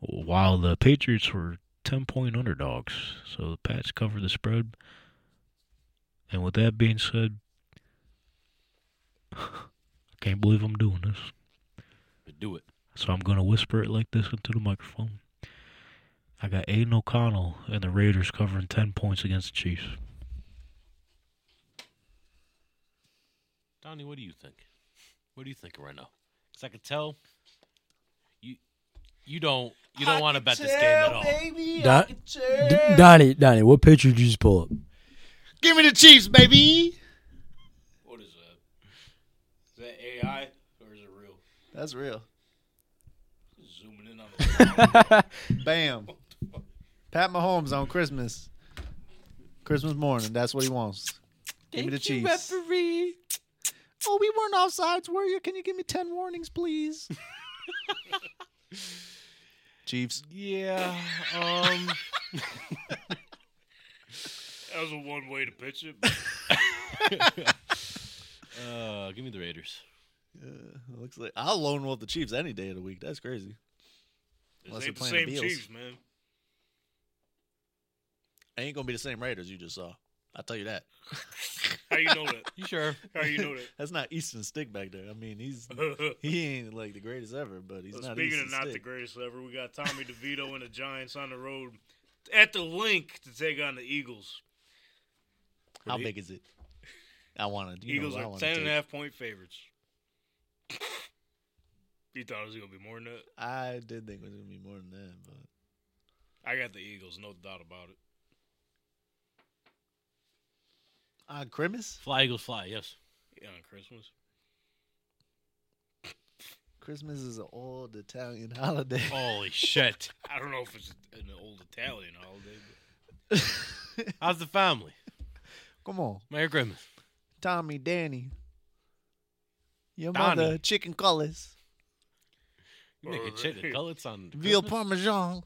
Speaker 9: while the Patriots were ten-point underdogs. So the Pats covered the spread. And with that being said, I can't believe I'm doing this.
Speaker 3: Do it.
Speaker 9: So I'm going to whisper it like this into the microphone. I got Aiden O'Connell and the Raiders covering 10 points against the Chiefs.
Speaker 3: Donnie, what do you think? What do you think right now? Because I can tell you you don't you don't want to bet this game at all.
Speaker 5: Don- D- Donnie, Donnie, what picture did you just pull up?
Speaker 4: Give me the Chiefs, baby.
Speaker 3: What is that? Is that AI or is it real?
Speaker 4: That's real.
Speaker 2: zooming in on the
Speaker 4: Bam. Pat Mahomes on Christmas. Christmas morning. That's what he wants. Give me the Chiefs.
Speaker 3: referee.
Speaker 4: Oh, we weren't offsides, were you? Can you give me 10 warnings, please? Chiefs.
Speaker 3: Yeah. Um.
Speaker 2: that was a one way to pitch it.
Speaker 3: uh, give me the Raiders.
Speaker 4: Uh, looks like I'll lone wolf the Chiefs any day of the week. That's crazy.
Speaker 2: This
Speaker 4: Unless they're
Speaker 2: ain't the
Speaker 4: playing
Speaker 2: same
Speaker 4: the Bills.
Speaker 2: Chiefs, man.
Speaker 4: Ain't gonna be the same Raiders you just saw. I'll tell you that.
Speaker 2: How you know that?
Speaker 3: You sure?
Speaker 2: How you know
Speaker 4: That's not Easton Stick back there. I mean, he's
Speaker 2: that?
Speaker 4: he ain't like the greatest ever, but he's
Speaker 2: Well,
Speaker 4: not.
Speaker 2: Speaking
Speaker 4: Easton
Speaker 2: of not the
Speaker 4: Stick.
Speaker 2: greatest ever, we got Tommy DeVito and the Giants on the road at the link to take on the Eagles.
Speaker 4: How big is it? I want to.
Speaker 2: Eagles
Speaker 4: know,
Speaker 2: are 10 and a half point favorites. you thought it was going to be more than that?
Speaker 4: I did think it was gonna be more than that, but
Speaker 2: I got the Eagles, no doubt about it.
Speaker 4: on Uh, Christmas,
Speaker 3: Fly Eagles fly. Yes.
Speaker 2: Yeah, on Christmas.
Speaker 4: Christmas is an old Italian holiday.
Speaker 3: Holy shit!
Speaker 2: I don't know if it's an old Italian holiday, but
Speaker 3: How's the family?
Speaker 4: Come on,
Speaker 3: Merry Christmas.
Speaker 4: Tommy, Danny, your
Speaker 3: Donnie.
Speaker 4: mother, chicken colors,
Speaker 3: You making chicken cutlets on
Speaker 4: veal
Speaker 3: Christmas?
Speaker 4: parmesan,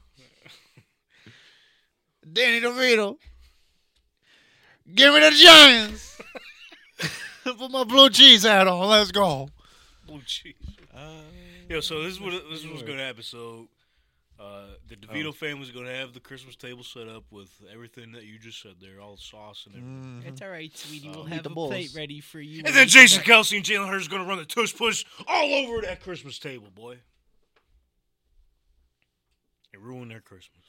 Speaker 4: Danny DeVito. Give me the Giants. Put my blue cheese hat on. Let's go.
Speaker 2: blue cheese.
Speaker 3: Uh,
Speaker 2: oh, Yo, so this is what this is what's going to happen. So uh, the
Speaker 4: Oh.
Speaker 2: DeVito family's going to have the Christmas table set up with everything that you just said there, all the sauce and everything.
Speaker 13: It's all right, sweetie. We'll
Speaker 4: Eat
Speaker 13: have
Speaker 4: the
Speaker 13: a
Speaker 4: balls.
Speaker 13: plate ready for you.
Speaker 4: Mm.
Speaker 2: And then Jason Kelsey and Jalen Hurts going to run the tush push all over that Christmas table, boy. It ruined their Christmas.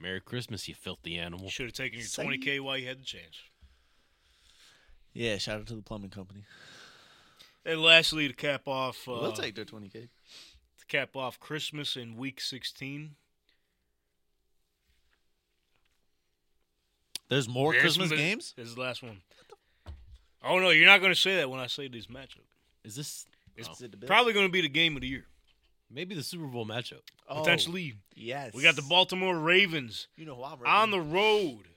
Speaker 3: Merry Christmas, you filthy animal.
Speaker 2: You should have taken your
Speaker 4: Say-
Speaker 2: 20K while you had the chance.
Speaker 4: Yeah, shout out to the plumbing company.
Speaker 2: And lastly, to cap off, uh,
Speaker 4: we'll take their twenty k.
Speaker 2: to cap off Christmas in Week 16.
Speaker 12: There's more
Speaker 2: This
Speaker 12: Christmas
Speaker 2: ma-
Speaker 12: games.
Speaker 2: This is the last one. Oh no, you're not going to say that when I say this matchup.
Speaker 12: Is this
Speaker 2: It's
Speaker 12: Oh. Is it the Bills?
Speaker 2: probably going to be the game of the year.
Speaker 3: Maybe the Super Bowl matchup.
Speaker 12: Oh.
Speaker 2: Potentially,
Speaker 12: yes?
Speaker 2: we got the Baltimore Ravens
Speaker 12: You know who I'm
Speaker 2: on the road.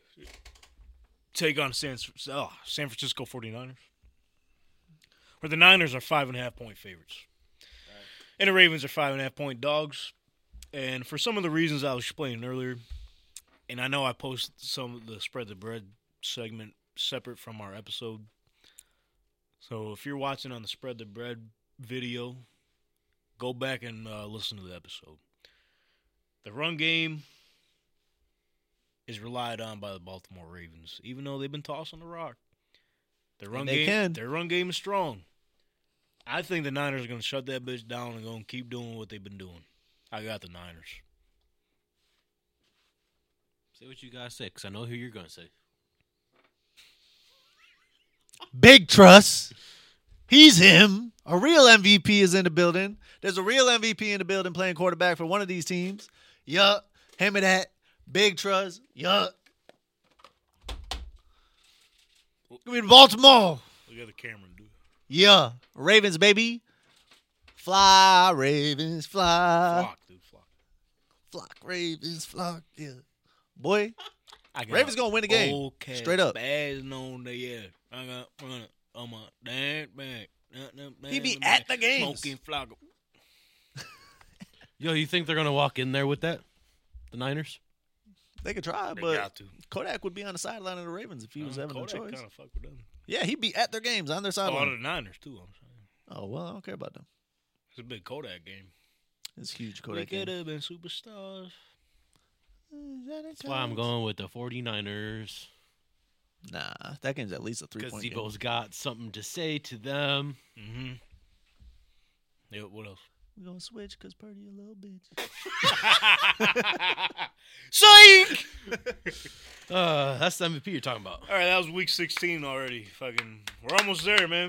Speaker 2: Take on San, oh, San Francisco 49ers. Where the Niners are five and a half point favorites. And the Ravens are five and a half point dogs. And for some of the reasons I was explaining earlier, and I know I posted some of the spread the bread segment separate from our episode. So if you're watching on the spread the bread video, go back and uh, listen to the episode. The run game is relied on by the Baltimore Ravens, even though they've been tossing the rock. Their run
Speaker 12: they
Speaker 2: game,
Speaker 12: can.
Speaker 2: their run game is strong. I think the Niners are going to shut that bitch down and going to keep doing what they've been doing. I got the Niners.
Speaker 3: Say what you guys say, because I know who you're going to say.
Speaker 4: Big Truss. He's him. A real MVP is in the building. There's a real MVP in the building playing quarterback for one of these teams. Yup. Hammer that. Big Truss. Yup. Give me the Baltimore.
Speaker 2: Look at the camera, dude.
Speaker 4: Yeah. Ravens, baby. Fly, Ravens, fly.
Speaker 2: Flock, dude, flock.
Speaker 4: Flock, Ravens, flock. Yeah. Boy,
Speaker 2: I got
Speaker 4: Ravens going to win the game.
Speaker 2: Okay,
Speaker 4: Straight up.
Speaker 2: Bass on the air. I got running on my damn back.
Speaker 4: He be at the games.
Speaker 2: Smoking flock.
Speaker 3: Yo, you think they're going to walk in there with that? The Niners?
Speaker 4: They could try,
Speaker 2: They
Speaker 4: but
Speaker 2: got to. Uh,
Speaker 4: Kodak would be on the sideline of the Ravens if he was having a choice.
Speaker 2: kind of fuck with them.
Speaker 4: Yeah, he'd be at their games on their
Speaker 2: A lot
Speaker 4: sideline.
Speaker 2: of the Niners too. I'm saying
Speaker 4: Oh well, I don't care about them.
Speaker 2: it's a big Kodak game.
Speaker 4: It's huge
Speaker 2: we
Speaker 4: Kodak.
Speaker 2: could
Speaker 4: game.
Speaker 2: have been superstars.
Speaker 3: That's why I'm going with the 49ers.
Speaker 4: Nah, that game's at least a three
Speaker 3: Because
Speaker 4: point
Speaker 3: Debo's
Speaker 4: game.
Speaker 3: got something to say to them.
Speaker 2: Mm-hmm. Yeah. What else?
Speaker 4: We gonna switch because Purdy a little bitch.
Speaker 2: Psych.
Speaker 3: Uh, that's the MVP you're talking about.
Speaker 2: All right, that was week 16 already. Fucking, we're almost there, man.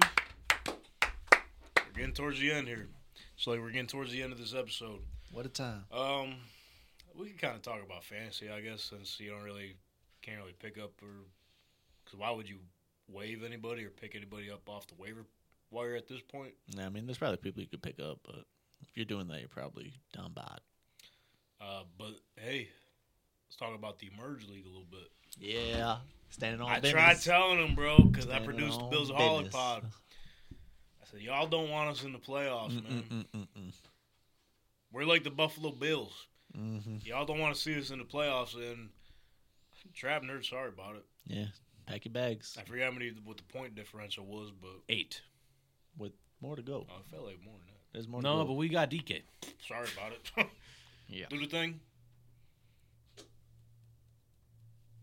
Speaker 2: We're getting towards the end here. So like, we're getting towards the end of this episode.
Speaker 4: What a time!
Speaker 2: Um, we can kind of talk about fantasy, I guess, since you don't really can't really pick up or because why would you waive anybody or pick anybody up off the waiver wire at this point?
Speaker 12: I mean, there's probably people you could pick up, but if you're doing that, you're probably down bad.
Speaker 2: Uh, but hey, let's talk about the merge league a little bit.
Speaker 12: Yeah, standing on.
Speaker 2: I
Speaker 12: business.
Speaker 2: tried telling them, bro, because I
Speaker 12: Standing
Speaker 2: produced the
Speaker 12: on
Speaker 2: Bills Holic
Speaker 12: business.
Speaker 2: Pod. I said, y'all don't want us in the playoffs, man.
Speaker 12: Mm-mm-mm-mm-mm.
Speaker 2: We're like the Buffalo Bills.
Speaker 12: Mhm.
Speaker 2: Y'all don't want to see us in the playoffs, and Trap Nerd, sorry about it.
Speaker 12: Yeah, pack your bags
Speaker 2: I forgot how many what the point differential was, but
Speaker 3: Eight.
Speaker 12: with more to go.
Speaker 2: oh, it felt like more than that.
Speaker 12: There's more.
Speaker 3: No,
Speaker 12: to
Speaker 3: but
Speaker 12: go.
Speaker 3: we got DK.
Speaker 2: Sorry about it.
Speaker 12: Yeah.
Speaker 2: Do the thing.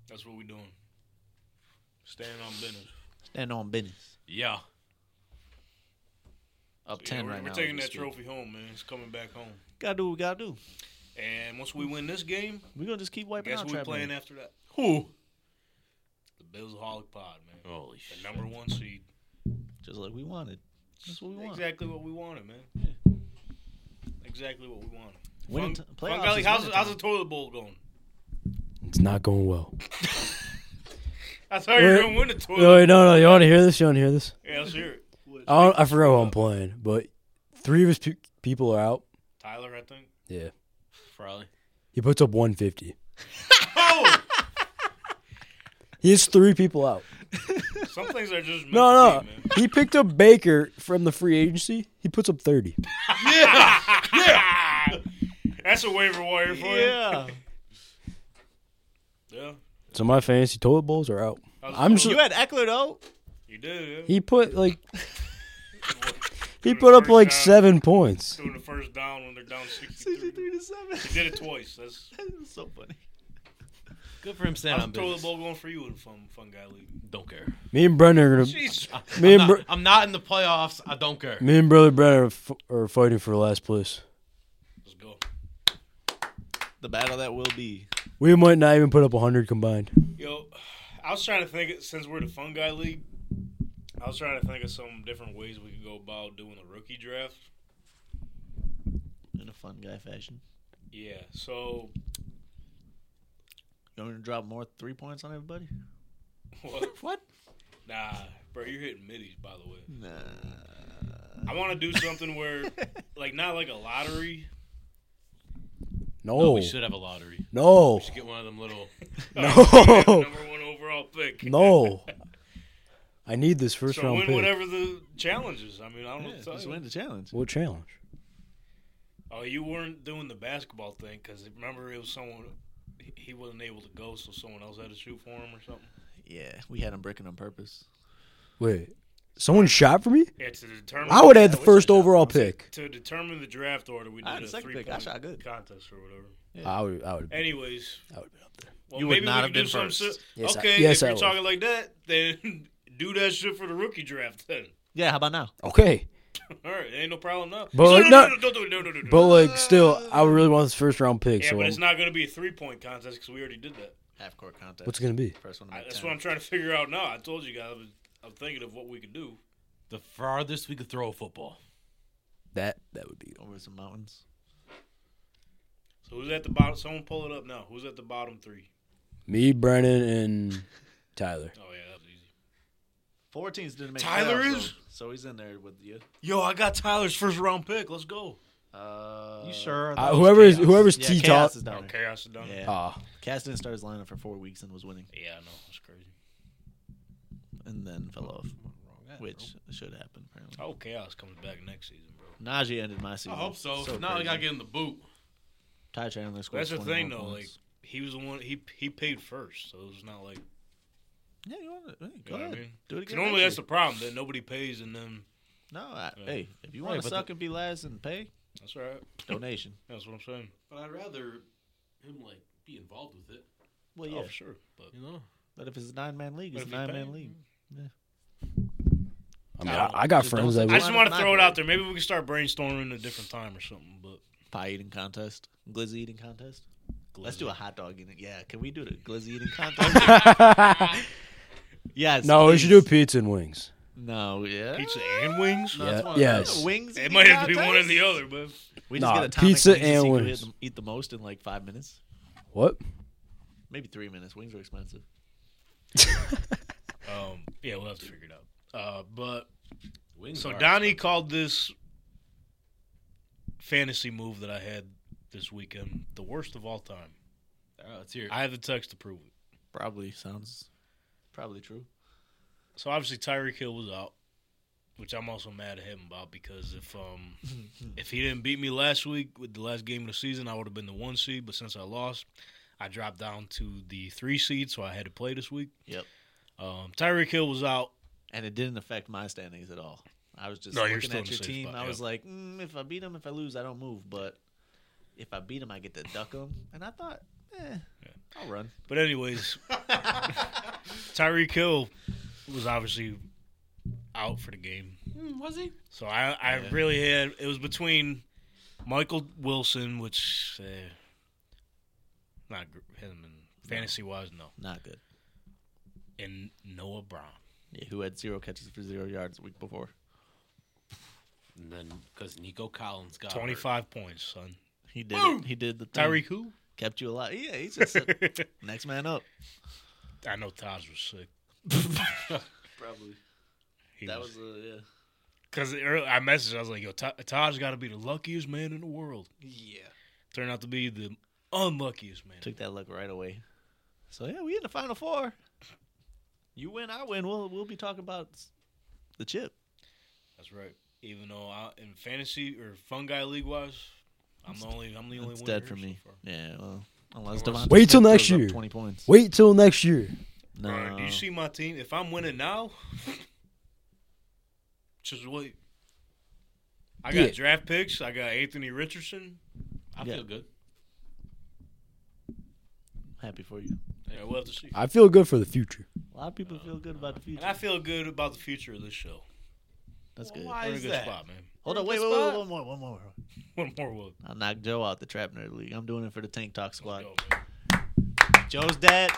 Speaker 2: That's what we doing. Staying on business.
Speaker 12: standing on business.
Speaker 3: Yeah.
Speaker 12: Up
Speaker 2: Yeah,
Speaker 12: 10
Speaker 2: we're,
Speaker 12: right
Speaker 2: we're
Speaker 12: now.
Speaker 2: taking
Speaker 12: as
Speaker 2: that
Speaker 12: we speak.
Speaker 2: trophy home, man. It's coming back home.
Speaker 12: Gotta do what we gotta do.
Speaker 2: And once we win this game,
Speaker 12: We're gonna just keep wiping
Speaker 2: guess
Speaker 12: out
Speaker 2: who we
Speaker 12: Trap
Speaker 2: playing
Speaker 12: Man.
Speaker 2: after that?
Speaker 12: Who?
Speaker 2: The Bills Holic Pod, man.
Speaker 3: Holy
Speaker 2: The
Speaker 3: shit.
Speaker 2: number one seed.
Speaker 12: Just like we wanted. That's what we want.
Speaker 2: Exactly what we wanted, man. Exactly what we wanted.
Speaker 12: Winning
Speaker 2: Fun-
Speaker 12: t-
Speaker 2: Fun
Speaker 12: playoffs
Speaker 2: Valley,
Speaker 12: is
Speaker 2: how's,
Speaker 12: winning
Speaker 2: how's the
Speaker 12: time.
Speaker 2: toilet bowl going?
Speaker 5: It's not going well.
Speaker 2: I thought you were
Speaker 5: We're-
Speaker 2: going to Oh, win the toilet
Speaker 5: No, wait, no, no. You want to hear this? You want to hear this?
Speaker 2: Yeah, let's hear it. Uh,
Speaker 5: I, don't, I forgot who I'm playing, but three of his pe- people are out.
Speaker 2: Tyler, I think.
Speaker 5: Yeah.
Speaker 3: Probably.
Speaker 5: He puts up 150.
Speaker 2: Oh!
Speaker 5: He has three people out.
Speaker 2: Some things are just meant
Speaker 5: No,
Speaker 2: to
Speaker 5: no.
Speaker 2: be, man.
Speaker 5: He picked up Baker from the free agency. He puts up 30.
Speaker 2: That's a waiver wire for
Speaker 12: Yeah.
Speaker 2: you. Yeah.
Speaker 5: So my fantasy toilet bowls are out.
Speaker 2: How's
Speaker 5: I'm
Speaker 2: the-
Speaker 5: just,
Speaker 12: you had Eckler though.
Speaker 2: You did, yeah.
Speaker 5: he put like he put up like
Speaker 2: First down.
Speaker 5: seven points.
Speaker 2: Doing the first down when they're down 63.
Speaker 12: 63 to seven.
Speaker 2: You did it twice. That's,
Speaker 12: It was so funny.
Speaker 3: Good for him standing
Speaker 2: how's
Speaker 3: on
Speaker 2: the toilet
Speaker 3: business.
Speaker 2: bowl going for you in Fun, fun Guy League?
Speaker 3: Don't care.
Speaker 5: Me and Brendan are gonna.
Speaker 2: Jesus.
Speaker 5: Me and
Speaker 3: I'm
Speaker 5: bro,
Speaker 3: not, I'm not in the playoffs. I don't care.
Speaker 5: me and brother Brendan are, f- are fighting for last place.
Speaker 2: Let's go.
Speaker 12: The battle that will be.
Speaker 5: We might not even put up 100 combined.
Speaker 2: Yo, I was trying to think, since we're the Fun Guy League, I was trying to think of some different ways we could go about doing a rookie draft.
Speaker 12: In the
Speaker 4: fun guy fashion.
Speaker 2: Yeah. So
Speaker 4: You want me to drop more three points on everybody?
Speaker 2: what?
Speaker 4: What?
Speaker 2: Nah, bro, you're hitting middies. By the way,
Speaker 4: Nah.
Speaker 2: I want to do something where, like, not like a lottery.
Speaker 3: Oh,
Speaker 5: No,
Speaker 3: we should have a lottery.
Speaker 5: no,
Speaker 3: We should get one of them little.
Speaker 5: no,
Speaker 2: Number one overall pick.
Speaker 5: no. I need this first
Speaker 2: So
Speaker 5: round
Speaker 2: win
Speaker 5: pick.
Speaker 2: whatever the challenge is. I mean, I don't know.
Speaker 4: Yeah,
Speaker 2: what to tell
Speaker 4: just
Speaker 2: you.
Speaker 4: win the challenge.
Speaker 5: What challenge?
Speaker 2: Oh, you weren't doing the basketball thing because remember it was someone he- he wasn't able to go, so someone else had to shoot for him or something.
Speaker 4: Yeah, we had him bricking on purpose.
Speaker 5: Wait, someone shot for me?
Speaker 2: Yeah, to determine.
Speaker 5: I would have had the
Speaker 2: Yeah,
Speaker 5: first
Speaker 2: we-
Speaker 5: overall pick.
Speaker 2: To determine the draft order, we
Speaker 4: I had
Speaker 2: did a
Speaker 4: the second
Speaker 2: three
Speaker 4: pick. I
Speaker 2: point
Speaker 4: shot good.
Speaker 2: contest or whatever.
Speaker 5: I would, I would,
Speaker 2: Anyways,
Speaker 5: I would have been up there.
Speaker 2: well,
Speaker 4: You would
Speaker 2: maybe we
Speaker 4: not have
Speaker 2: could do
Speaker 4: been
Speaker 2: some
Speaker 4: first.
Speaker 2: si-
Speaker 5: Yes, I-
Speaker 2: okay,
Speaker 5: yes,
Speaker 2: if
Speaker 5: I
Speaker 2: you're
Speaker 5: would.
Speaker 2: talking like that, then do that shit for the rookie draft. Then
Speaker 4: Yeah, how about now?
Speaker 5: Okay,
Speaker 2: all right, ain't no problem now.
Speaker 5: But
Speaker 2: no,
Speaker 5: like,
Speaker 2: no, no,
Speaker 5: not-
Speaker 2: no, don't do it, no, no, no, no.
Speaker 5: but like, still, I would really want this first round pick.
Speaker 2: yeah,
Speaker 5: so
Speaker 2: but
Speaker 5: I'm-
Speaker 2: it's not going to be a three point contest because we already did that.
Speaker 4: Half court contest.
Speaker 5: what's it gonna be?
Speaker 4: First one to
Speaker 2: I,
Speaker 4: make
Speaker 2: that's
Speaker 4: 10.
Speaker 2: what I'm trying to figure out now. I told you guys, I was, I'm thinking of what we could do.
Speaker 3: The farthest we could throw a football.
Speaker 5: That that would be.
Speaker 4: Over some mountains.
Speaker 2: So who's at the bottom? Someone pull it up now. Who's at the bottom three?
Speaker 5: Me, Brennan, and Tyler.
Speaker 2: Oh yeah, that was easy.
Speaker 4: Four teams didn't make
Speaker 2: Tyler
Speaker 4: playoffs,
Speaker 2: is-
Speaker 4: so, so he's in there with you.
Speaker 2: Yo, I got Tyler's first round pick. Let's go.
Speaker 4: Uh,
Speaker 5: Uh, whoever's whoever's
Speaker 4: Yeah,
Speaker 5: T top.
Speaker 4: Chaos is down.
Speaker 2: Okay, I sit down.
Speaker 4: Yeah.
Speaker 5: Ah,
Speaker 4: Cass didn't start his lineup for four weeks and was winning,
Speaker 2: Yeah, I know. That's crazy.
Speaker 4: and then fell off, which should happen apparently.
Speaker 2: Oh, chaos comes back next season, bro.
Speaker 4: Najee ended my season.
Speaker 3: I hope so.
Speaker 4: so
Speaker 3: now I
Speaker 4: crazy.
Speaker 3: gotta get in the boot.
Speaker 4: Ty Chandler scored.
Speaker 2: That's the thing,
Speaker 4: 21
Speaker 2: though. Like
Speaker 4: points.
Speaker 2: he was the one. He he paid first, so it's not like
Speaker 4: yeah, you want to hey,
Speaker 2: you
Speaker 4: go
Speaker 2: know what I
Speaker 4: ahead,
Speaker 2: mean.
Speaker 4: do it
Speaker 2: 'Cause
Speaker 4: again.
Speaker 2: Normally, that's
Speaker 4: next
Speaker 2: the problem that nobody pays, and then
Speaker 4: year. no. I,
Speaker 2: Yeah.
Speaker 4: Hey, if you
Speaker 3: Right,
Speaker 4: want
Speaker 3: but
Speaker 4: to suck and be last and pay
Speaker 2: that's all right.
Speaker 4: donation.
Speaker 2: That's what I'm saying.
Speaker 3: But I'd rather him like be involved with it.
Speaker 4: Well, yeah,
Speaker 2: Oh, for sure. But
Speaker 3: You know,
Speaker 4: but if it's a nine man league,
Speaker 2: But
Speaker 4: it's a
Speaker 2: if you pay, mm-hmm.
Speaker 4: nine man league.
Speaker 5: I mean, I, I got
Speaker 4: Just don't-
Speaker 5: friends that
Speaker 2: I
Speaker 5: would.
Speaker 2: just
Speaker 4: Line
Speaker 2: want
Speaker 4: up
Speaker 2: to throw it
Speaker 4: nine.
Speaker 2: out there. Maybe we can start brainstorming a different time or something. But
Speaker 4: Pie eating contest, glizzy eating contest. Let's do a hot dog eating. Yeah, can we do the glizzy eating contest? yes.
Speaker 5: no, we should do
Speaker 4: please.
Speaker 5: pizza and wings.
Speaker 4: No, yeah.
Speaker 2: pizza and wings.
Speaker 4: No, it's
Speaker 5: Yeah,
Speaker 4: one of
Speaker 5: yes.
Speaker 4: those. Wings.
Speaker 2: It
Speaker 4: eating
Speaker 2: might have to be one or
Speaker 4: contest?
Speaker 2: the other, but
Speaker 4: We just
Speaker 5: Nah,
Speaker 4: get a topic
Speaker 5: pizza
Speaker 4: wings to see
Speaker 5: and
Speaker 4: who
Speaker 5: wings.
Speaker 4: hit the- Eat the most in like five minutes,
Speaker 5: What?
Speaker 4: maybe three minutes. Wings are expensive.
Speaker 2: um, yeah, we'll have to figure it out. Uh, but
Speaker 3: wings.
Speaker 2: so
Speaker 3: are-
Speaker 2: Donnie called this fantasy move that I had this weekend the worst of all time.
Speaker 3: All right, let's hear it.
Speaker 2: I have the text to prove it.
Speaker 4: Probably sounds probably true.
Speaker 2: So obviously Tyreek Hill was out, which I'm also mad at him about because if um if he didn't beat me last week with the last game of the season, I would have been the one seed. But since I lost, I dropped down to the three seed, so I had to play this week.
Speaker 4: Yep.
Speaker 2: Um, Tyreek Hill was out.
Speaker 4: And it didn't affect my standings at all. I was just
Speaker 2: No, you're
Speaker 4: looking
Speaker 2: still in
Speaker 4: at
Speaker 2: the
Speaker 4: your
Speaker 2: safe
Speaker 4: team.
Speaker 2: spot,
Speaker 4: I
Speaker 2: yeah.
Speaker 4: was like, mm, if I beat him, if I lose, I don't move. But if I beat him, I get to duck him. And I thought, eh, I'll run.
Speaker 2: But anyways, Tyreek Hill was obviously out for the game.
Speaker 3: Hmm, was he?
Speaker 2: So I I really had it was between Michael Wilson, which uh, not gr- him and fantasy wise, no.
Speaker 4: Not good.
Speaker 2: and Noah Brown.
Speaker 4: Yeah, who had zero catches for zero yards the week before?
Speaker 3: And then because Nico Collins got hurt.
Speaker 2: 25 points, son.
Speaker 4: He did. It. He did the
Speaker 3: Mm.
Speaker 4: thing.
Speaker 2: Tyreek who?
Speaker 4: kept you alive. Yeah, he's just a, next man up.
Speaker 2: I know Taj was sick.
Speaker 4: Probably.
Speaker 2: He
Speaker 4: That
Speaker 2: was
Speaker 4: was a yeah.
Speaker 2: because I messaged. I was like, "Yo, Ta- Taj got to be the luckiest man in the world."
Speaker 4: Yeah.
Speaker 2: Turned out to be the unluckiest man.
Speaker 4: Took that look right away. So yeah, we in the final four. You win, I win. We'll we'll be talking about s- the chip.
Speaker 2: That's right. Even though I, in fantasy or fungi league wise, I'm the only I'm the only
Speaker 4: It's
Speaker 2: one
Speaker 4: dead
Speaker 2: here
Speaker 4: for
Speaker 2: so
Speaker 4: me.
Speaker 2: far.
Speaker 4: yeah, well, unless
Speaker 2: Unless-
Speaker 4: Devontae
Speaker 5: Wait till
Speaker 4: Smith
Speaker 5: next
Speaker 4: throws up
Speaker 5: year.
Speaker 4: Twenty points.
Speaker 5: Wait till next year.
Speaker 4: No,
Speaker 2: Bro, do you see my team? If I'm winning now, just wait. I got
Speaker 5: Yeah.
Speaker 2: draft picks. I got Anthony Richardson.
Speaker 3: I
Speaker 4: Yeah.
Speaker 3: feel good.
Speaker 4: happy for you.
Speaker 2: Yeah, we'll have to see.
Speaker 5: I feel good for the future.
Speaker 4: A lot of people feel good about the
Speaker 2: And I
Speaker 4: future.
Speaker 2: feel good about the future of this show.
Speaker 4: That's good.
Speaker 2: We're
Speaker 3: Why
Speaker 2: in a
Speaker 3: is
Speaker 2: good
Speaker 3: that?
Speaker 2: spot, man.
Speaker 4: Hold
Speaker 3: We're
Speaker 4: on,
Speaker 3: in
Speaker 4: wait,
Speaker 3: good
Speaker 4: wait, wait,
Speaker 3: spot.
Speaker 4: one more, one more.
Speaker 2: One more will
Speaker 4: I'll knock Joe out the Trap Nerd League. I'm doing it for the Tank Talk Squad.
Speaker 2: go, man.
Speaker 4: Joe's dead.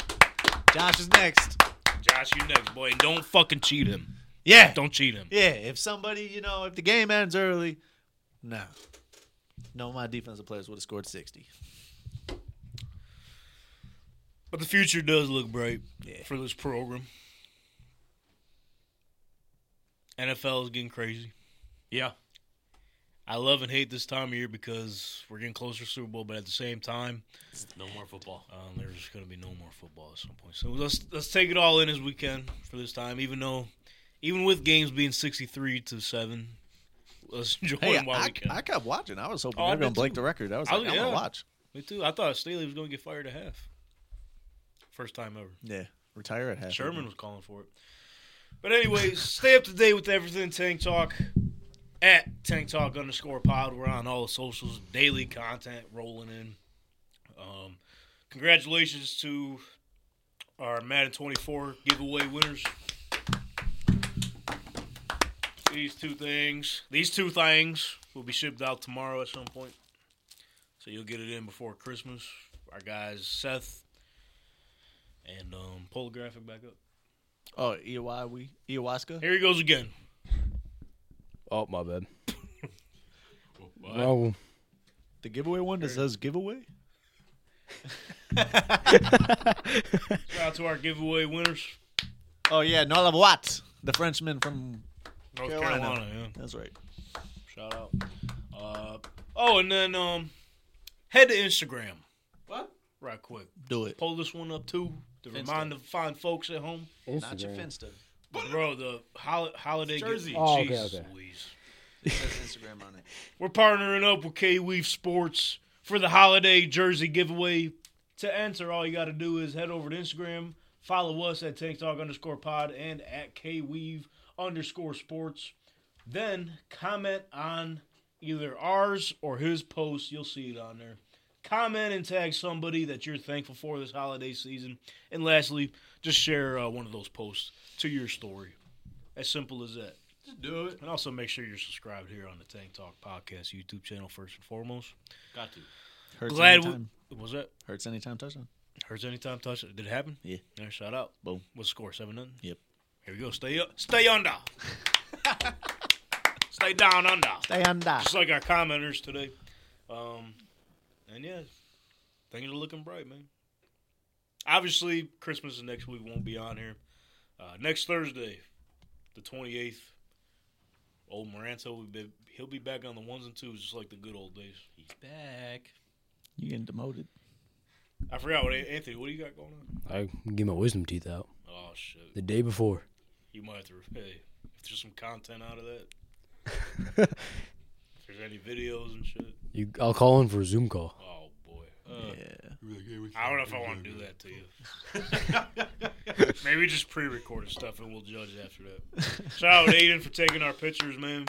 Speaker 4: Josh is next.
Speaker 2: Josh, you next, boy. And don't fucking cheat him.
Speaker 4: Yeah.
Speaker 2: Don't cheat him.
Speaker 4: Yeah, if somebody, you know, if the game ends early, no. No, my defensive players would have scored 60.
Speaker 2: But the future does look bright for this program. NFL is getting crazy.
Speaker 3: Yeah.
Speaker 2: I love and hate this time of year because we're getting closer to Super Bowl, but at the same time,
Speaker 3: No more football.
Speaker 2: um, there's going to be no more football at some point. So let's let's take it all in as we can for this time, even though, even with games being 63 to seven, let's enjoy
Speaker 4: Hey,
Speaker 2: them while
Speaker 4: I,
Speaker 2: we can.
Speaker 4: I kept watching. I was hoping
Speaker 2: Oh, I
Speaker 4: they were going
Speaker 2: did
Speaker 4: to break
Speaker 2: too.
Speaker 4: the record. I was
Speaker 2: I
Speaker 4: like,
Speaker 2: was-
Speaker 4: I'm going
Speaker 2: yeah.
Speaker 4: to watch.
Speaker 2: Me too. I thought Staley was going to get fired at half. First time ever.
Speaker 4: Yeah. Retire at half.
Speaker 2: Sherman was calling for it. But anyways, stay up to date with everything Tank Talk at Tank Talk underscore pod. We're on all the socials, daily content rolling in. Um, congratulations to our Madden 24 giveaway winners. These two things, these two things will be shipped out tomorrow at some point. So you'll get it in before Christmas. Our guys Seth and um, pull the graphic back up.
Speaker 12: Oh, EY, we ayahuasca.
Speaker 2: Here he goes again.
Speaker 5: Oh, my bad. Wrong one.
Speaker 12: The giveaway one that says giveaway.
Speaker 2: Shout out to our giveaway winners.
Speaker 4: Oh, yeah. Nola Watt, the Frenchman from.
Speaker 2: North Carolina.
Speaker 4: Carolina.
Speaker 2: yeah.
Speaker 4: That's right.
Speaker 2: Shout out. Uh, oh, and then um, head to Instagram.
Speaker 3: What?
Speaker 2: Right quick.
Speaker 4: Do it.
Speaker 2: Pull this one up too to remind the fine folks at home.
Speaker 4: Not your Finsta.
Speaker 2: Bro, the hol- holiday
Speaker 3: Jersey.
Speaker 2: gift-
Speaker 5: Oh, okay,
Speaker 2: Jesus
Speaker 5: okay.
Speaker 2: Louise.
Speaker 4: It says Instagram on it.
Speaker 2: We're partnering up with K Weave Sports for the holiday jersey giveaway. To enter, all you got to do is head over to Instagram, follow us at Tank Talk underscore pod and at K Weave underscore sports. Then comment on either ours or his post. You'll see it on there. Comment and tag somebody that you're thankful for this holiday season. And lastly, just share uh, one of those posts to your story. As simple as that.
Speaker 3: Just do it.
Speaker 2: And also make sure you're subscribed here on the Tank Talk Podcast YouTube channel first and foremost.
Speaker 3: Got to.
Speaker 12: Hurts
Speaker 2: Glad we,
Speaker 12: anytime.
Speaker 2: was that
Speaker 12: Hurts anytime touchdown.
Speaker 2: hurts anytime touch. Did it happen?
Speaker 12: Yeah.
Speaker 2: There, shout out.
Speaker 12: Boom.
Speaker 2: What's the score? Seven nothing.
Speaker 12: Yep.
Speaker 2: Here we go. Stay up. Stay under. Stay down under.
Speaker 4: Stay on that.
Speaker 2: Just like our commenters today. Um, and yeah, things are looking bright, man. Obviously, Christmas and next week won't be on here. Uh, next Thursday, the twenty eighth, old Moranto will be he'll be back on the ones and twos, just like the good old days.
Speaker 3: He's back.
Speaker 12: You getting demoted?
Speaker 2: I forgot what Anthony. What do you got going on?
Speaker 5: I get my wisdom teeth out
Speaker 2: Oh shit!
Speaker 5: the day before.
Speaker 2: You might have to hey, if there's some content out of that. if there's any videos and shit.
Speaker 5: You, I'll call in for a Zoom call.
Speaker 2: Oh boy.
Speaker 12: yeah.
Speaker 2: I don't know if I want to do that to you. Maybe just pre-recorded stuff and we'll judge after that. Shout out to Aiden for taking our pictures, man.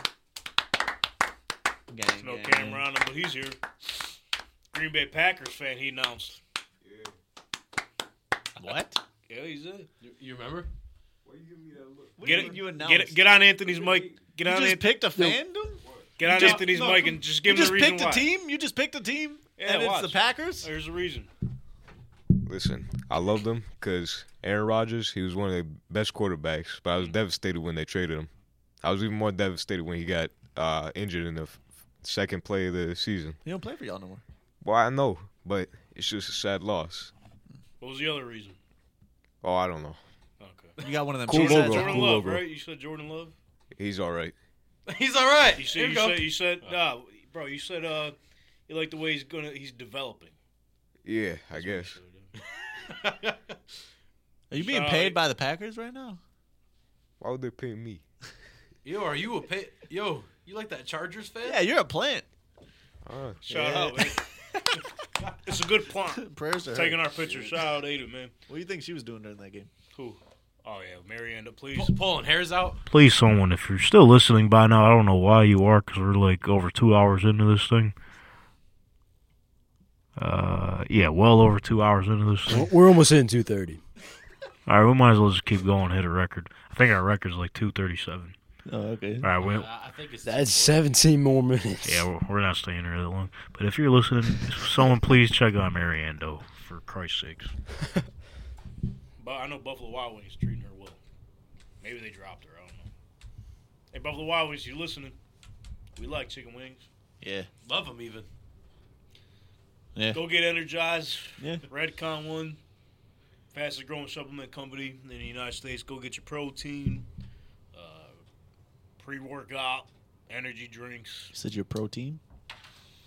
Speaker 12: Gang,
Speaker 2: No
Speaker 12: gang,
Speaker 2: camera on him, but he's here. Green Bay Packers fan, he announced.
Speaker 12: gang. What?
Speaker 2: Yeah, he's there.
Speaker 3: You, you remember?
Speaker 6: Why are you giving me that look?
Speaker 2: Get
Speaker 4: mean
Speaker 2: it,
Speaker 4: you
Speaker 2: get it,
Speaker 4: announced?
Speaker 2: get on Anthony's mic. Get
Speaker 4: You
Speaker 2: on,
Speaker 4: just
Speaker 2: Anth-
Speaker 4: picked a fandom?
Speaker 2: get on
Speaker 4: just-
Speaker 2: Anthony's
Speaker 4: no,
Speaker 2: mic and just give
Speaker 4: You
Speaker 2: him
Speaker 4: just
Speaker 2: the reason
Speaker 4: picked
Speaker 2: why.
Speaker 4: a team? You just picked a team?
Speaker 2: Yeah,
Speaker 4: and it's
Speaker 2: watch.
Speaker 4: the Packers?
Speaker 2: There's a reason.
Speaker 14: Listen, I love them because Aaron Rodgers, he was one of the best quarterbacks, but I was devastated when they traded him. I was even more devastated when he got uh, injured in the f- second play of the season.
Speaker 4: He don't play for y'all no more.
Speaker 14: Well, I know, but it's just a sad loss.
Speaker 2: What was the other reason?
Speaker 14: Oh, I don't know.
Speaker 2: Okay.
Speaker 4: You got one of them.
Speaker 14: Cool
Speaker 4: cheap-
Speaker 14: logo.
Speaker 2: Jordan
Speaker 14: Cool
Speaker 2: Love,
Speaker 14: logo.
Speaker 2: right? You said Jordan Love.
Speaker 14: He's all right.
Speaker 3: He's all right.
Speaker 2: You said you,
Speaker 3: go.
Speaker 2: said you said nah, bro. You said uh, you like the way he's gonna he's developing.
Speaker 14: Yeah, I guess.
Speaker 4: Are you being
Speaker 2: Sorry.
Speaker 4: paid by the Packers right now?
Speaker 14: Why would they pay me?
Speaker 3: Yo, are you a pay? Yo, you like that Chargers fan?
Speaker 4: Yeah, you're a plant.
Speaker 14: Uh,
Speaker 2: Shout out, man. it's a good plan.
Speaker 4: Prayers to her.
Speaker 2: Taking our picture. Shout out, Aiden, man.
Speaker 4: What do you think she was doing during that game?
Speaker 2: Who? Oh yeah, Marianda, please.
Speaker 3: Pu- pulling hairs out.
Speaker 9: Please, someone, if you're still listening by now, I don't know why you are, because we're like over two hours into this thing. Uh, yeah, well over two hours into this thing.
Speaker 5: We're- We're almost hitting 230.
Speaker 9: All right, we might as well just keep going, hit a record. I think our record's like two thirty-seven.
Speaker 12: Oh, okay.
Speaker 9: All right, we,
Speaker 3: I I think it's
Speaker 5: That's 17 more minutes.
Speaker 9: yeah, Oh, we're, we're not staying here that long. But if you're listening, someone please check on Mariando for Christ's sakes.
Speaker 2: But I know Buffalo Wild Wings is treating her well. Maybe they dropped her. I don't know. Hey, Buffalo Wild Wings, you listening? We like chicken wings.
Speaker 15: Yeah.
Speaker 9: Love them even.
Speaker 1: Yeah.
Speaker 9: Go get energized.
Speaker 1: Yeah.
Speaker 9: Redcon one, fastest growing supplement company in the United States. Go get your protein, uh, pre workout, energy drinks,
Speaker 4: You said your protein.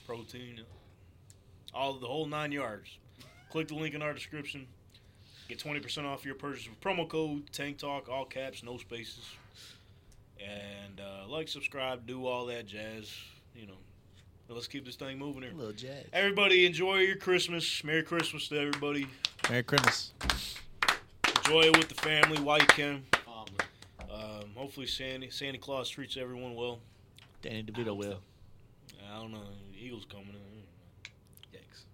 Speaker 9: protein, all the whole nine yards. Click the link in our description. Get twenty percent off your purchase with promo code Tank Talk, all caps, no spaces. And uh, like, subscribe, do all that jazz. You know, But let's keep this thing moving here.
Speaker 4: Little jazz.
Speaker 9: Everybody, enjoy your Christmas. Merry Christmas to everybody.
Speaker 4: Merry Christmas.
Speaker 9: Enjoy it with the family while you can. Um, hopefully, Sandy Santa Claus treats everyone well.
Speaker 4: Danny DeVito will.
Speaker 9: I don't know. Eagles coming in. Yikes.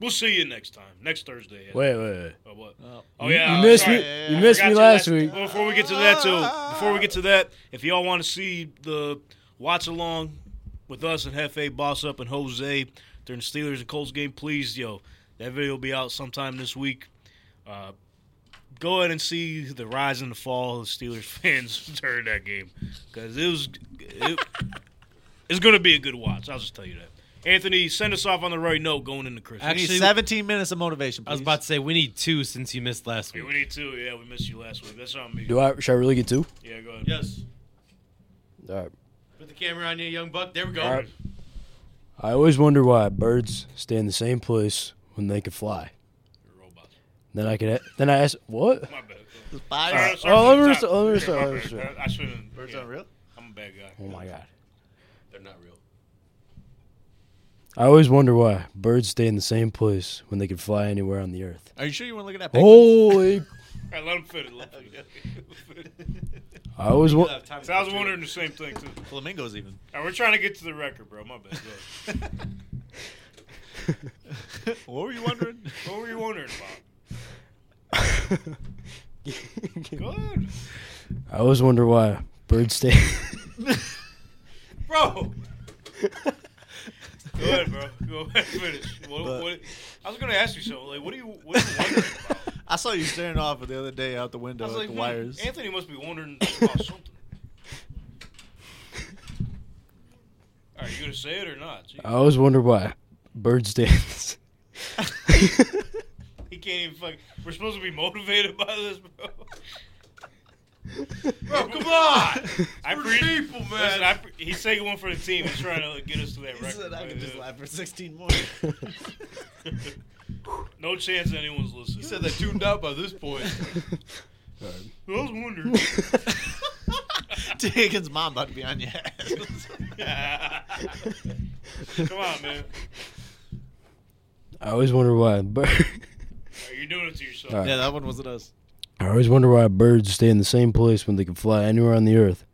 Speaker 9: We'll see you next time. Next Thursday. yeah.
Speaker 5: Wait, wait, wait.
Speaker 9: Oh, what?
Speaker 4: Oh.
Speaker 9: Oh
Speaker 5: You-
Speaker 9: yeah.
Speaker 5: you
Speaker 9: I'm
Speaker 5: missed
Speaker 9: sorry.
Speaker 5: me- you Yeah. missed
Speaker 9: Forgot
Speaker 5: me
Speaker 9: you
Speaker 5: last week.
Speaker 9: well, Before we get to that, too. Before we get to that, if y'all want to see the watch along with us and Hefe, Boss Up, and Jose during the Steelers and Colts game, please, yo, that video will be out sometime this week. Uh, go ahead and see the rise and the fall of Steelers fans during that game because it was it, it's going to be a good watch. I'll just tell you that. Anthony, send us off on the right note going into Christmas.
Speaker 4: We need
Speaker 9: Actually,
Speaker 4: 17 minutes of motivation.
Speaker 3: I was
Speaker 4: please.
Speaker 3: about to say we need two since you missed last week.
Speaker 9: we need to. Yeah, we missed you last week. That's on me.
Speaker 5: Do I? Should I really get two?
Speaker 9: Yeah, go ahead.
Speaker 3: Yes.
Speaker 5: All right.
Speaker 3: Put the camera on you, young buck. There we go.
Speaker 5: All right. I always wonder why birds stay in the same place when they could fly.
Speaker 9: Robots.
Speaker 5: Then I could. Then I asked, "What?
Speaker 9: My bad.
Speaker 4: Fire.
Speaker 9: Sorry,
Speaker 5: oh, let me
Speaker 9: sorry.
Speaker 5: restart- let me
Speaker 9: Yeah,
Speaker 5: restart,
Speaker 9: my
Speaker 5: let me
Speaker 9: bad.
Speaker 5: restart.
Speaker 9: I shouldn't.
Speaker 4: Birds
Speaker 9: yeah,
Speaker 4: aren't real.
Speaker 9: I'm a bad guy.
Speaker 5: Oh my god!"
Speaker 3: They're not real.
Speaker 5: I always wonder why birds stay in the same place when they could fly anywhere on the earth.
Speaker 4: Are you sure you want to look at that? Picture?
Speaker 2: Oh.
Speaker 5: Holy!
Speaker 9: All right, let him fit it. Let him fit it.
Speaker 5: I always
Speaker 3: We'll
Speaker 5: want.
Speaker 3: have time
Speaker 9: So I was wondering the same thing too.
Speaker 4: Flamingos even.
Speaker 9: All right, we're trying to get to the record, bro. My bad. Go ahead.
Speaker 4: What were you wondering?
Speaker 9: What were you wondering about? Good,
Speaker 5: I always wonder why birds stay.
Speaker 9: bro. Go ahead, bro. Go ahead, and finish. What,
Speaker 4: But-
Speaker 9: what, I was gonna ask you something. Like, what do you? What are you wondering about?
Speaker 4: I saw you staring off the other day out the window
Speaker 9: I
Speaker 4: at
Speaker 9: was like,
Speaker 4: the
Speaker 9: hmm,
Speaker 4: wires.
Speaker 9: Anthony must be wondering about something. All right, you gonna say it or not? Jeez.
Speaker 5: I always wonder why birds stay. in the s-
Speaker 9: He can't even fucking. We're supposed to be motivated by this, bro. bro, come on! I for people, man. I pre- he's taking one for the team. He's trying to get us to that record. man.
Speaker 4: for 16 more.
Speaker 9: No chance anyone's listening. He said that tuned up by this point. I was wondering.
Speaker 4: Dickens' mom about to be on your ass.
Speaker 9: Come on, man.
Speaker 5: I always wonder why. Bir-
Speaker 9: All right, you're doing it to yourself.
Speaker 5: All right.
Speaker 4: yeah, that one wasn't us.
Speaker 5: I always wonder why birds stay in the same place when they can fly anywhere on the earth.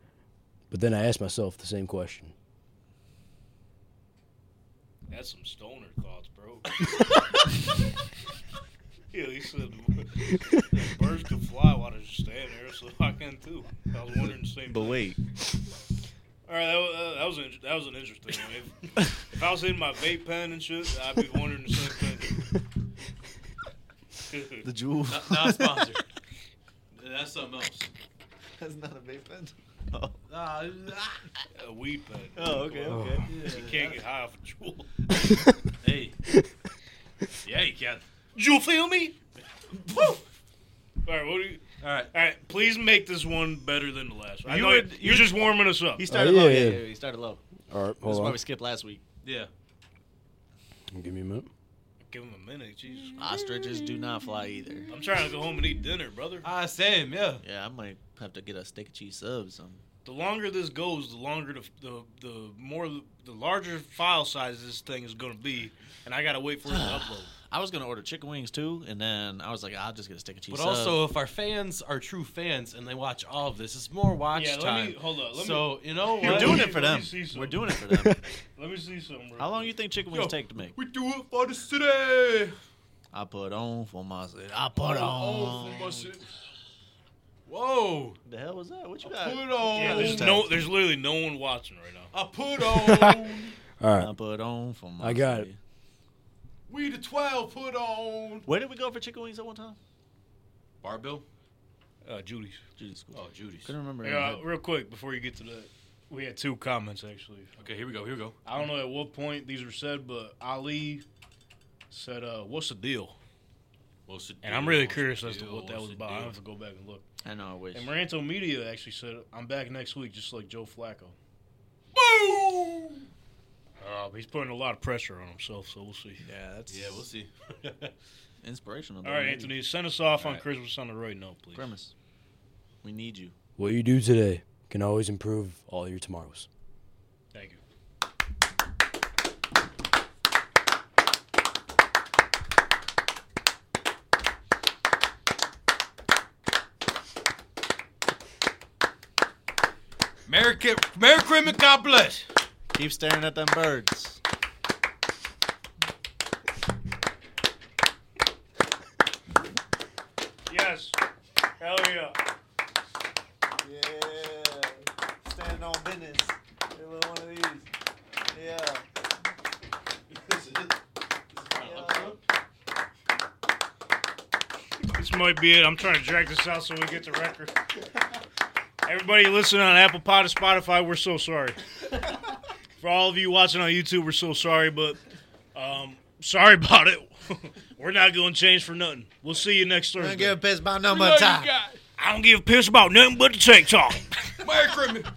Speaker 5: But then I ask myself the same question.
Speaker 9: That's some stoner thoughts, bro. yeah, he said the birds can fly while they're standing there, so I can too. I was wondering the same.
Speaker 4: But
Speaker 9: thing.
Speaker 4: wait,
Speaker 9: All right, that was, uh, that was an, that was an interesting one. If, if I was in my vape pen and shit, I'd be wondering the same thing.
Speaker 4: the jewel.
Speaker 3: Not, not sponsored. That's something else.
Speaker 4: That's not a vape pen. Oh,
Speaker 3: Uh,
Speaker 9: A weed pen.
Speaker 4: okay, okay.
Speaker 9: You can't get high off a jewel.
Speaker 3: hey. Yeah, you can.
Speaker 9: You feel me? Woo! All right, what do you?
Speaker 3: All right.
Speaker 9: All right, please make this one better than the last one.
Speaker 4: You
Speaker 9: You
Speaker 4: would-
Speaker 9: you're just warming us up.
Speaker 4: He started
Speaker 5: yeah,
Speaker 4: low. Yeah,
Speaker 5: Oh, yeah.
Speaker 4: yeah, yeah, he started low.
Speaker 5: All right,
Speaker 4: That's
Speaker 5: hold
Speaker 4: why
Speaker 5: on.
Speaker 4: we skipped last week.
Speaker 3: Yeah.
Speaker 5: Give me a minute.
Speaker 9: Give him a minute, Jesus.
Speaker 4: Ostriches do not fly either.
Speaker 9: I'm trying to go home and eat dinner, brother.
Speaker 3: Ah, same. Yeah.
Speaker 4: Yeah, I might have to get a steak and cheese sub. or Something.
Speaker 9: The longer this goes, the longer the the, the more the larger file size this thing is going to be, and I got to wait for it to upload.
Speaker 4: I was gonna order chicken wings too, and then I was like, I'll just get a steak and cheese.
Speaker 3: But
Speaker 4: sub.
Speaker 3: also, if our fans are true fans and they watch all of this, it's more watch
Speaker 9: Yeah, let
Speaker 3: time.
Speaker 9: me hold up. Let me
Speaker 3: so you know
Speaker 9: You're
Speaker 4: we're
Speaker 3: what?
Speaker 4: doing
Speaker 9: Let
Speaker 4: it
Speaker 9: me-
Speaker 4: for
Speaker 9: let me
Speaker 4: them.
Speaker 9: see something.
Speaker 4: We're doing it for them.
Speaker 9: let me see something. real
Speaker 4: How long
Speaker 9: quick.
Speaker 4: you think chicken wings
Speaker 9: Yo.
Speaker 4: take to make?
Speaker 9: We do it for the city. Oh,
Speaker 4: I put on for my city. I put on.
Speaker 3: Whoa!
Speaker 4: The hell was that? What you got?
Speaker 3: on.
Speaker 9: Yeah, there's no, there's literally no one watching right now.
Speaker 3: I put on.
Speaker 5: All
Speaker 4: I
Speaker 5: right.
Speaker 4: put on for my.
Speaker 5: I got
Speaker 4: city.
Speaker 5: it.
Speaker 3: we the twelve put on.
Speaker 4: Where did we go for chicken wings at one time?
Speaker 3: Barbell.
Speaker 9: Uh, Judy's.
Speaker 4: Judy's school.
Speaker 9: Uh,
Speaker 3: Oh, Judy's.
Speaker 4: Couldn't remember.
Speaker 9: Yeah,
Speaker 4: anything.
Speaker 9: real quick before you get to that,
Speaker 2: We had two comments actually.
Speaker 3: Okay, here we go. Here we go.
Speaker 2: I don't know at what point these were said, but Ali said, uh, "What's the deal?"
Speaker 3: What's the
Speaker 2: And I'm
Speaker 3: deal?
Speaker 2: really
Speaker 3: What's the
Speaker 2: curious as to
Speaker 3: deal?
Speaker 2: what that
Speaker 3: What's
Speaker 2: was
Speaker 3: the
Speaker 2: about. I
Speaker 3: deal?
Speaker 2: have to go back and look.
Speaker 12: I know. I wish.
Speaker 2: And Maranto Media actually said, "I'm back next week, just like Joe Flacco." Uh, he's putting a lot of pressure on himself, so we'll see.
Speaker 12: Yeah, that's
Speaker 3: Yeah, we'll see.
Speaker 12: inspirational.
Speaker 2: All right, Anthony, send us off
Speaker 12: All
Speaker 2: on
Speaker 12: right.
Speaker 2: Christmas on the right note, please.
Speaker 12: Grimace, we need you.
Speaker 5: What you do today can always improve all your tomorrows.
Speaker 2: Thank you.
Speaker 3: Merry, Ki- Merry Christmas. God bless.
Speaker 12: Keep staring at them birds.
Speaker 2: Yes. Hell yeah.
Speaker 4: Yeah. Standing on business. Give me one of these. Yeah.
Speaker 2: This might be it. I'm trying to drag this out so we get the record. Everybody listening on Apple Pod and Spotify, we're so sorry. For all of you watching on YouTube, we're so sorry, but um, sorry about it. we're not going to change for nothing. We'll see you next Thursday.
Speaker 4: Don't give a piss about no more time.
Speaker 2: I don't give a piss about nothing but the tank talk.
Speaker 3: Merry Christmas.